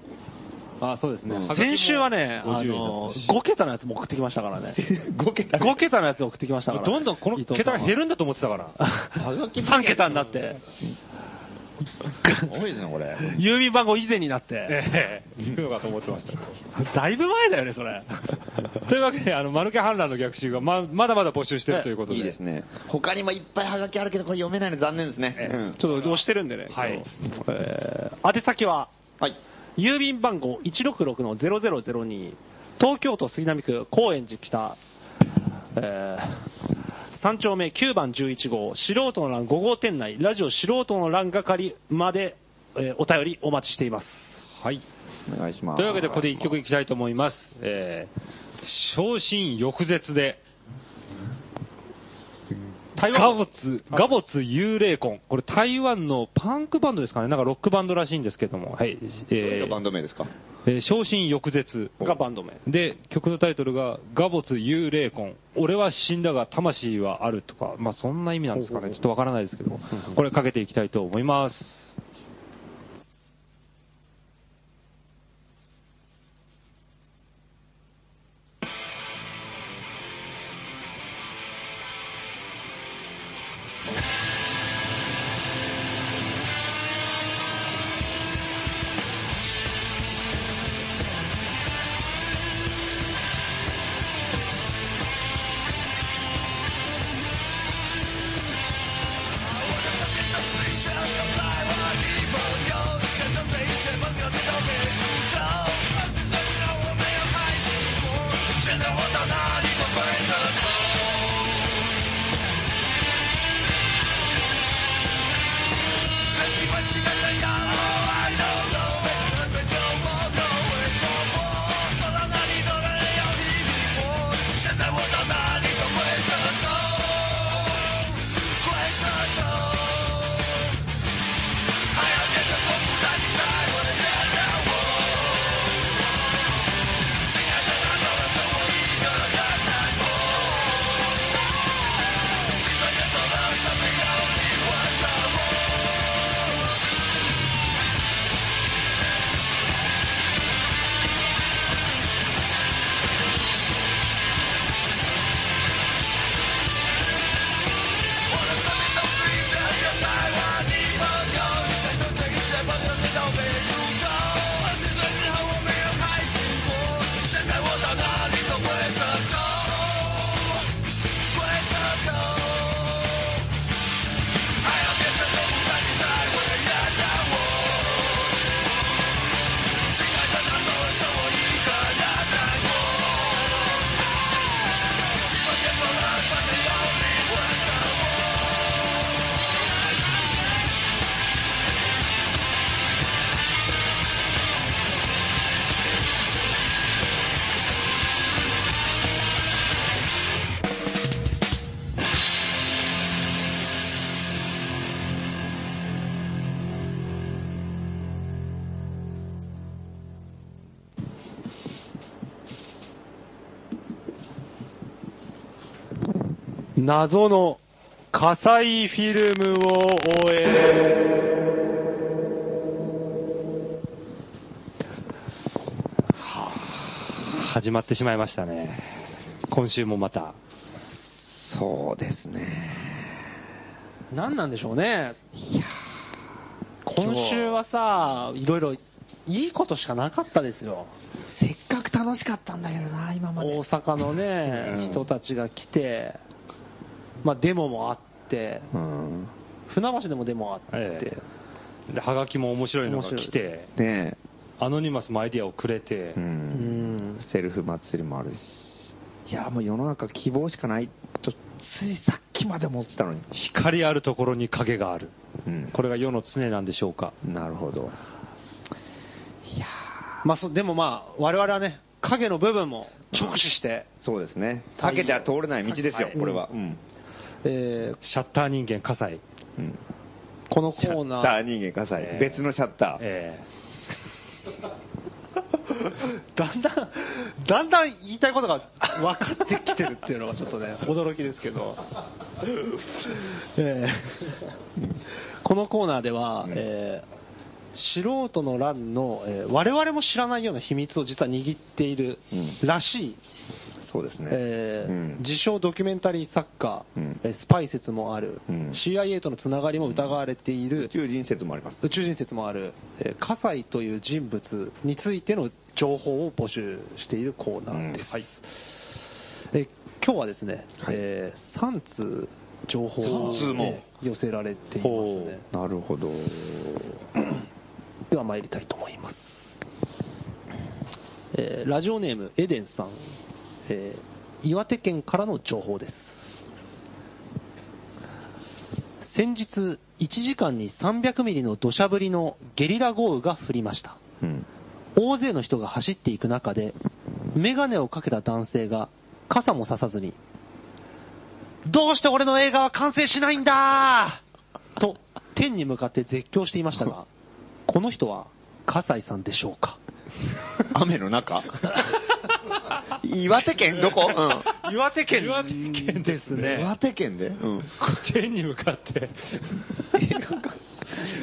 Speaker 3: [LAUGHS]
Speaker 2: あ、そうですね
Speaker 3: うん
Speaker 2: 先週はね、
Speaker 3: 50
Speaker 2: あ
Speaker 3: だっ
Speaker 2: の
Speaker 3: たし、
Speaker 2: 5桁のやつも送ってきましたからね。
Speaker 3: 5桁
Speaker 2: 5桁のやつ送ってきましたから。
Speaker 4: どんど
Speaker 2: [LAUGHS]
Speaker 4: んこの桁が減るんだと思ってたから。
Speaker 3: はがき
Speaker 2: 3桁になって、
Speaker 3: 多いですねこれ
Speaker 2: 郵便番号以前になって。
Speaker 4: ええ、行くのかと思ってました。
Speaker 2: だいぶ前だよね、それ。
Speaker 4: というわけで、あの、マルケ反乱の逆襲がままだまだ募集してるということで。
Speaker 3: いいですね他にもいっぱいはがきあるけどこれ読めないの残念ですね、うん
Speaker 2: ちょっと押してるんでね。
Speaker 4: はい
Speaker 2: えー宛先は、
Speaker 3: はい
Speaker 2: 郵便番号166-0002、東京都杉並区高円寺北、えー、3丁目9番11号、素人の欄5号店内、ラジオ素人の欄係まで、えーお便りお待ちしています。
Speaker 4: はい。
Speaker 3: お願いします
Speaker 4: というわけで、ここで一曲いきたいと思います。えー、昇進翌絶で、台湾ガボツ、ガボツ幽霊魂。これ台湾のパンクバンドですかねなんかロックバンドらしいんですけども。はい。え
Speaker 3: バンド名ですか
Speaker 4: ー、えー昇進翌絶。
Speaker 2: がバンド名。
Speaker 4: で、曲のタイトルが、ガボツ幽霊魂。俺は死んだが魂はあるとか、まあそんな意味なんですかね。ちょっとわからないですけども。これかけていきたいと思います。
Speaker 2: 謎の
Speaker 4: 火災フィルムを終え、始まってしまいましたね。今週もまた。
Speaker 3: そうですね
Speaker 2: 何なんでしょうね。今週はさ、いろいろいいことしかなかったですよ。
Speaker 3: せっかく楽しかったんだけどな今まで
Speaker 2: 大阪のね、人たちが来て、まあデモもあって、
Speaker 3: うん
Speaker 2: 船橋でもデモあって、
Speaker 4: ええで、はがきも面白いのが来て、
Speaker 3: ね
Speaker 4: アノニマスもアイディアをくれて、
Speaker 3: えう
Speaker 2: うんん、
Speaker 3: セルフ祭りもあるしいやもう世の中希望しかないとついさっきまで思ってたのに、
Speaker 4: 光あるところに影がある。
Speaker 3: うん
Speaker 4: これが世の常なんでしょうか。
Speaker 3: なるほど
Speaker 2: まあそでもまあ、我々はね、影の部分も直視して、
Speaker 3: そうですね避けては通れない道ですよ
Speaker 2: はい
Speaker 3: これは、うん
Speaker 2: えー
Speaker 4: シャッター人間火災。
Speaker 3: うん
Speaker 2: このコ
Speaker 3: シャ
Speaker 2: ー
Speaker 3: ッター
Speaker 2: ナー、
Speaker 3: 人間火災、
Speaker 4: ええ
Speaker 3: 別のシャッター、
Speaker 4: ええ
Speaker 2: だんだん、だんだん言いたいことが分かってきてるっていうのがちょっとね、驚きですけど。えーこのコーナーでは、えー素人の欄の、えー我々も知らないような秘密を実は握っている
Speaker 3: うん
Speaker 2: らしい、
Speaker 3: そうですね。
Speaker 2: えー
Speaker 3: うん
Speaker 2: 自称ドキュメンタリー作家、
Speaker 3: うん
Speaker 2: えースパイ説もある、
Speaker 3: うん
Speaker 2: CIA とのつながりも疑われている
Speaker 3: 宇、宙人説もあります。
Speaker 2: 宇宙人説もある、えー、葛西という人物についての情報を募集しているコーナーです。
Speaker 3: うん
Speaker 2: えー今日はですね、
Speaker 3: はい
Speaker 2: え3通情報を
Speaker 3: 三通も
Speaker 2: えー寄せられていますね。
Speaker 3: なるほど。
Speaker 2: では参りたいと思います、えーラジオネームエデンさん、えー岩手県からの情報です先日1時間に300ミリの土砂降りのゲリラ豪雨が降りました
Speaker 3: うん。
Speaker 2: 大勢の人が走っていく中で眼鏡をかけた男性が傘もささずにどうして俺の映画は完成しないんだと天に向かって絶叫していましたがこの人は葛西さんでしょうか
Speaker 3: 雨の中 [LAUGHS] 岩手県どこ、うん
Speaker 2: 岩手県ですね
Speaker 3: 岩手県で、うん、
Speaker 4: 天に向かって。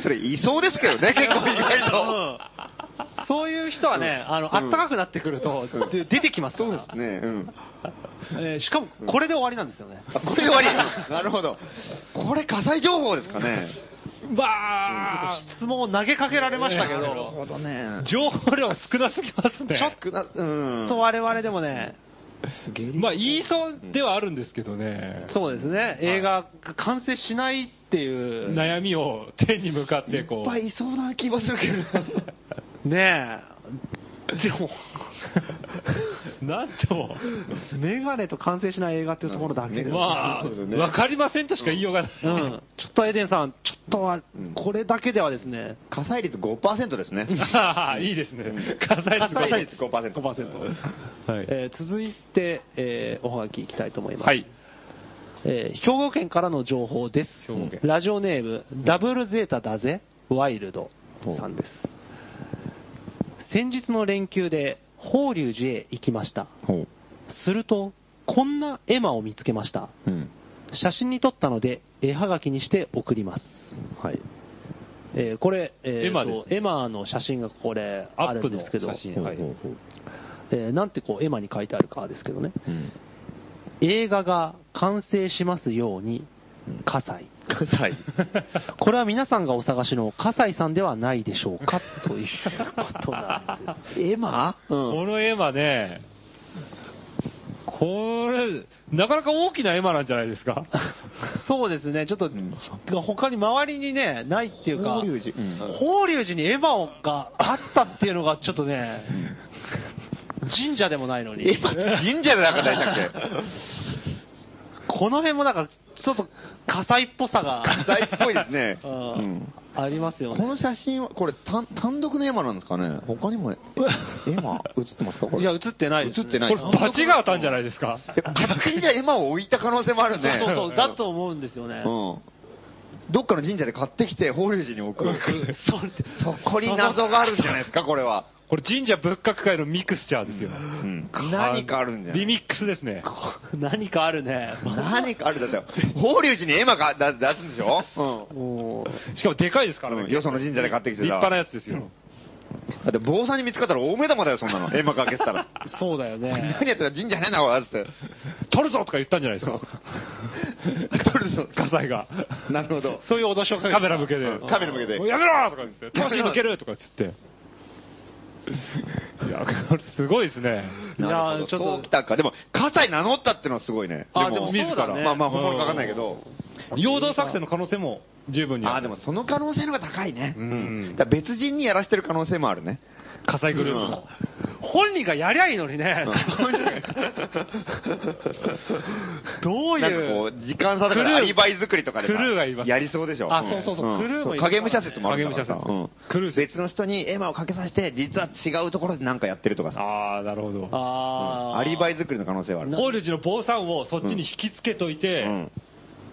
Speaker 3: それいそうですけど [LAUGHS] ね結構意外と、
Speaker 2: そういう人はね、あの
Speaker 3: うん
Speaker 2: 暖かくなってくると、
Speaker 3: うん
Speaker 2: で出てきますか
Speaker 3: そうで
Speaker 2: ら
Speaker 3: すね、うん、
Speaker 2: えーしかもこれで終わりなんですよね、
Speaker 3: あこれで終わ [LAUGHS] りなるほどこれ火災情報ですか [LAUGHS] ね
Speaker 4: わー
Speaker 2: 質問を投げかけられましたけ
Speaker 4: なる
Speaker 2: ど、
Speaker 3: ほどね
Speaker 4: 情報量少なすぎますね。
Speaker 3: ちょっとなうん
Speaker 2: ちょっと我々でもね、
Speaker 4: [LAUGHS] まあ、言いそうではあるんですけどね。
Speaker 2: そうですね、映画が完成しないっていう、ね
Speaker 4: 悩みを天に向かってこ
Speaker 3: いっ
Speaker 4: う
Speaker 3: ぱいいそうな気もするけど
Speaker 2: え、で
Speaker 4: [LAUGHS]
Speaker 2: も、
Speaker 4: なんとも
Speaker 2: メガネと完成しない映画っていうところだけで、
Speaker 4: まあ
Speaker 3: そうだね
Speaker 4: わかりませんとしか言いようがない、
Speaker 2: うん、ちょっとエデンさん、ちょっとは
Speaker 3: うん、
Speaker 2: これだけではですね、
Speaker 3: [LAUGHS] 火災率5%ですね
Speaker 4: あ [LAUGHS] あいいですね火災
Speaker 3: 火
Speaker 4: 率
Speaker 3: 災率
Speaker 4: 5%
Speaker 3: 5%,
Speaker 4: はい、
Speaker 2: えー続いて、えーおはがきいきたいと思います。
Speaker 4: はい
Speaker 2: えー兵庫県からの情報です
Speaker 4: 兵庫県
Speaker 2: ラジオネームダブルゼータだぜワイルドさんです先日の連休で法隆寺へ行きました
Speaker 3: ほ
Speaker 2: するとこんな絵馬を見つけました
Speaker 3: う、うん
Speaker 2: 写真に撮ったので絵はがきにして送ります
Speaker 3: はい、
Speaker 2: えーこれ、えー
Speaker 4: 絵馬ですね
Speaker 2: と絵馬の写真がこれあるんですけど
Speaker 4: アップの写真はい
Speaker 3: ほうほう
Speaker 2: えーなんてこう絵馬に書いてあるかですけどね
Speaker 3: うん
Speaker 2: 映画が完成しますように
Speaker 3: うん
Speaker 2: 火災
Speaker 3: 火 [LAUGHS] 災
Speaker 2: [LAUGHS] これは皆さんがお探しの葛西さんではないでしょうかということなんです。
Speaker 3: エマ、う
Speaker 4: この絵馬ねこれなかなか大きな絵馬なんじゃないで
Speaker 3: [LAUGHS]
Speaker 4: すか
Speaker 2: そうですね、ちょっと、
Speaker 3: ん
Speaker 2: 他に周りにね、ないっていうか、
Speaker 3: 法隆寺うん
Speaker 2: 法隆寺にエヴァがあったっていうのがちょっとね、神社でもないの
Speaker 3: エ
Speaker 2: に、
Speaker 3: マって神社の中でしたっけ
Speaker 2: この辺もなんか、ちょっと火災っぽさが、、
Speaker 3: 火災っぽいですね
Speaker 2: う
Speaker 3: うん
Speaker 2: んありますよ
Speaker 3: [LAUGHS] こ
Speaker 2: ね。
Speaker 3: の写真は、これ単、単独のエマなんですかね、他にもエマ、映ってますか、これ。
Speaker 2: いや、映ってないです、ね。
Speaker 3: 映ってな
Speaker 4: こ
Speaker 3: い
Speaker 4: れ罰が当たんじゃないで
Speaker 3: [LAUGHS]
Speaker 4: すか
Speaker 3: いや勝手にじゃあエマを置いた可能性もあるね。
Speaker 2: そうそうそう、だと思うんですよね。
Speaker 3: うん。どっかの神社で買ってきて、法隆寺に [LAUGHS] 置く。そこに謎があるんじゃないですか、これは。
Speaker 4: これ神社仏閣界のミクスチャーですよ、
Speaker 3: 何かあるんじゃな
Speaker 4: リ
Speaker 3: い
Speaker 4: ミックスですね
Speaker 2: [LAUGHS] 何かあるね。
Speaker 3: 何かあるだって、法隆寺にエマがだ出すんでしょ
Speaker 2: もう
Speaker 4: しかもでかいですからね、
Speaker 3: うん。よその神社で買ってき
Speaker 4: 立
Speaker 3: てさ。
Speaker 4: 派なやつですよ、
Speaker 3: だって坊さんに見つかったら大目玉だよ、そんなの。エマかけてた [LAUGHS] ら。
Speaker 2: そうだよね。
Speaker 3: 何やったら神社ねえな、これ。つって。
Speaker 4: 取るぞとか言ったんじゃないですか
Speaker 2: [LAUGHS]
Speaker 3: 取るぞ。
Speaker 4: 火災が。
Speaker 3: なるほど。
Speaker 4: そういう脅しをカメラ向けで。
Speaker 3: うんカメラ向けて
Speaker 4: もうやめろとか言って、魂抜けるとか言って。いや、これすごいですね。
Speaker 3: なるほど。そうきたか。でも、葛西名乗ったってのはすごいね。
Speaker 2: あでも
Speaker 4: 自ら
Speaker 2: そうだね
Speaker 3: まあまあ、本物かわかんないけど。
Speaker 4: 陽動作戦の可能性も十分に
Speaker 3: あ
Speaker 4: あ
Speaker 3: あ、で
Speaker 4: る。
Speaker 3: もその可能性の方が高いね。
Speaker 4: うん
Speaker 3: だから別人にやらしてる可能性もあるね。
Speaker 4: 火災グループの。
Speaker 2: 本人がやりゃいいのにね、どう
Speaker 3: なんか
Speaker 2: い
Speaker 3: こ
Speaker 2: う、
Speaker 3: う、時間差だか
Speaker 4: クル
Speaker 3: ら
Speaker 4: ー
Speaker 3: アリバイ作りとかでさ
Speaker 4: クルーがいます
Speaker 3: やりそうでしょ。
Speaker 2: あそうそうそうんクルーもいるからね
Speaker 3: 影武者説もあるんだからさ
Speaker 4: 影武者説
Speaker 3: うん
Speaker 4: クルー説
Speaker 3: 別の人にエマをかけさせて、実は違うところでなんかやってるとかさ。
Speaker 4: ああ、なるほど。
Speaker 2: [LAUGHS] あー
Speaker 3: アリバイ作りの可能性はある。
Speaker 4: 法隆寺の坊さんをそっちに引きつけというて
Speaker 3: ん、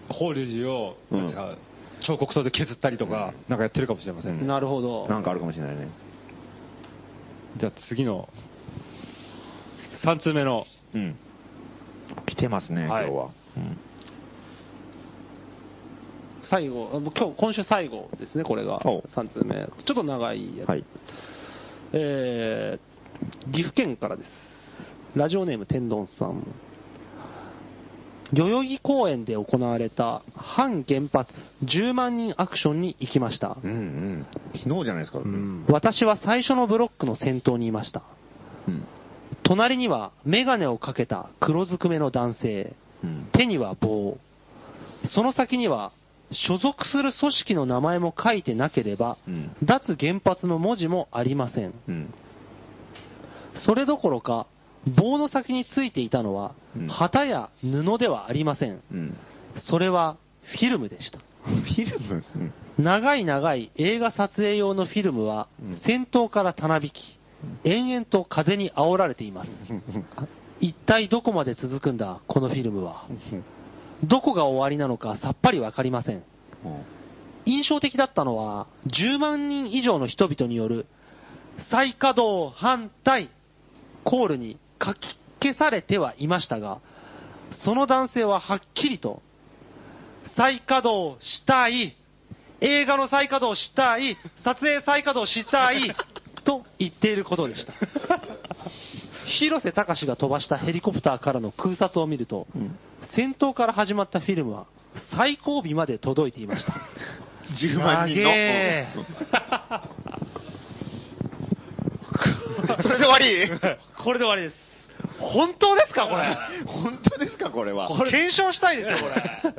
Speaker 4: 法隆寺を、
Speaker 3: うん
Speaker 4: なんか彫刻刀で削ったりとか、なんかやってるかもしれませんね。
Speaker 2: なるほど
Speaker 3: な。んかあるかもしれないね。
Speaker 4: じゃあ次の、3通目の、
Speaker 3: うん。来てますね、
Speaker 4: はい
Speaker 3: 今日は。うん
Speaker 2: 最後、あもう今日、今週最後ですね、これが
Speaker 3: お。
Speaker 2: 3通目。ちょっと長いやつ。
Speaker 3: はい。
Speaker 2: えー岐阜県からです。ラジオネーム天丼さん。代々木公園で行われた反原発10万人アクションに行きました。
Speaker 3: うんうん。昨日じゃないですか。うん。
Speaker 2: 私は最初のブロックの先頭にいました。
Speaker 3: うん。
Speaker 2: 隣にはメガネをかけた黒ずくめの男性。
Speaker 3: うん。
Speaker 2: 手には棒。その先には、所属する組織の名前も書いてなければ、
Speaker 3: うん
Speaker 2: 脱原発の文字もありません。
Speaker 3: うん。
Speaker 2: それどころか、棒の先についていたのは
Speaker 3: うん、
Speaker 2: 旗や布ではありません。
Speaker 3: うん。
Speaker 2: それは、フィルムでした。
Speaker 3: フィルムうん。
Speaker 2: 長い長い映画撮影用のフィルムは
Speaker 3: うん、
Speaker 2: 先頭からたなびき、延々と風に煽られています。一体どこまで続くんだ、このフィルムは。どこが終わりなのかさっぱりわかりません。印象的だったのは、10万人以上の人々による、再稼働反対コールに書き消されてはいましたが、その男性ははっきりと、再稼働したい、映画の再稼働したい、撮影再稼働したい、と言っていることでした。広瀬隆が飛ばしたヘリコプターからの空撮を見ると、戦闘から始まったフィルムは最後尾まで届いていました。
Speaker 3: 10万人の。
Speaker 2: 長え
Speaker 3: それで終わり
Speaker 2: これで終わりです。本当ですか、これ。
Speaker 3: [LAUGHS] 本当ですか、これは。
Speaker 2: 検証したいですよ、これ。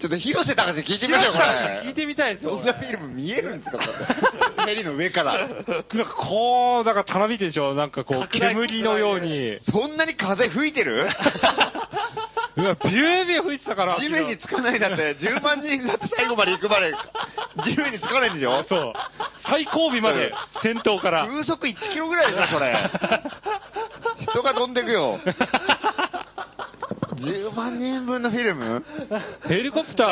Speaker 3: ちょっと広瀬隆聞いてみましょう、これ。
Speaker 2: 聞いてみたいですよ
Speaker 3: そんなフィルム見えるんですか、これ。ヘリの上から。
Speaker 4: なんかこう、なんかたらびてるでしょなんかこう、
Speaker 2: 拡大
Speaker 4: 煙のように。
Speaker 3: そんなに風吹いてる
Speaker 4: うわ、ビュービュー吹いてたから。
Speaker 3: 地面につかないだって、10万人だって最後まで行くまで、地面につかないんでしょ
Speaker 4: そう。最後尾まで、先頭から。
Speaker 3: 風速1キロぐらいでしょ、それ。人が飛んでくよ。10万人分のフィルム
Speaker 4: ヘリコプタ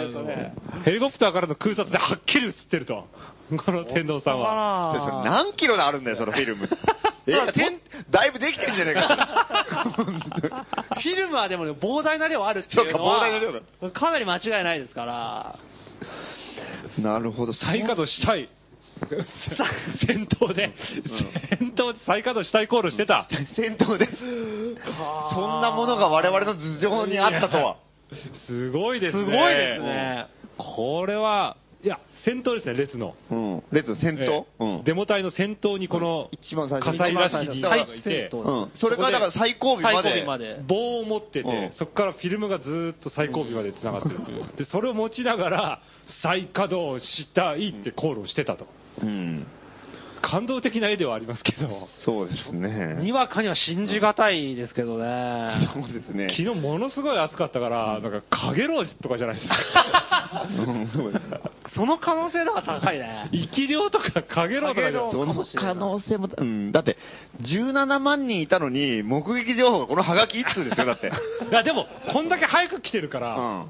Speaker 4: ーの、ヘリコプターからの空撮ではっきり映ってると。この天童さんは。
Speaker 3: でそれ何キロあるんだよ、そのフィ
Speaker 2: [LAUGHS]
Speaker 3: ルム。え、だいぶできてんじゃねえか。 [LAUGHS] 本当
Speaker 2: [LAUGHS]
Speaker 3: に
Speaker 2: フィルムはでもね、膨大な量あるっていうの
Speaker 3: そう
Speaker 2: は
Speaker 3: か膨大な量
Speaker 2: かなり間違いないですから。
Speaker 3: なるほど、
Speaker 4: 再稼働したい。先頭で、先頭で再稼働したいコールしてた。
Speaker 3: 戦闘です。そんなものが我々の頭上にあったとは。
Speaker 4: すごいです
Speaker 2: す
Speaker 4: ね。
Speaker 2: ごいですね。
Speaker 4: これは、いや、戦闘ですね、列の。
Speaker 3: うん。列の戦闘
Speaker 4: ええデモ隊の先頭にこの、
Speaker 3: 一番最初
Speaker 4: 火災らしき人
Speaker 3: だ
Speaker 4: が
Speaker 3: から
Speaker 4: い
Speaker 2: 最
Speaker 4: て
Speaker 2: 先、頭
Speaker 3: うん。それからだから最後尾まで。
Speaker 2: 最後尾まで
Speaker 4: 棒を持ってて、
Speaker 3: うん
Speaker 4: そこからフィルムがずーっと最後尾まで繋がってるんですよで、それを持ちながら、再稼働したいってコールをしてたと。
Speaker 3: うん。
Speaker 4: 感動的な絵ではありますけど、
Speaker 3: そうです
Speaker 2: に
Speaker 3: ね。
Speaker 2: わかには信じがたいですけどね。
Speaker 3: そうですね。
Speaker 4: 昨日ものすごい暑かったから、なんか、かげろうとかじゃないです
Speaker 3: [LAUGHS]
Speaker 4: か。
Speaker 3: うんそうです
Speaker 2: その可能性の方が高い
Speaker 3: [LAUGHS]
Speaker 2: ね。
Speaker 4: 生き量とかかげろうとかじゃな
Speaker 2: そ
Speaker 4: い
Speaker 3: そ
Speaker 2: か
Speaker 3: う
Speaker 2: も
Speaker 3: の
Speaker 2: しれない
Speaker 3: 可能性も、うん、だって、17万人いたのに、目撃情報がこのハガキ一通ですよ、だ
Speaker 2: [LAUGHS]
Speaker 3: って。
Speaker 4: いや、でも、こんだけ早く来てるから、
Speaker 3: うん。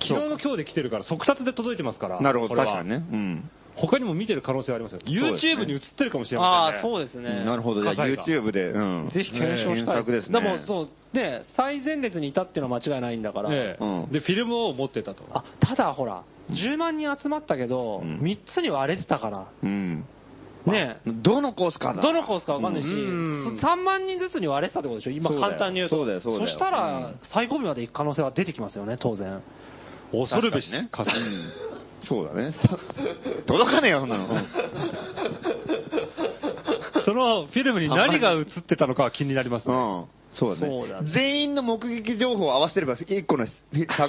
Speaker 4: 昨日の今日で来てるから、速達で届いてますから。
Speaker 3: なるほど、
Speaker 4: これ
Speaker 3: 確
Speaker 4: は
Speaker 3: かに。ね。うん。
Speaker 4: 他にも見てる可能性はありますよ。
Speaker 3: うですね
Speaker 4: YouTube に映ってるかもしれま
Speaker 2: あ
Speaker 4: せん
Speaker 2: あ、
Speaker 4: ね。
Speaker 2: そうですね。
Speaker 3: なるほど、じゃあ
Speaker 4: 火災が
Speaker 3: YouTube で、うん。
Speaker 2: ぜひ検証したい。
Speaker 3: ね検索ですね
Speaker 2: でもそう、ね、最前列にいたっていうのは間違いないんだから。
Speaker 4: ええ
Speaker 3: うん
Speaker 4: で、フィルムを持ってたと。
Speaker 2: あ、ただほら、10万人集まったけど、
Speaker 3: うん
Speaker 2: 3つに割れてたから。
Speaker 3: うん。
Speaker 2: ね
Speaker 3: どのコースかな
Speaker 2: どのコースかわかんないし、
Speaker 4: うん
Speaker 2: 3万人ずつに割れてたってことでしょ今
Speaker 3: そうだよ
Speaker 2: 簡単に言うと。
Speaker 3: そうだよそうだよ
Speaker 2: した
Speaker 3: う
Speaker 2: ら
Speaker 3: ん、
Speaker 2: 最後尾まで行く可能性は出てきますよね、当然。
Speaker 4: 恐るべし火災。
Speaker 3: うんそうだね。 [LAUGHS] 届かねえよ、そんなの。うん
Speaker 4: そのフィルムに何が映ってたのかは気になりますね。
Speaker 3: うん。そうだね。
Speaker 2: そうだね
Speaker 3: 全員の目撃情報を合わせれば、一個のし、た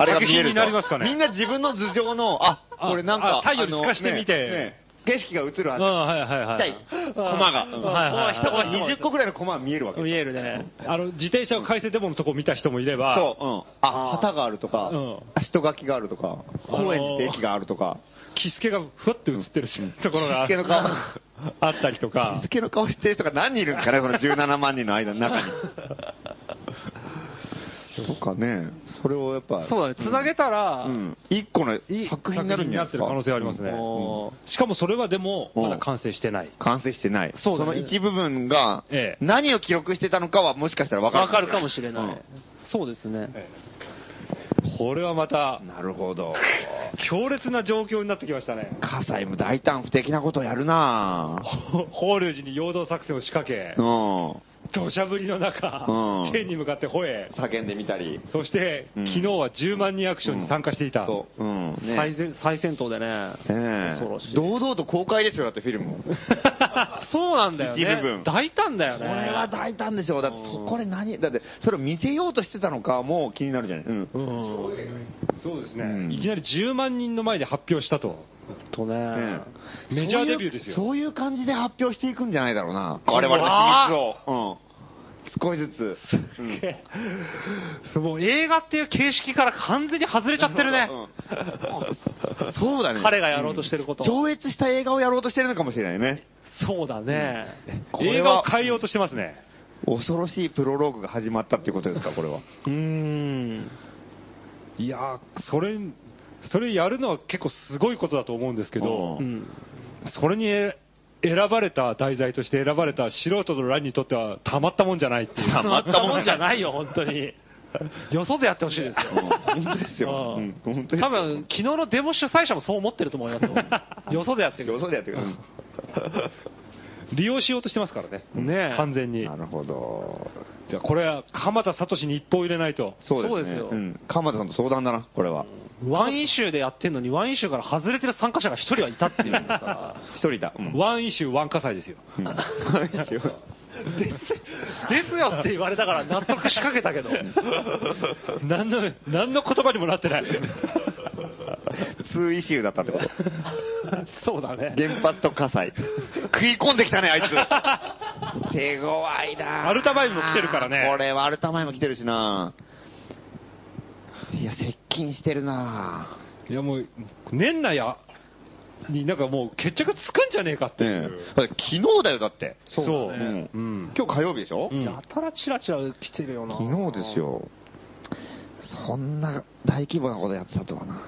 Speaker 3: あれが見えると
Speaker 4: 作品になりますかね
Speaker 3: みんな自分の頭上の、あ、
Speaker 4: あ
Speaker 3: これなんか
Speaker 4: あ、太陽に透かして
Speaker 3: あのね
Speaker 4: 見て
Speaker 3: ね景色が映るは
Speaker 4: うん、
Speaker 3: ず。
Speaker 4: はいはい
Speaker 3: ち
Speaker 4: は
Speaker 3: っ
Speaker 4: い。
Speaker 3: ちゃい、コマが。うん
Speaker 4: はいはい
Speaker 3: 一コマ20個ぐらいのコマは見えるわけ。
Speaker 2: 見えるね。
Speaker 4: あの、自転車を改正デモのとこ見た人もいれば、
Speaker 3: そう、うん。あ、旗があるとか
Speaker 4: うん、
Speaker 3: 人垣があるとか、高円寺って駅があるとか、
Speaker 4: キスケがふわって映ってるしところが
Speaker 3: キスケの顔
Speaker 4: あったりと
Speaker 3: 日
Speaker 4: か、
Speaker 3: 付の顔してる人が何人いるんですかね、この17万人の間の中に。とかね、それをやっぱ。
Speaker 2: そうだね、つなげたら、
Speaker 3: うん。一個の作品になるんじゃないですか。
Speaker 4: 作品になってる可能性ありますね
Speaker 3: うん
Speaker 2: おー
Speaker 4: しかもそれはでも、
Speaker 3: うん
Speaker 4: まだ完成してない。
Speaker 3: 完成してない。
Speaker 2: そうだ
Speaker 3: の
Speaker 2: ね
Speaker 3: 一部分が
Speaker 4: え、え
Speaker 3: 何を記録してたのかはもしかしたら分かる。
Speaker 2: わかるかもしれない。そうですね。
Speaker 4: これはまた
Speaker 3: う、ん。なるほ
Speaker 2: [LAUGHS]
Speaker 3: ど。
Speaker 4: 強烈な状況になってきましたね。
Speaker 3: 葛西も大胆不敵なことをやるなぁ。
Speaker 4: ほ法隆寺に陽動作戦を仕掛け
Speaker 3: う、ん。
Speaker 4: 土砂降りの中
Speaker 3: うん、
Speaker 4: 県に向かって吠え、
Speaker 3: 叫んでみたり。
Speaker 4: そして、
Speaker 3: うん
Speaker 4: 昨日は10万人アクションに参加していた。
Speaker 3: そう。うん。ね
Speaker 2: 最前最先頭でね。
Speaker 3: ねえ
Speaker 2: 恐ろしい。
Speaker 3: 堂々と公開ですよ、だってフィルムを。
Speaker 2: [LAUGHS] そうなんだよ
Speaker 3: 一部分
Speaker 2: ね。大胆だよ
Speaker 3: こ
Speaker 2: ね。
Speaker 3: れは大胆でしょだってそ、これ何、だって、それを見せようとしてたのかも気になるじゃない。うん。
Speaker 2: うん。
Speaker 4: そうです
Speaker 3: うん
Speaker 4: いきなり10万人の前で発表したと。
Speaker 2: と
Speaker 3: ね
Speaker 2: ね。
Speaker 3: え
Speaker 4: メジャーデビューですよ
Speaker 3: そういうそういう感じで発表していくんじゃないだろうな。我々の秘密を。うん。少しずつ。うん
Speaker 2: もう映画っていう形式から完全に外れちゃってるね。
Speaker 3: うんそうだね。
Speaker 2: 彼がやろうとしてること
Speaker 3: うん超越した映画をやろうとしてるのかもしれないね。
Speaker 2: そうだね。
Speaker 3: これ
Speaker 4: 映画を
Speaker 3: は
Speaker 4: 変えようとしてますね。
Speaker 3: 恐ろしいプロローグが始まったっていうことですか、これは。
Speaker 2: うーん。
Speaker 4: いやー、それ、それやるのは結構すごいことだと思うんですけど
Speaker 2: う、ん。
Speaker 4: それにえ選ばれた題材として選ばれた素人のランにとってはたまったもんじゃないっていう。
Speaker 3: たまったもん
Speaker 2: じゃない
Speaker 3: よ。
Speaker 2: よ、本当に。よそでやってほしいです
Speaker 3: うん
Speaker 2: よ。
Speaker 3: 本当ですよ。うん
Speaker 2: う
Speaker 3: 本
Speaker 2: ん
Speaker 3: 当です
Speaker 2: 多
Speaker 3: よ
Speaker 2: 分、昨日のデモ主催者もそう思ってると思い
Speaker 3: [LAUGHS]
Speaker 2: ますよ。よそでやってる。
Speaker 3: よそでやってくる。うん
Speaker 4: 利用しようとしてますからね。
Speaker 2: ねえ
Speaker 4: 完全に。
Speaker 3: なるほど。
Speaker 4: じゃあこれは鎌田聡に一歩入れないと。
Speaker 3: そうです
Speaker 2: そう
Speaker 3: ね。
Speaker 2: ですよ
Speaker 3: ん。鎌田さんと相談だな、これは。
Speaker 2: ワンイシューでやってんのに、ワンイシューから外れてる参加者が一人はいたっていう
Speaker 3: [LAUGHS]
Speaker 2: んだから。
Speaker 3: 一人だ。うん
Speaker 4: ワンイシュー、ワン火災ですよ。
Speaker 3: うん [LAUGHS] ですよ
Speaker 2: ですよって言われたから納得しかけたけど。
Speaker 4: 何の、何の言葉にもなっ
Speaker 3: [LAUGHS]
Speaker 4: てない。
Speaker 3: ツーイシューだったってこと。
Speaker 2: そうだね。
Speaker 3: 原発と火災。食い込んできたね、あい
Speaker 4: [LAUGHS]
Speaker 3: つ。手強いな
Speaker 4: アルタ前にも来てるからね
Speaker 3: これはアルタ前も来てるしないや、接近してるない
Speaker 4: やもう、年内や、になんかもう決着つくんじゃねえかっていう。
Speaker 3: だって昨日だよ、だって。
Speaker 4: そう
Speaker 2: そうだ
Speaker 3: ね
Speaker 4: うんうん
Speaker 3: 今日火曜日でしょ、
Speaker 4: うん
Speaker 2: やたらチラチラ来てるよな。
Speaker 3: 昨日です。よ。そんな大規模なことやってたとはな。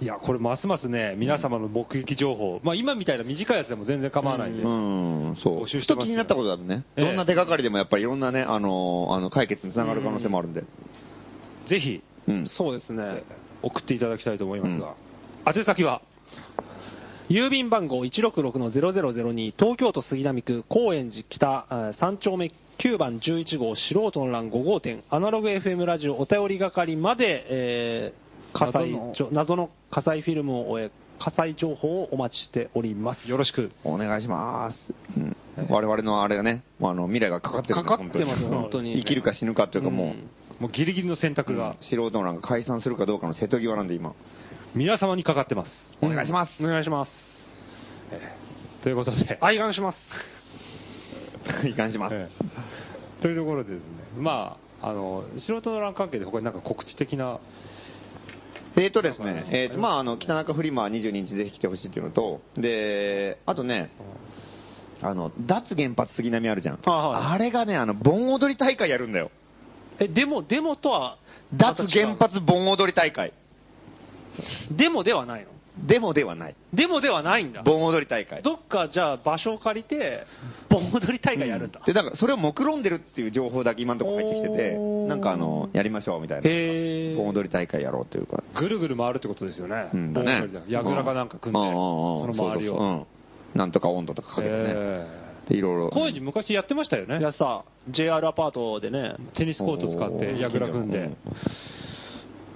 Speaker 4: いや、これますますね、皆様の目撃情報、まあ今みたいな短いやつでも全然構わないんで、
Speaker 3: うん、そう。
Speaker 4: 募集して
Speaker 3: と
Speaker 4: ますよ
Speaker 3: 気になったことだもんね。
Speaker 4: ええ
Speaker 3: どんな手がかりでもやっぱりいろんなね、あのーあの解決につながる可能性もあるんで。
Speaker 4: ぜひ
Speaker 3: うん。
Speaker 2: そうですね。
Speaker 4: 送っていただきたいと思いますが、宛先は、
Speaker 2: 郵便番号166-0002東京都杉並区高円寺北えー3丁目9番11号素人の欄5号店アナログ FM ラジオお便り係まで、えー火災
Speaker 4: 謎の
Speaker 2: ちょ謎の火災フィルムを終え火災情報をお待ちしております
Speaker 4: よろしく、
Speaker 3: お願いします。うん。我々のあれがね、もうあの未来がかかってるんで
Speaker 2: かかってますよ本当に
Speaker 3: 生きるか死ぬかというかもう、
Speaker 2: うん
Speaker 4: もうギリギリの選択が
Speaker 3: 素人なんか解散するかどうかの瀬戸際なんで今。 [LAUGHS]
Speaker 4: 皆様にかかってます。
Speaker 3: お願いします。
Speaker 2: お願いします
Speaker 4: ということで、
Speaker 2: 愛願します
Speaker 3: いかんします。
Speaker 4: ええというところでですね、まあ、あの素人の欄関係で、ここになんか告知的な、
Speaker 3: えーとですね、えーと、まああの、北中フリマは22日ぜひ来てほしいっていうのと、で、あとね、あの、脱原発杉並あるじゃん。
Speaker 2: あはい
Speaker 3: あれがね、あの、盆踊り大会やるんだよ。
Speaker 2: えでもでもとは
Speaker 3: 脱原発盆踊り大会。
Speaker 2: でもではないの
Speaker 3: デモではない。
Speaker 2: でもではないんだ
Speaker 3: 盆踊り大会。
Speaker 2: どっかじゃあ場所を借りて盆踊り大会やるんだ、
Speaker 3: で、なんか、それを目論んでるっていう情報だけ今のところ入ってきてて、
Speaker 2: おー
Speaker 3: なんかあの、やりましょうみたいな。
Speaker 2: へー
Speaker 3: 盆踊り大会やろうというか。
Speaker 4: ぐるぐる回るってことですよね、
Speaker 3: うんだね。
Speaker 4: やぐらかなんか組んで、
Speaker 3: うう
Speaker 4: その
Speaker 3: うん
Speaker 4: 周り
Speaker 3: そうそう
Speaker 4: を。
Speaker 3: うんなんとか温度とかかけてね。
Speaker 4: ええ
Speaker 3: で、いろいろ。
Speaker 4: 高円寺昔やってましたよね
Speaker 2: い。やさ JR アパートでね
Speaker 4: テニスコート使って、やぐら組んで。
Speaker 3: ね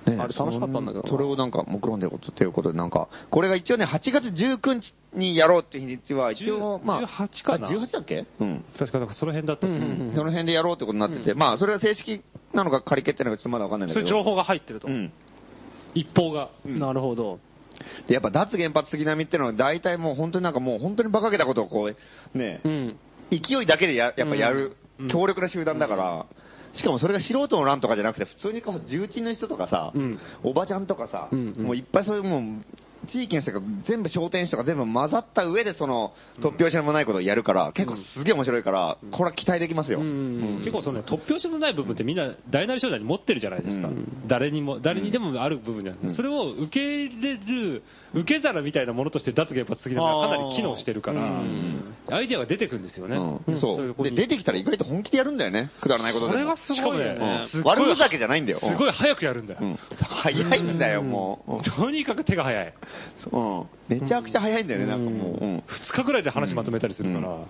Speaker 2: あれ楽しかったんだけどな
Speaker 3: それをなんか目論んでることということで、なんか、これが一応ね、8月19日にやろうっていう日にちは、一応、
Speaker 4: 10
Speaker 3: まあ、
Speaker 4: 18かな
Speaker 3: あ18だっけうん。
Speaker 4: 確かなんかその辺だったと思う
Speaker 2: うんうんうん
Speaker 3: その辺でやろうってことになってて、まあ、それは正式なのか仮決定なのかちょっとまだわかんないんだ
Speaker 2: そ
Speaker 3: け
Speaker 2: れ
Speaker 3: ど。
Speaker 2: 情報が入ってると、
Speaker 3: うん。
Speaker 4: 一方が。
Speaker 2: なるほど
Speaker 3: でやっぱ脱原発杉並ってのは大体もう本当になんかもう本当に馬鹿げたことをこう、ね、
Speaker 2: うん
Speaker 3: 勢いだけでややっぱやる
Speaker 2: うん
Speaker 3: 強力な集団だから、しかもそれが素人の乱とかじゃなくて、普通にこう重鎮の人とかさ
Speaker 2: うん、
Speaker 3: おばちゃんとかさ、
Speaker 2: うんうん
Speaker 3: もういっぱいそういうもん、地域の人が全部商店主とか全部混ざった上でその突拍子もないことをやるから、結構すげえ面白いから、これは期待できますよ。うん
Speaker 4: 結構その、ね、突拍子のない部分ってみんな大なり小なり持ってるじゃないですか、
Speaker 3: うん
Speaker 4: 誰にも誰にでもある部分じゃない、それを受け入れる受け皿みたいなものとして脱原発的なのがかなり機能してるから、
Speaker 3: ん
Speaker 4: アイデアが出てくるんですよね、
Speaker 3: うん
Speaker 4: い
Speaker 3: そう
Speaker 4: こ
Speaker 3: で
Speaker 4: に
Speaker 3: 出てきたら意外と本気でやるんだよね、くだらないことでも。
Speaker 2: それがす
Speaker 4: しか
Speaker 2: ご
Speaker 4: も
Speaker 2: いよ
Speaker 3: うん
Speaker 2: ね。
Speaker 4: すっごい
Speaker 3: 悪ふざけじゃないんだよ。
Speaker 4: すごい早くやるんだよ、
Speaker 3: うんうん早いんだよ、もう。
Speaker 4: とにかく手が早い
Speaker 3: うんめちゃくちゃ早いんだよね、なんかもう。うん
Speaker 4: 2日ぐらいで話まとめたりするから、
Speaker 3: うん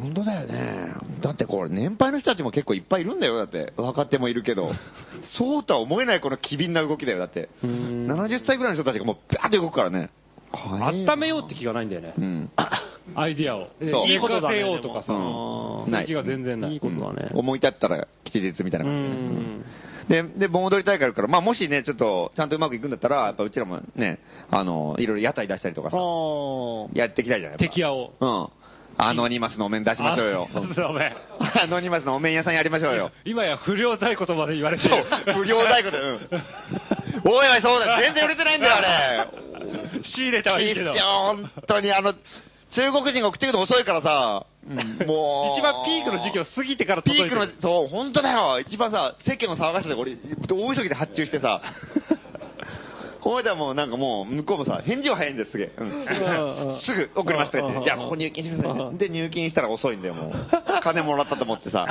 Speaker 3: 本当だよね。だってこれ、年配の人たちも結構いっぱいいるんだよ、だって。若手もいる [LAUGHS] けど。そうとは思えないこの機敏な動きだよ、だって。70歳ぐらいの人たちがもう、バーって動くからね。
Speaker 4: 温めようって気がないんだよね
Speaker 3: う、ん。
Speaker 4: アイデアを
Speaker 3: そう
Speaker 4: いいことだねようとかさ、
Speaker 3: うん
Speaker 4: そう
Speaker 3: ない
Speaker 4: いう気が全然ない
Speaker 2: いいことだね。
Speaker 3: 思い立ったら吉日みたいな感じでね。で、で、盆踊り大会あるから、まあ、もしね、ちょっと、ちゃんとうまくいくんだったら、やっぱうちらもね、あの、いろいろ屋台出したりとかさ、やっていきたいじゃない
Speaker 4: 敵屋を
Speaker 3: うん。アノニマスのお面出しましょうよ。
Speaker 4: ダメ
Speaker 3: [LAUGHS] アノニマスのお面屋さんやりましょ
Speaker 4: [LAUGHS]
Speaker 3: うよ。
Speaker 4: 今や不良在庫とまで言われてる
Speaker 3: [LAUGHS] 不良大工で、
Speaker 4: [LAUGHS]
Speaker 3: うん。おいおい、そうだ、全然売れてないんだよ、あ
Speaker 4: 仕入れたは
Speaker 3: れ。
Speaker 4: いい
Speaker 3: 一
Speaker 4: け
Speaker 3: 緒
Speaker 4: ど、
Speaker 3: 本当に、あの、中国人が送ってくるの遅いからさ、もう。
Speaker 4: 一番ピークの時期を過ぎてから
Speaker 3: ピ
Speaker 4: 届い
Speaker 3: ー
Speaker 4: て
Speaker 3: ク
Speaker 4: る
Speaker 3: の、そう、本当だよ。一番さ、世間を騒がしてて、俺、大急ぎで発注し
Speaker 2: [LAUGHS]
Speaker 3: てさ。こうじゃもうなんかもう、向こうもさ、返事は早いんです、すげえ。うん
Speaker 2: んうん
Speaker 3: すぐ送りましたよって
Speaker 2: うん
Speaker 3: 言って。じゃあここ入金してくださ
Speaker 2: う
Speaker 3: い。
Speaker 2: ん
Speaker 3: で、入金したら遅いんだよ、もう。金もらったと思って
Speaker 2: [LAUGHS]
Speaker 3: さ。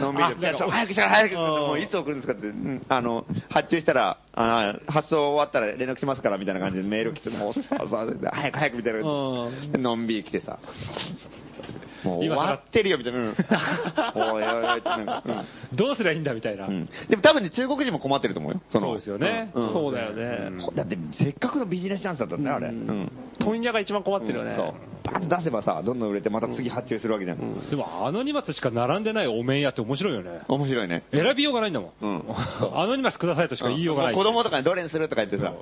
Speaker 3: のんびり。いやそう早くしたら早くしたら
Speaker 2: うん
Speaker 3: もういつ送るんですかって、うんあの、発注したら、あ発送終わったら連絡しますから、みたいな感じでメール来て、もう、さあさあ早く早くみたいな感じで。のんびり来てさ。もう終わってるよみたいな [LAUGHS] うん。おいおいおいってなんかうん
Speaker 4: どうすりゃいいんだみたいな、
Speaker 3: うんでも多分ね、中国人も困ってると思うよ。その
Speaker 4: そうですよね、
Speaker 3: うん
Speaker 2: そうだよね。
Speaker 3: こだって、せっかくのビジネスチャンスだったんだよ、あれ。うん。
Speaker 2: 問屋が一番困ってるよ
Speaker 3: う
Speaker 2: ね
Speaker 3: ん。そう。バンと出せばさ、どんどん売れて、また次発注するわけじゃん。
Speaker 4: でもアノニマスしか並んでないお面屋って面白いよね
Speaker 3: 面白いね。
Speaker 4: 選びようがないんだもん、
Speaker 3: うん
Speaker 4: [LAUGHS] アノニマスくださいとしか言いようがない、
Speaker 3: も子供とかにどれにするとか言ってさ。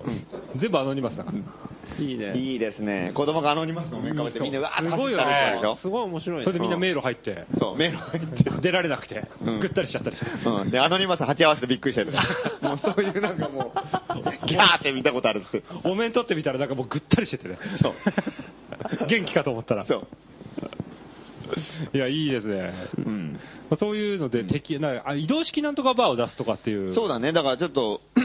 Speaker 4: 全部アノニマスだから、
Speaker 2: いいね。
Speaker 3: いいですね。子供があの荷物の面かぶってみんなうわーって走ったら
Speaker 4: す
Speaker 3: でし
Speaker 2: すごい面白いね。
Speaker 4: それでみんな迷路入って、
Speaker 3: ょ。そう、メール入って。
Speaker 4: 出られなくて、
Speaker 3: うん
Speaker 4: ぐったりしちゃったりして、
Speaker 3: うん。で、アノニマス鉢合わせてびっくりしたやつ。もうそういうなんかもう、ギャーって見たことあるっす。
Speaker 4: お面取ってみたら、なんかもうぐったりしててね、
Speaker 3: そう
Speaker 4: [LAUGHS] 元気かと思ったら、
Speaker 3: そう。
Speaker 4: いや、いいですね、
Speaker 3: うん。
Speaker 4: まあそういうので敵、なんかあ移動式なんとかバーを出すとかっていう、
Speaker 3: そうだね、だからちょっと、 [CLEARS THROAT]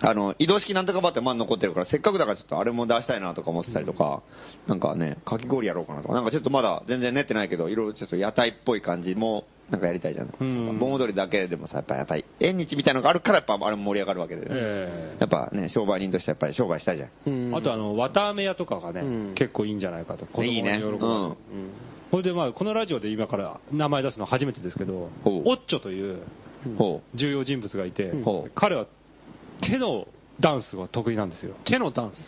Speaker 3: あの移動式なんとかバーってまだ残ってるから、せっかくだからちょっとあれも出したいなとか思ってたりとか、なんかね、かき氷やろうかなとか、なんかちょっとまだ全然練ってないけど、いろいろちょっと屋台っぽい感じも、なんかやりたいじゃん。
Speaker 4: ん
Speaker 3: 盆踊りだけでもさ、やっぱやっぱり縁日みたいなのがあるから、やっぱあれも盛り上がるわけで、
Speaker 4: ええ
Speaker 3: やっぱね、商売人としてやっぱり商売したいじゃん。
Speaker 2: うん
Speaker 4: あとあの、綿あめ屋とかがね、
Speaker 2: うん
Speaker 4: 結構いいんじゃないかと、子供
Speaker 3: い
Speaker 4: に
Speaker 3: い
Speaker 4: 喜
Speaker 3: ね。
Speaker 4: ぶ。
Speaker 3: うん。
Speaker 2: うん
Speaker 4: これでまあ、このラジオで今から名前出すの初めてですけど、
Speaker 3: ほう
Speaker 4: オッチョという
Speaker 3: ほ
Speaker 4: 重要人物がいて
Speaker 3: ほう、
Speaker 4: 彼は手のダンスが得意なんですよ。
Speaker 2: 手のダンス。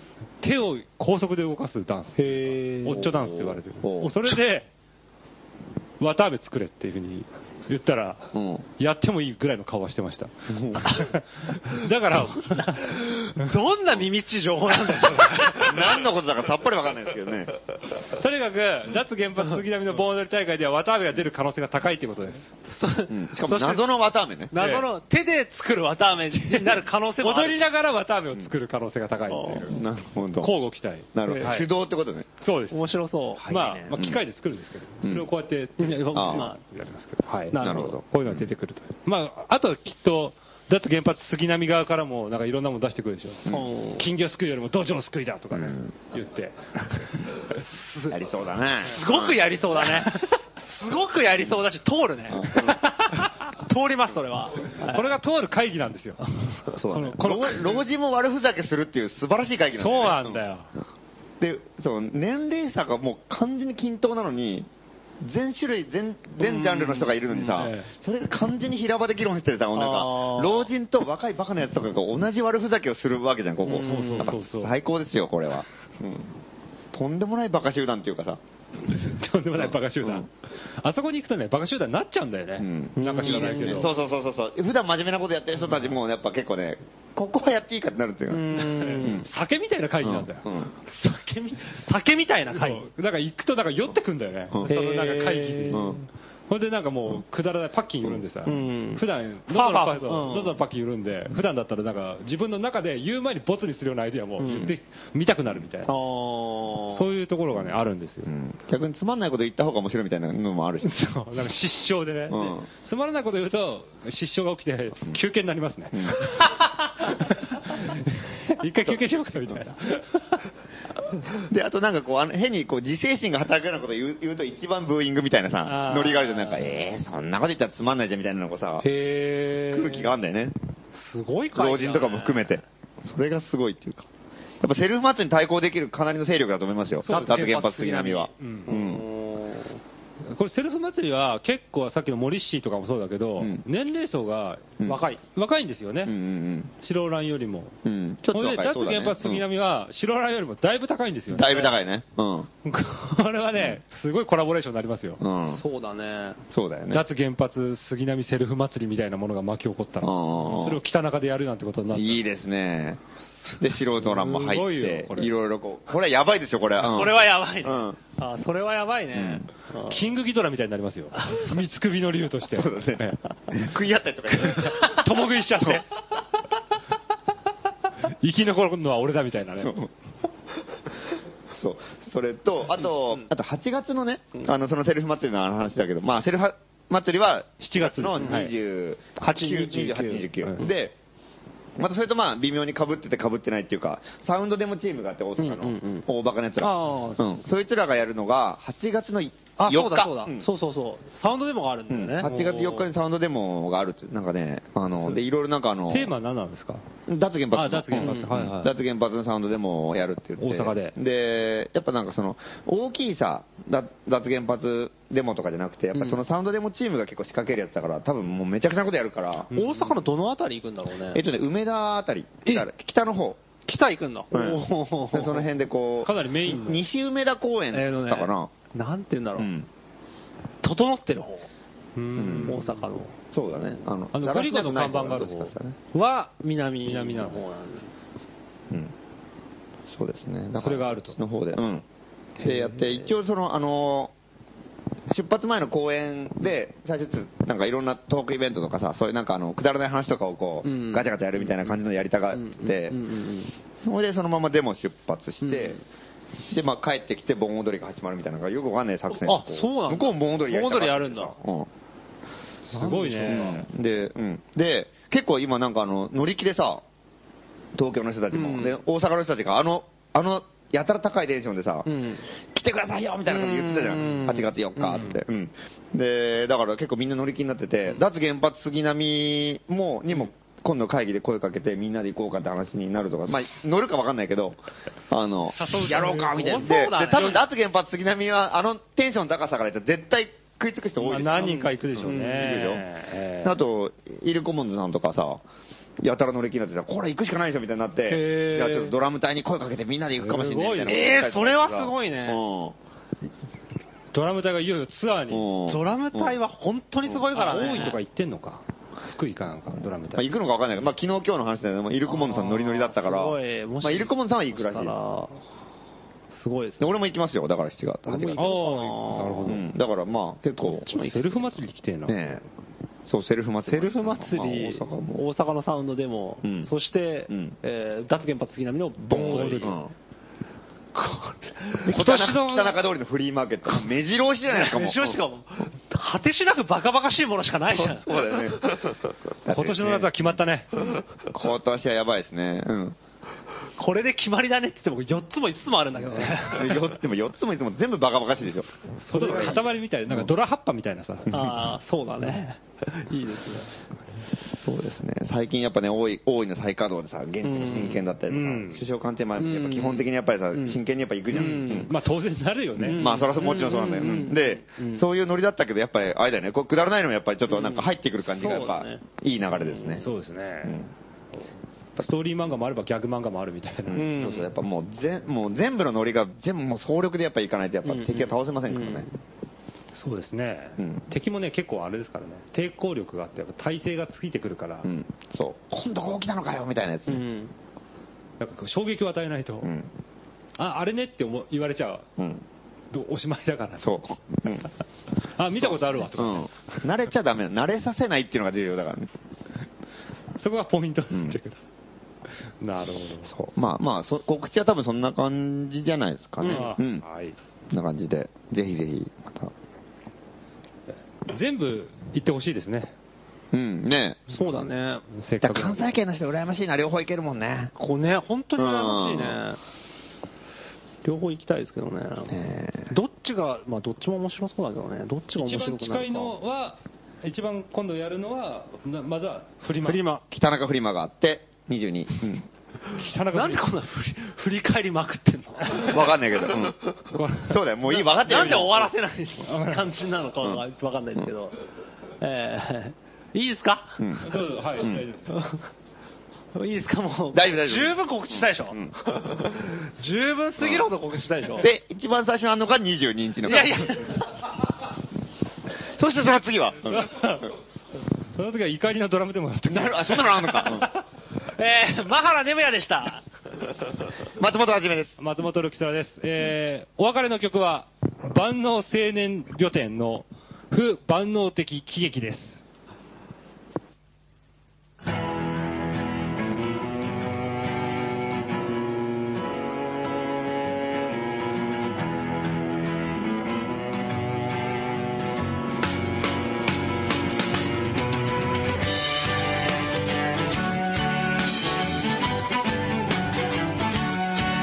Speaker 4: 手を高速で動かすダンス。
Speaker 2: へ
Speaker 4: オッチョダンスって言われてる
Speaker 3: ほう。
Speaker 4: それで、綿あめ作れっていうふうに言ったら、
Speaker 3: う。うん。
Speaker 4: やってもいいぐらいの顔はしてました。だから、
Speaker 2: どんな耳っちい情報なんだよ。
Speaker 3: 何のことだかさっぱりわかんないですけ
Speaker 4: [LAUGHS]
Speaker 3: どね。
Speaker 4: とにかく、脱原発杉並の盆踊り大会では綿あめが出る可能性が高いということです。
Speaker 3: うんしかも謎の綿あめね。
Speaker 2: 謎の手で作る綿あめになる可能性もあ [LAUGHS]
Speaker 4: 踊
Speaker 2: る。
Speaker 4: りながら綿あめを作る可能性が高いっていう。
Speaker 3: なるほど。
Speaker 4: 交互期待。
Speaker 3: なるほど。
Speaker 4: はい
Speaker 3: 手動ってことね。
Speaker 4: そうです。
Speaker 2: 面白そ
Speaker 4: まあ、まあ
Speaker 3: うん
Speaker 4: 機械で作るんですけど、
Speaker 3: うん
Speaker 4: それをこうやって
Speaker 2: う。
Speaker 4: 手でやり
Speaker 3: あ
Speaker 2: まあ
Speaker 4: ますけど、はい、
Speaker 2: な
Speaker 3: るほど
Speaker 4: こういうのが出てくると。まあ、あとはきっと、脱原発杉並側からも、なんかいろんなもの出してくるでしょ。
Speaker 2: うん
Speaker 4: 金魚すくいよりも道場のすくいだとかね、
Speaker 3: [LAUGHS]
Speaker 4: 言って。
Speaker 3: やりそうだね。
Speaker 2: すごくやりそうだね。すごくやりそうだし、通るね。 [LAUGHS] 通ります、それは。
Speaker 4: これが通る会議なんですよ。
Speaker 3: そうだね。
Speaker 4: このこ
Speaker 3: 老老人も悪ふざけするっていう素晴らしい会議なん
Speaker 4: そ
Speaker 3: だ
Speaker 4: う
Speaker 3: よね
Speaker 4: なんだよ。
Speaker 3: で、その年齢差がもう完全に均等なのに、全種類、全、全ジャンルの人がいるのにさ
Speaker 4: うんええ、
Speaker 3: それが完全に平場で議論してるさ、なんか、
Speaker 2: あー
Speaker 3: 老人と若いバカなやつとかが同じ悪ふざけをするわけじゃん、ここ。
Speaker 4: ん
Speaker 3: なんか
Speaker 4: そうそうそう
Speaker 3: 最高ですよ、これは。うんとんでもないバカ集団っていうかさ。
Speaker 4: とんでもないバカ集団、
Speaker 3: うん
Speaker 4: あそこに行くとね、バカ集団になっちゃうんだよね。
Speaker 3: うん
Speaker 4: なんか知らないけ
Speaker 3: いいです
Speaker 4: ど。
Speaker 3: ねそうそうそうそうそう。普段真面目なことやってる人たちもやっぱ結構ね、ここはやっていいかってなるっていうか。
Speaker 2: うん。
Speaker 4: 酒みたいな会議なんだよ。
Speaker 3: うんうん
Speaker 2: 酒み、酒みたいな
Speaker 4: は
Speaker 2: 会
Speaker 4: い、なんか行くとなんか酔ってくんだよね、
Speaker 3: うん
Speaker 4: そのなんか会議で、
Speaker 3: うん
Speaker 4: ほんでなんかもうくだらないパッキン緩んでさ、
Speaker 2: うん
Speaker 4: 普段喉のパッ
Speaker 2: ファーファーうん
Speaker 4: 喉のパッキン緩んで普段だったらなんか自分の中で言う前にボツにするようなアイディアも言って見たくなるみたいな、
Speaker 2: あ
Speaker 4: そういうところがねあるんですよ、
Speaker 3: 逆につまんないこと言った方が面白いみたいなのもあるし。
Speaker 4: [LAUGHS] そうなんか失笑でね、
Speaker 3: うん
Speaker 4: つまらないこと言うと失笑が起きて休憩になりますね、 [LAUGHS] 一回休憩しようかみたいな
Speaker 3: で、あとなんかこう、あの変にこう自制心が働くようなこと言う言うと一番ブーイングみたいなさ
Speaker 4: あ、ー
Speaker 3: ノリがあるじゃん。なんか、えー、そんなこと言ったらつまんないじゃんみたいなのがさ、
Speaker 2: へー
Speaker 3: 空気があるんだよね。
Speaker 2: すごい
Speaker 3: 老人とかも含めて。それがすごいっていうか。やっぱセルフマッチに対抗できるかなりの勢力だと思いますよ。
Speaker 4: そう
Speaker 3: 脱
Speaker 4: です
Speaker 3: 原発杉並は。。
Speaker 2: う
Speaker 4: う
Speaker 2: んん
Speaker 4: これセルフ祭りは結構さっきのモリッシーとかもそうだけど、
Speaker 3: うん
Speaker 4: 年齢層が
Speaker 3: うん
Speaker 2: 若い
Speaker 4: 若いんですよね、
Speaker 3: うんうん
Speaker 4: 白蘭よりも
Speaker 3: うん。うん。ちょっと
Speaker 4: ほいで
Speaker 3: 若い。そう
Speaker 4: 脱
Speaker 3: だね
Speaker 4: 原発杉並は白蘭よりもだいぶ高いんです
Speaker 3: う
Speaker 4: よ
Speaker 3: ん
Speaker 4: ね
Speaker 3: だいぶ高いね。うん。
Speaker 4: これはねすごいコラボレーションになりますよ、
Speaker 3: うん。
Speaker 2: そうだね
Speaker 3: そうだよね。
Speaker 4: 脱原発杉並セルフ祭りみたいなものが巻き起こった
Speaker 3: あ
Speaker 4: の
Speaker 3: ー
Speaker 4: それを北中でやるなんてことになった
Speaker 3: いいですね。で、素人欄も入
Speaker 4: すご
Speaker 3: っ
Speaker 4: いよ
Speaker 3: て、
Speaker 4: これ
Speaker 3: いろいろこう。これはやばいですよ、これ。こ
Speaker 2: これはやばいね
Speaker 3: うん。
Speaker 2: あそれはやばいねうん
Speaker 4: キングギドラみたいになりますよ三つ首の理由とし
Speaker 3: [LAUGHS]
Speaker 4: て。
Speaker 3: そうだね食い合ったりとかね。
Speaker 4: [LAUGHS] 共食いしちゃって生き残るのは俺だみたいな
Speaker 2: [LAUGHS]
Speaker 4: ね
Speaker 3: そう。そう。それと、あと、あと8月のね、あの、そのセルフ祭りの話だけど、まあ、セルフ祭りは7月の28、28、29。で、またそれとまあ、微妙に被ってて被ってないっていうか、サウンドデモチームがあって、大阪
Speaker 2: うんうんうん
Speaker 3: の大バカなやつら。。
Speaker 2: あーそううん
Speaker 3: そいつらがやるのが、8月の4日。
Speaker 2: あそうだそうだ
Speaker 3: ん
Speaker 2: そうそうそうサウンドデモがあるんだ
Speaker 3: う
Speaker 2: よ
Speaker 3: ん
Speaker 2: ね
Speaker 3: 8月4日にサウンドデモがあるって、なんかね、あの、で、いろいろなんかあの、
Speaker 4: テーマは何なんですか
Speaker 3: 脱原
Speaker 4: あ
Speaker 3: 発の
Speaker 4: 脱原発
Speaker 3: うん
Speaker 4: はいはい
Speaker 3: 脱原発のサウンドでもやるって言って
Speaker 4: 大阪で
Speaker 3: でやっぱなんかその大きいさ脱脱原発デモとかじゃなくてやっぱそのサウンドデモチームが結構仕掛けるやつだから多分もうめちゃくちゃなことやるから、
Speaker 2: 大阪のどのあたり行くんだろう
Speaker 3: えっ
Speaker 2: ね
Speaker 3: とね梅田あたりだから北の方
Speaker 2: 北行くんだ
Speaker 3: うん
Speaker 2: おー
Speaker 3: でその辺でこう
Speaker 4: かなりメインの
Speaker 3: 西梅田公園っ
Speaker 2: えー
Speaker 3: つ
Speaker 2: の
Speaker 3: ったかな
Speaker 2: ね、なんて言うんだろ
Speaker 3: う
Speaker 2: うん整ってる方
Speaker 4: う
Speaker 3: うん
Speaker 4: ん
Speaker 2: 大阪の
Speaker 3: そうだねあの
Speaker 4: あの
Speaker 3: だらしなくない
Speaker 4: グリコの看板がある方
Speaker 3: どっちかっつったらね
Speaker 2: は南南の方なんだ
Speaker 3: うんそうですね。だから
Speaker 4: それがあると
Speaker 3: の方で。うん。で、やって、一応その、あの、出発前の公演で、最初、なんかいろんなトークイベントとかさ、そういうなんかあの、くだらない話とかをこう、
Speaker 2: うん
Speaker 3: ガチャガチャやるみたいな感じのやりたがっ
Speaker 2: うん
Speaker 3: て
Speaker 2: うんう、ん
Speaker 3: それでそのままデモ出発して、で、まあ帰ってきて盆踊りが始まるみたいなのがよくわかんない作戦
Speaker 2: あそうなんだ
Speaker 3: 向こうも盆踊りやりたか
Speaker 2: 盆踊
Speaker 3: った
Speaker 2: りやるんだ
Speaker 3: うん。
Speaker 4: すごいね
Speaker 3: うんで、うん。で、結構今なんかあの、乗り気でさ、東京の人たちも、
Speaker 2: うん
Speaker 3: で、大阪の人たちがあの、あの、やたら高いテンションでさ、
Speaker 2: うんうん
Speaker 3: 来てくださいよみたいなこと言ってたじゃん。
Speaker 2: うん
Speaker 3: 8月4日っつって、うんで、だから結構みんな乗り気になってて、脱原発杉並も、にも、今度会議で声かけてみんなで行こうかって話になるとか、まあ、乗るかわかんないけど、あの、やろうかみたいな。で、
Speaker 2: そうだね
Speaker 3: で多分脱原発杉並は、あのテンションの高さから言ったら絶対食いつく人多い
Speaker 4: まあ
Speaker 3: ですよ
Speaker 4: 何人か行くでしょ
Speaker 3: う
Speaker 4: う
Speaker 3: ん行くでしょ
Speaker 4: ね
Speaker 3: あと、イルコモンズさんとかさ、やたら乗り気になってさ、これ行くしかないでしょみたいになって、
Speaker 4: へー
Speaker 3: じゃあちょっとドラム隊に声かけてみんなで行くかもしれないみたいなこと
Speaker 2: すごいね
Speaker 3: 言ったりとかさ
Speaker 2: えーそれはすごいね
Speaker 4: ドラム隊がいよいよツアー
Speaker 3: う
Speaker 4: に
Speaker 3: んうん
Speaker 2: ドラム隊は本当にすごいからね
Speaker 4: 多いとか行ってんのか福井かなんかドラム
Speaker 3: まあ
Speaker 4: 隊
Speaker 3: 行くのか分かんないけど、まあ昨日今日の話だよね、もうイルコモンズさんノリノリだったから、
Speaker 2: あーすごいもし
Speaker 3: まあイルコモンズさんは行くらしい。
Speaker 2: すごいです
Speaker 3: で
Speaker 2: ね
Speaker 3: 俺も行きますよ、だから7月、8
Speaker 4: ああなる
Speaker 3: 月。
Speaker 4: ほ
Speaker 3: う
Speaker 4: ど
Speaker 3: んだからまあ結構、
Speaker 4: セルフ祭り来てえな
Speaker 3: ねえそう、セルフ祭
Speaker 2: セ
Speaker 3: り。
Speaker 2: ルフ祭り、
Speaker 3: まあ大阪も。
Speaker 2: 大阪のサウンドでも、
Speaker 3: うん
Speaker 2: そして、
Speaker 3: うん
Speaker 2: えー脱原発杉並の盆
Speaker 3: 盆
Speaker 2: 踊
Speaker 3: 踊
Speaker 2: り、
Speaker 3: り。うん
Speaker 2: 今年の
Speaker 3: 北中通りのフリーマーケット、目白押しじゃないですか、もう。
Speaker 2: 後ろ [LAUGHS] しかも、果てしなくバカバカしいものしかないじゃん。
Speaker 3: [LAUGHS] そうだよね。
Speaker 4: 今年の夏は決まったね
Speaker 3: 今年はやばいですね。うん。
Speaker 2: これで決まりだねって言っても、4つも5つもあるんだけどね。
Speaker 3: 4つも4つもいつも全部バカバカしいでしょ。
Speaker 4: 外の塊みたいななんかドラ葉っぱみたいなさ
Speaker 2: ああ、そうだね。いいですね。
Speaker 3: そうですね。最近やっぱね、大井大井の再稼働でさ、現地の真剣だったりとか、
Speaker 4: うん
Speaker 3: 首相官邸前、やっぱ基本的にやっぱりさ、真剣にやっぱ行くじゃん。うん
Speaker 4: まあ当然なるよね、
Speaker 3: まあそれはそうもちろんそうなんだよ、うんで、そういうノリだったけど、やっぱりあれだよね、こうくだらないのもやっぱりちょっとなんか入ってくる感じがやっぱ
Speaker 2: そうだね、
Speaker 3: いい流れですね。
Speaker 4: そうですね、
Speaker 3: うん
Speaker 4: ストーリー漫画もあればギャグ漫画もあるみたいな、
Speaker 2: ん
Speaker 3: そうそう、やっぱもう全もう全部のノリが全部もう総力でやっぱ行かないとやっぱ敵は倒せませんからね。
Speaker 4: そうですね、
Speaker 3: うん
Speaker 4: 敵もね結構あれですからね抵抗力があってやっぱ体勢がついてくるから、
Speaker 3: うん、そう。今度こう来たのかよみたいなやつ。
Speaker 2: うん。
Speaker 4: なんかこう衝撃を与えないと、
Speaker 3: うん。
Speaker 4: ああれねって思う言われちゃう
Speaker 3: うん。
Speaker 4: どおしまいだから。
Speaker 3: そう。うん
Speaker 4: あ、見たことあるわ、と
Speaker 3: う
Speaker 4: か。
Speaker 3: ん。慣れちゃダメなの慣れさせないっていうのが重要だからね。
Speaker 4: そこがポイントになってくる。 [LAUGHS] なるほ
Speaker 3: そう。まあまあ、そ告知は多分そんな感じじゃないですか
Speaker 4: ど。
Speaker 3: ね。う
Speaker 4: うん
Speaker 3: ん。
Speaker 4: はい。
Speaker 3: そんな感じで、ぜひぜひ、また。
Speaker 4: 全部行ってほしいですね。
Speaker 3: うん、ね
Speaker 2: そうだね。
Speaker 4: せっ
Speaker 3: だ
Speaker 4: か
Speaker 3: か
Speaker 4: く
Speaker 3: ら
Speaker 4: なん
Speaker 3: 関西
Speaker 4: で。
Speaker 3: 圏の人羨ましいな、両方行けるもんね。
Speaker 2: ここね、本当に羨ましいね。両方行きたいですけどね。
Speaker 3: ね
Speaker 2: どっちが、まあどっちも面白そうだけどね。どっちが面
Speaker 4: 一
Speaker 2: 白
Speaker 4: 番
Speaker 2: くな
Speaker 4: 近い
Speaker 2: るか。
Speaker 4: のは、一番今度やるのは、なまずはフリマ。
Speaker 2: フリマ。
Speaker 3: 北中フリマがあって、22。うん。
Speaker 4: 北中フリマ。
Speaker 2: なんでこんな振り [LAUGHS] 振り返りまくってんの
Speaker 3: わかんないけど。 [LAUGHS] うん。そうだよ、もういい、わかってるよ
Speaker 2: なんで終わらせない感じなのかわかわかんないですけど。えーいいですか
Speaker 3: うん
Speaker 4: どうぞ、はい、
Speaker 3: うん
Speaker 4: 大丈夫で
Speaker 2: [LAUGHS]
Speaker 4: す。
Speaker 2: いいですかもう。
Speaker 3: 大丈夫大丈夫
Speaker 2: 十分告知したでしょ
Speaker 3: うん。
Speaker 2: [LAUGHS] 十分すぎるほど告知したでしょ。
Speaker 3: で、一番最初にあんのが22日の
Speaker 2: いやいや。
Speaker 3: そしてその次は。うん
Speaker 4: その時は怒りのドラムでもやってく
Speaker 3: なる、あ、そんなのあんのか。
Speaker 2: えー、マハラネムヤでした。
Speaker 3: うん松本はじめです。
Speaker 4: 松本るきそらです。えー、お別れの曲は、万能青年旅店の不万能的喜劇です。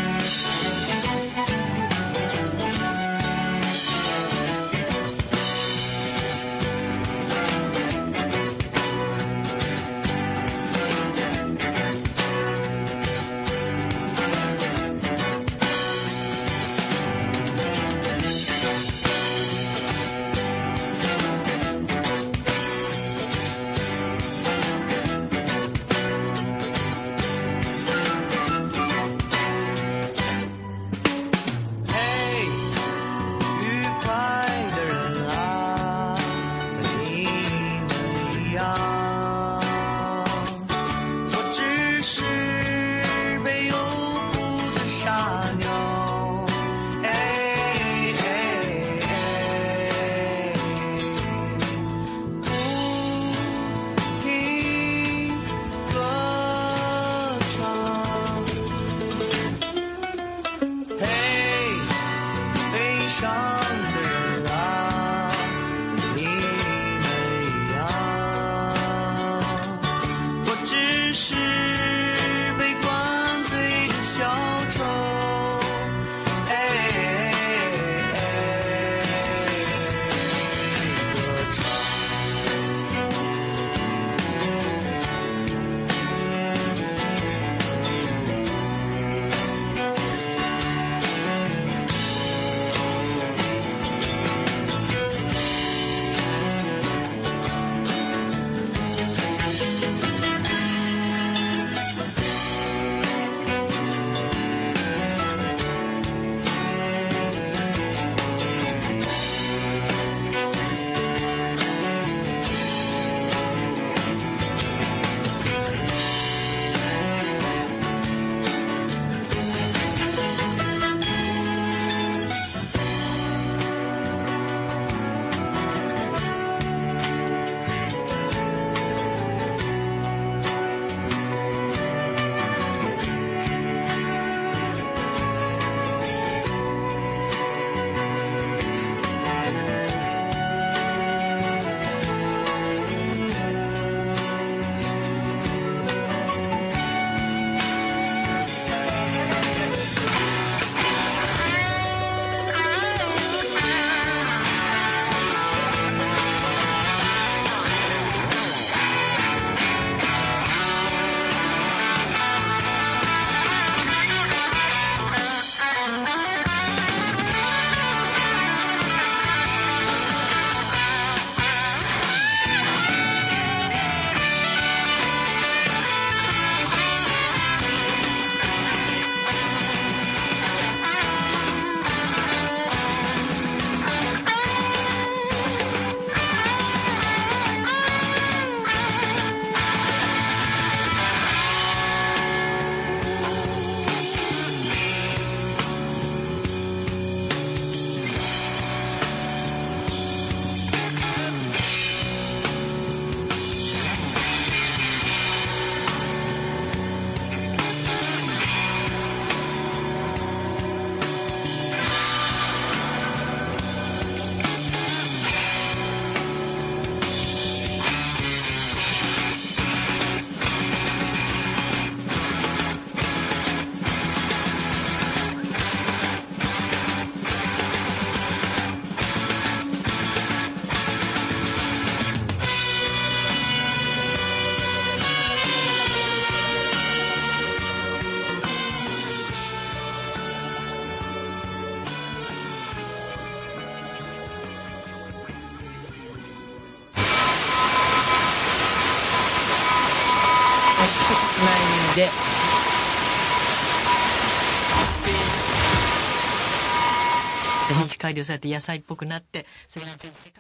Speaker 6: 「哎哎啊
Speaker 7: ないんで。で、持ち帰りをされて野菜っぽくなって、それが全世界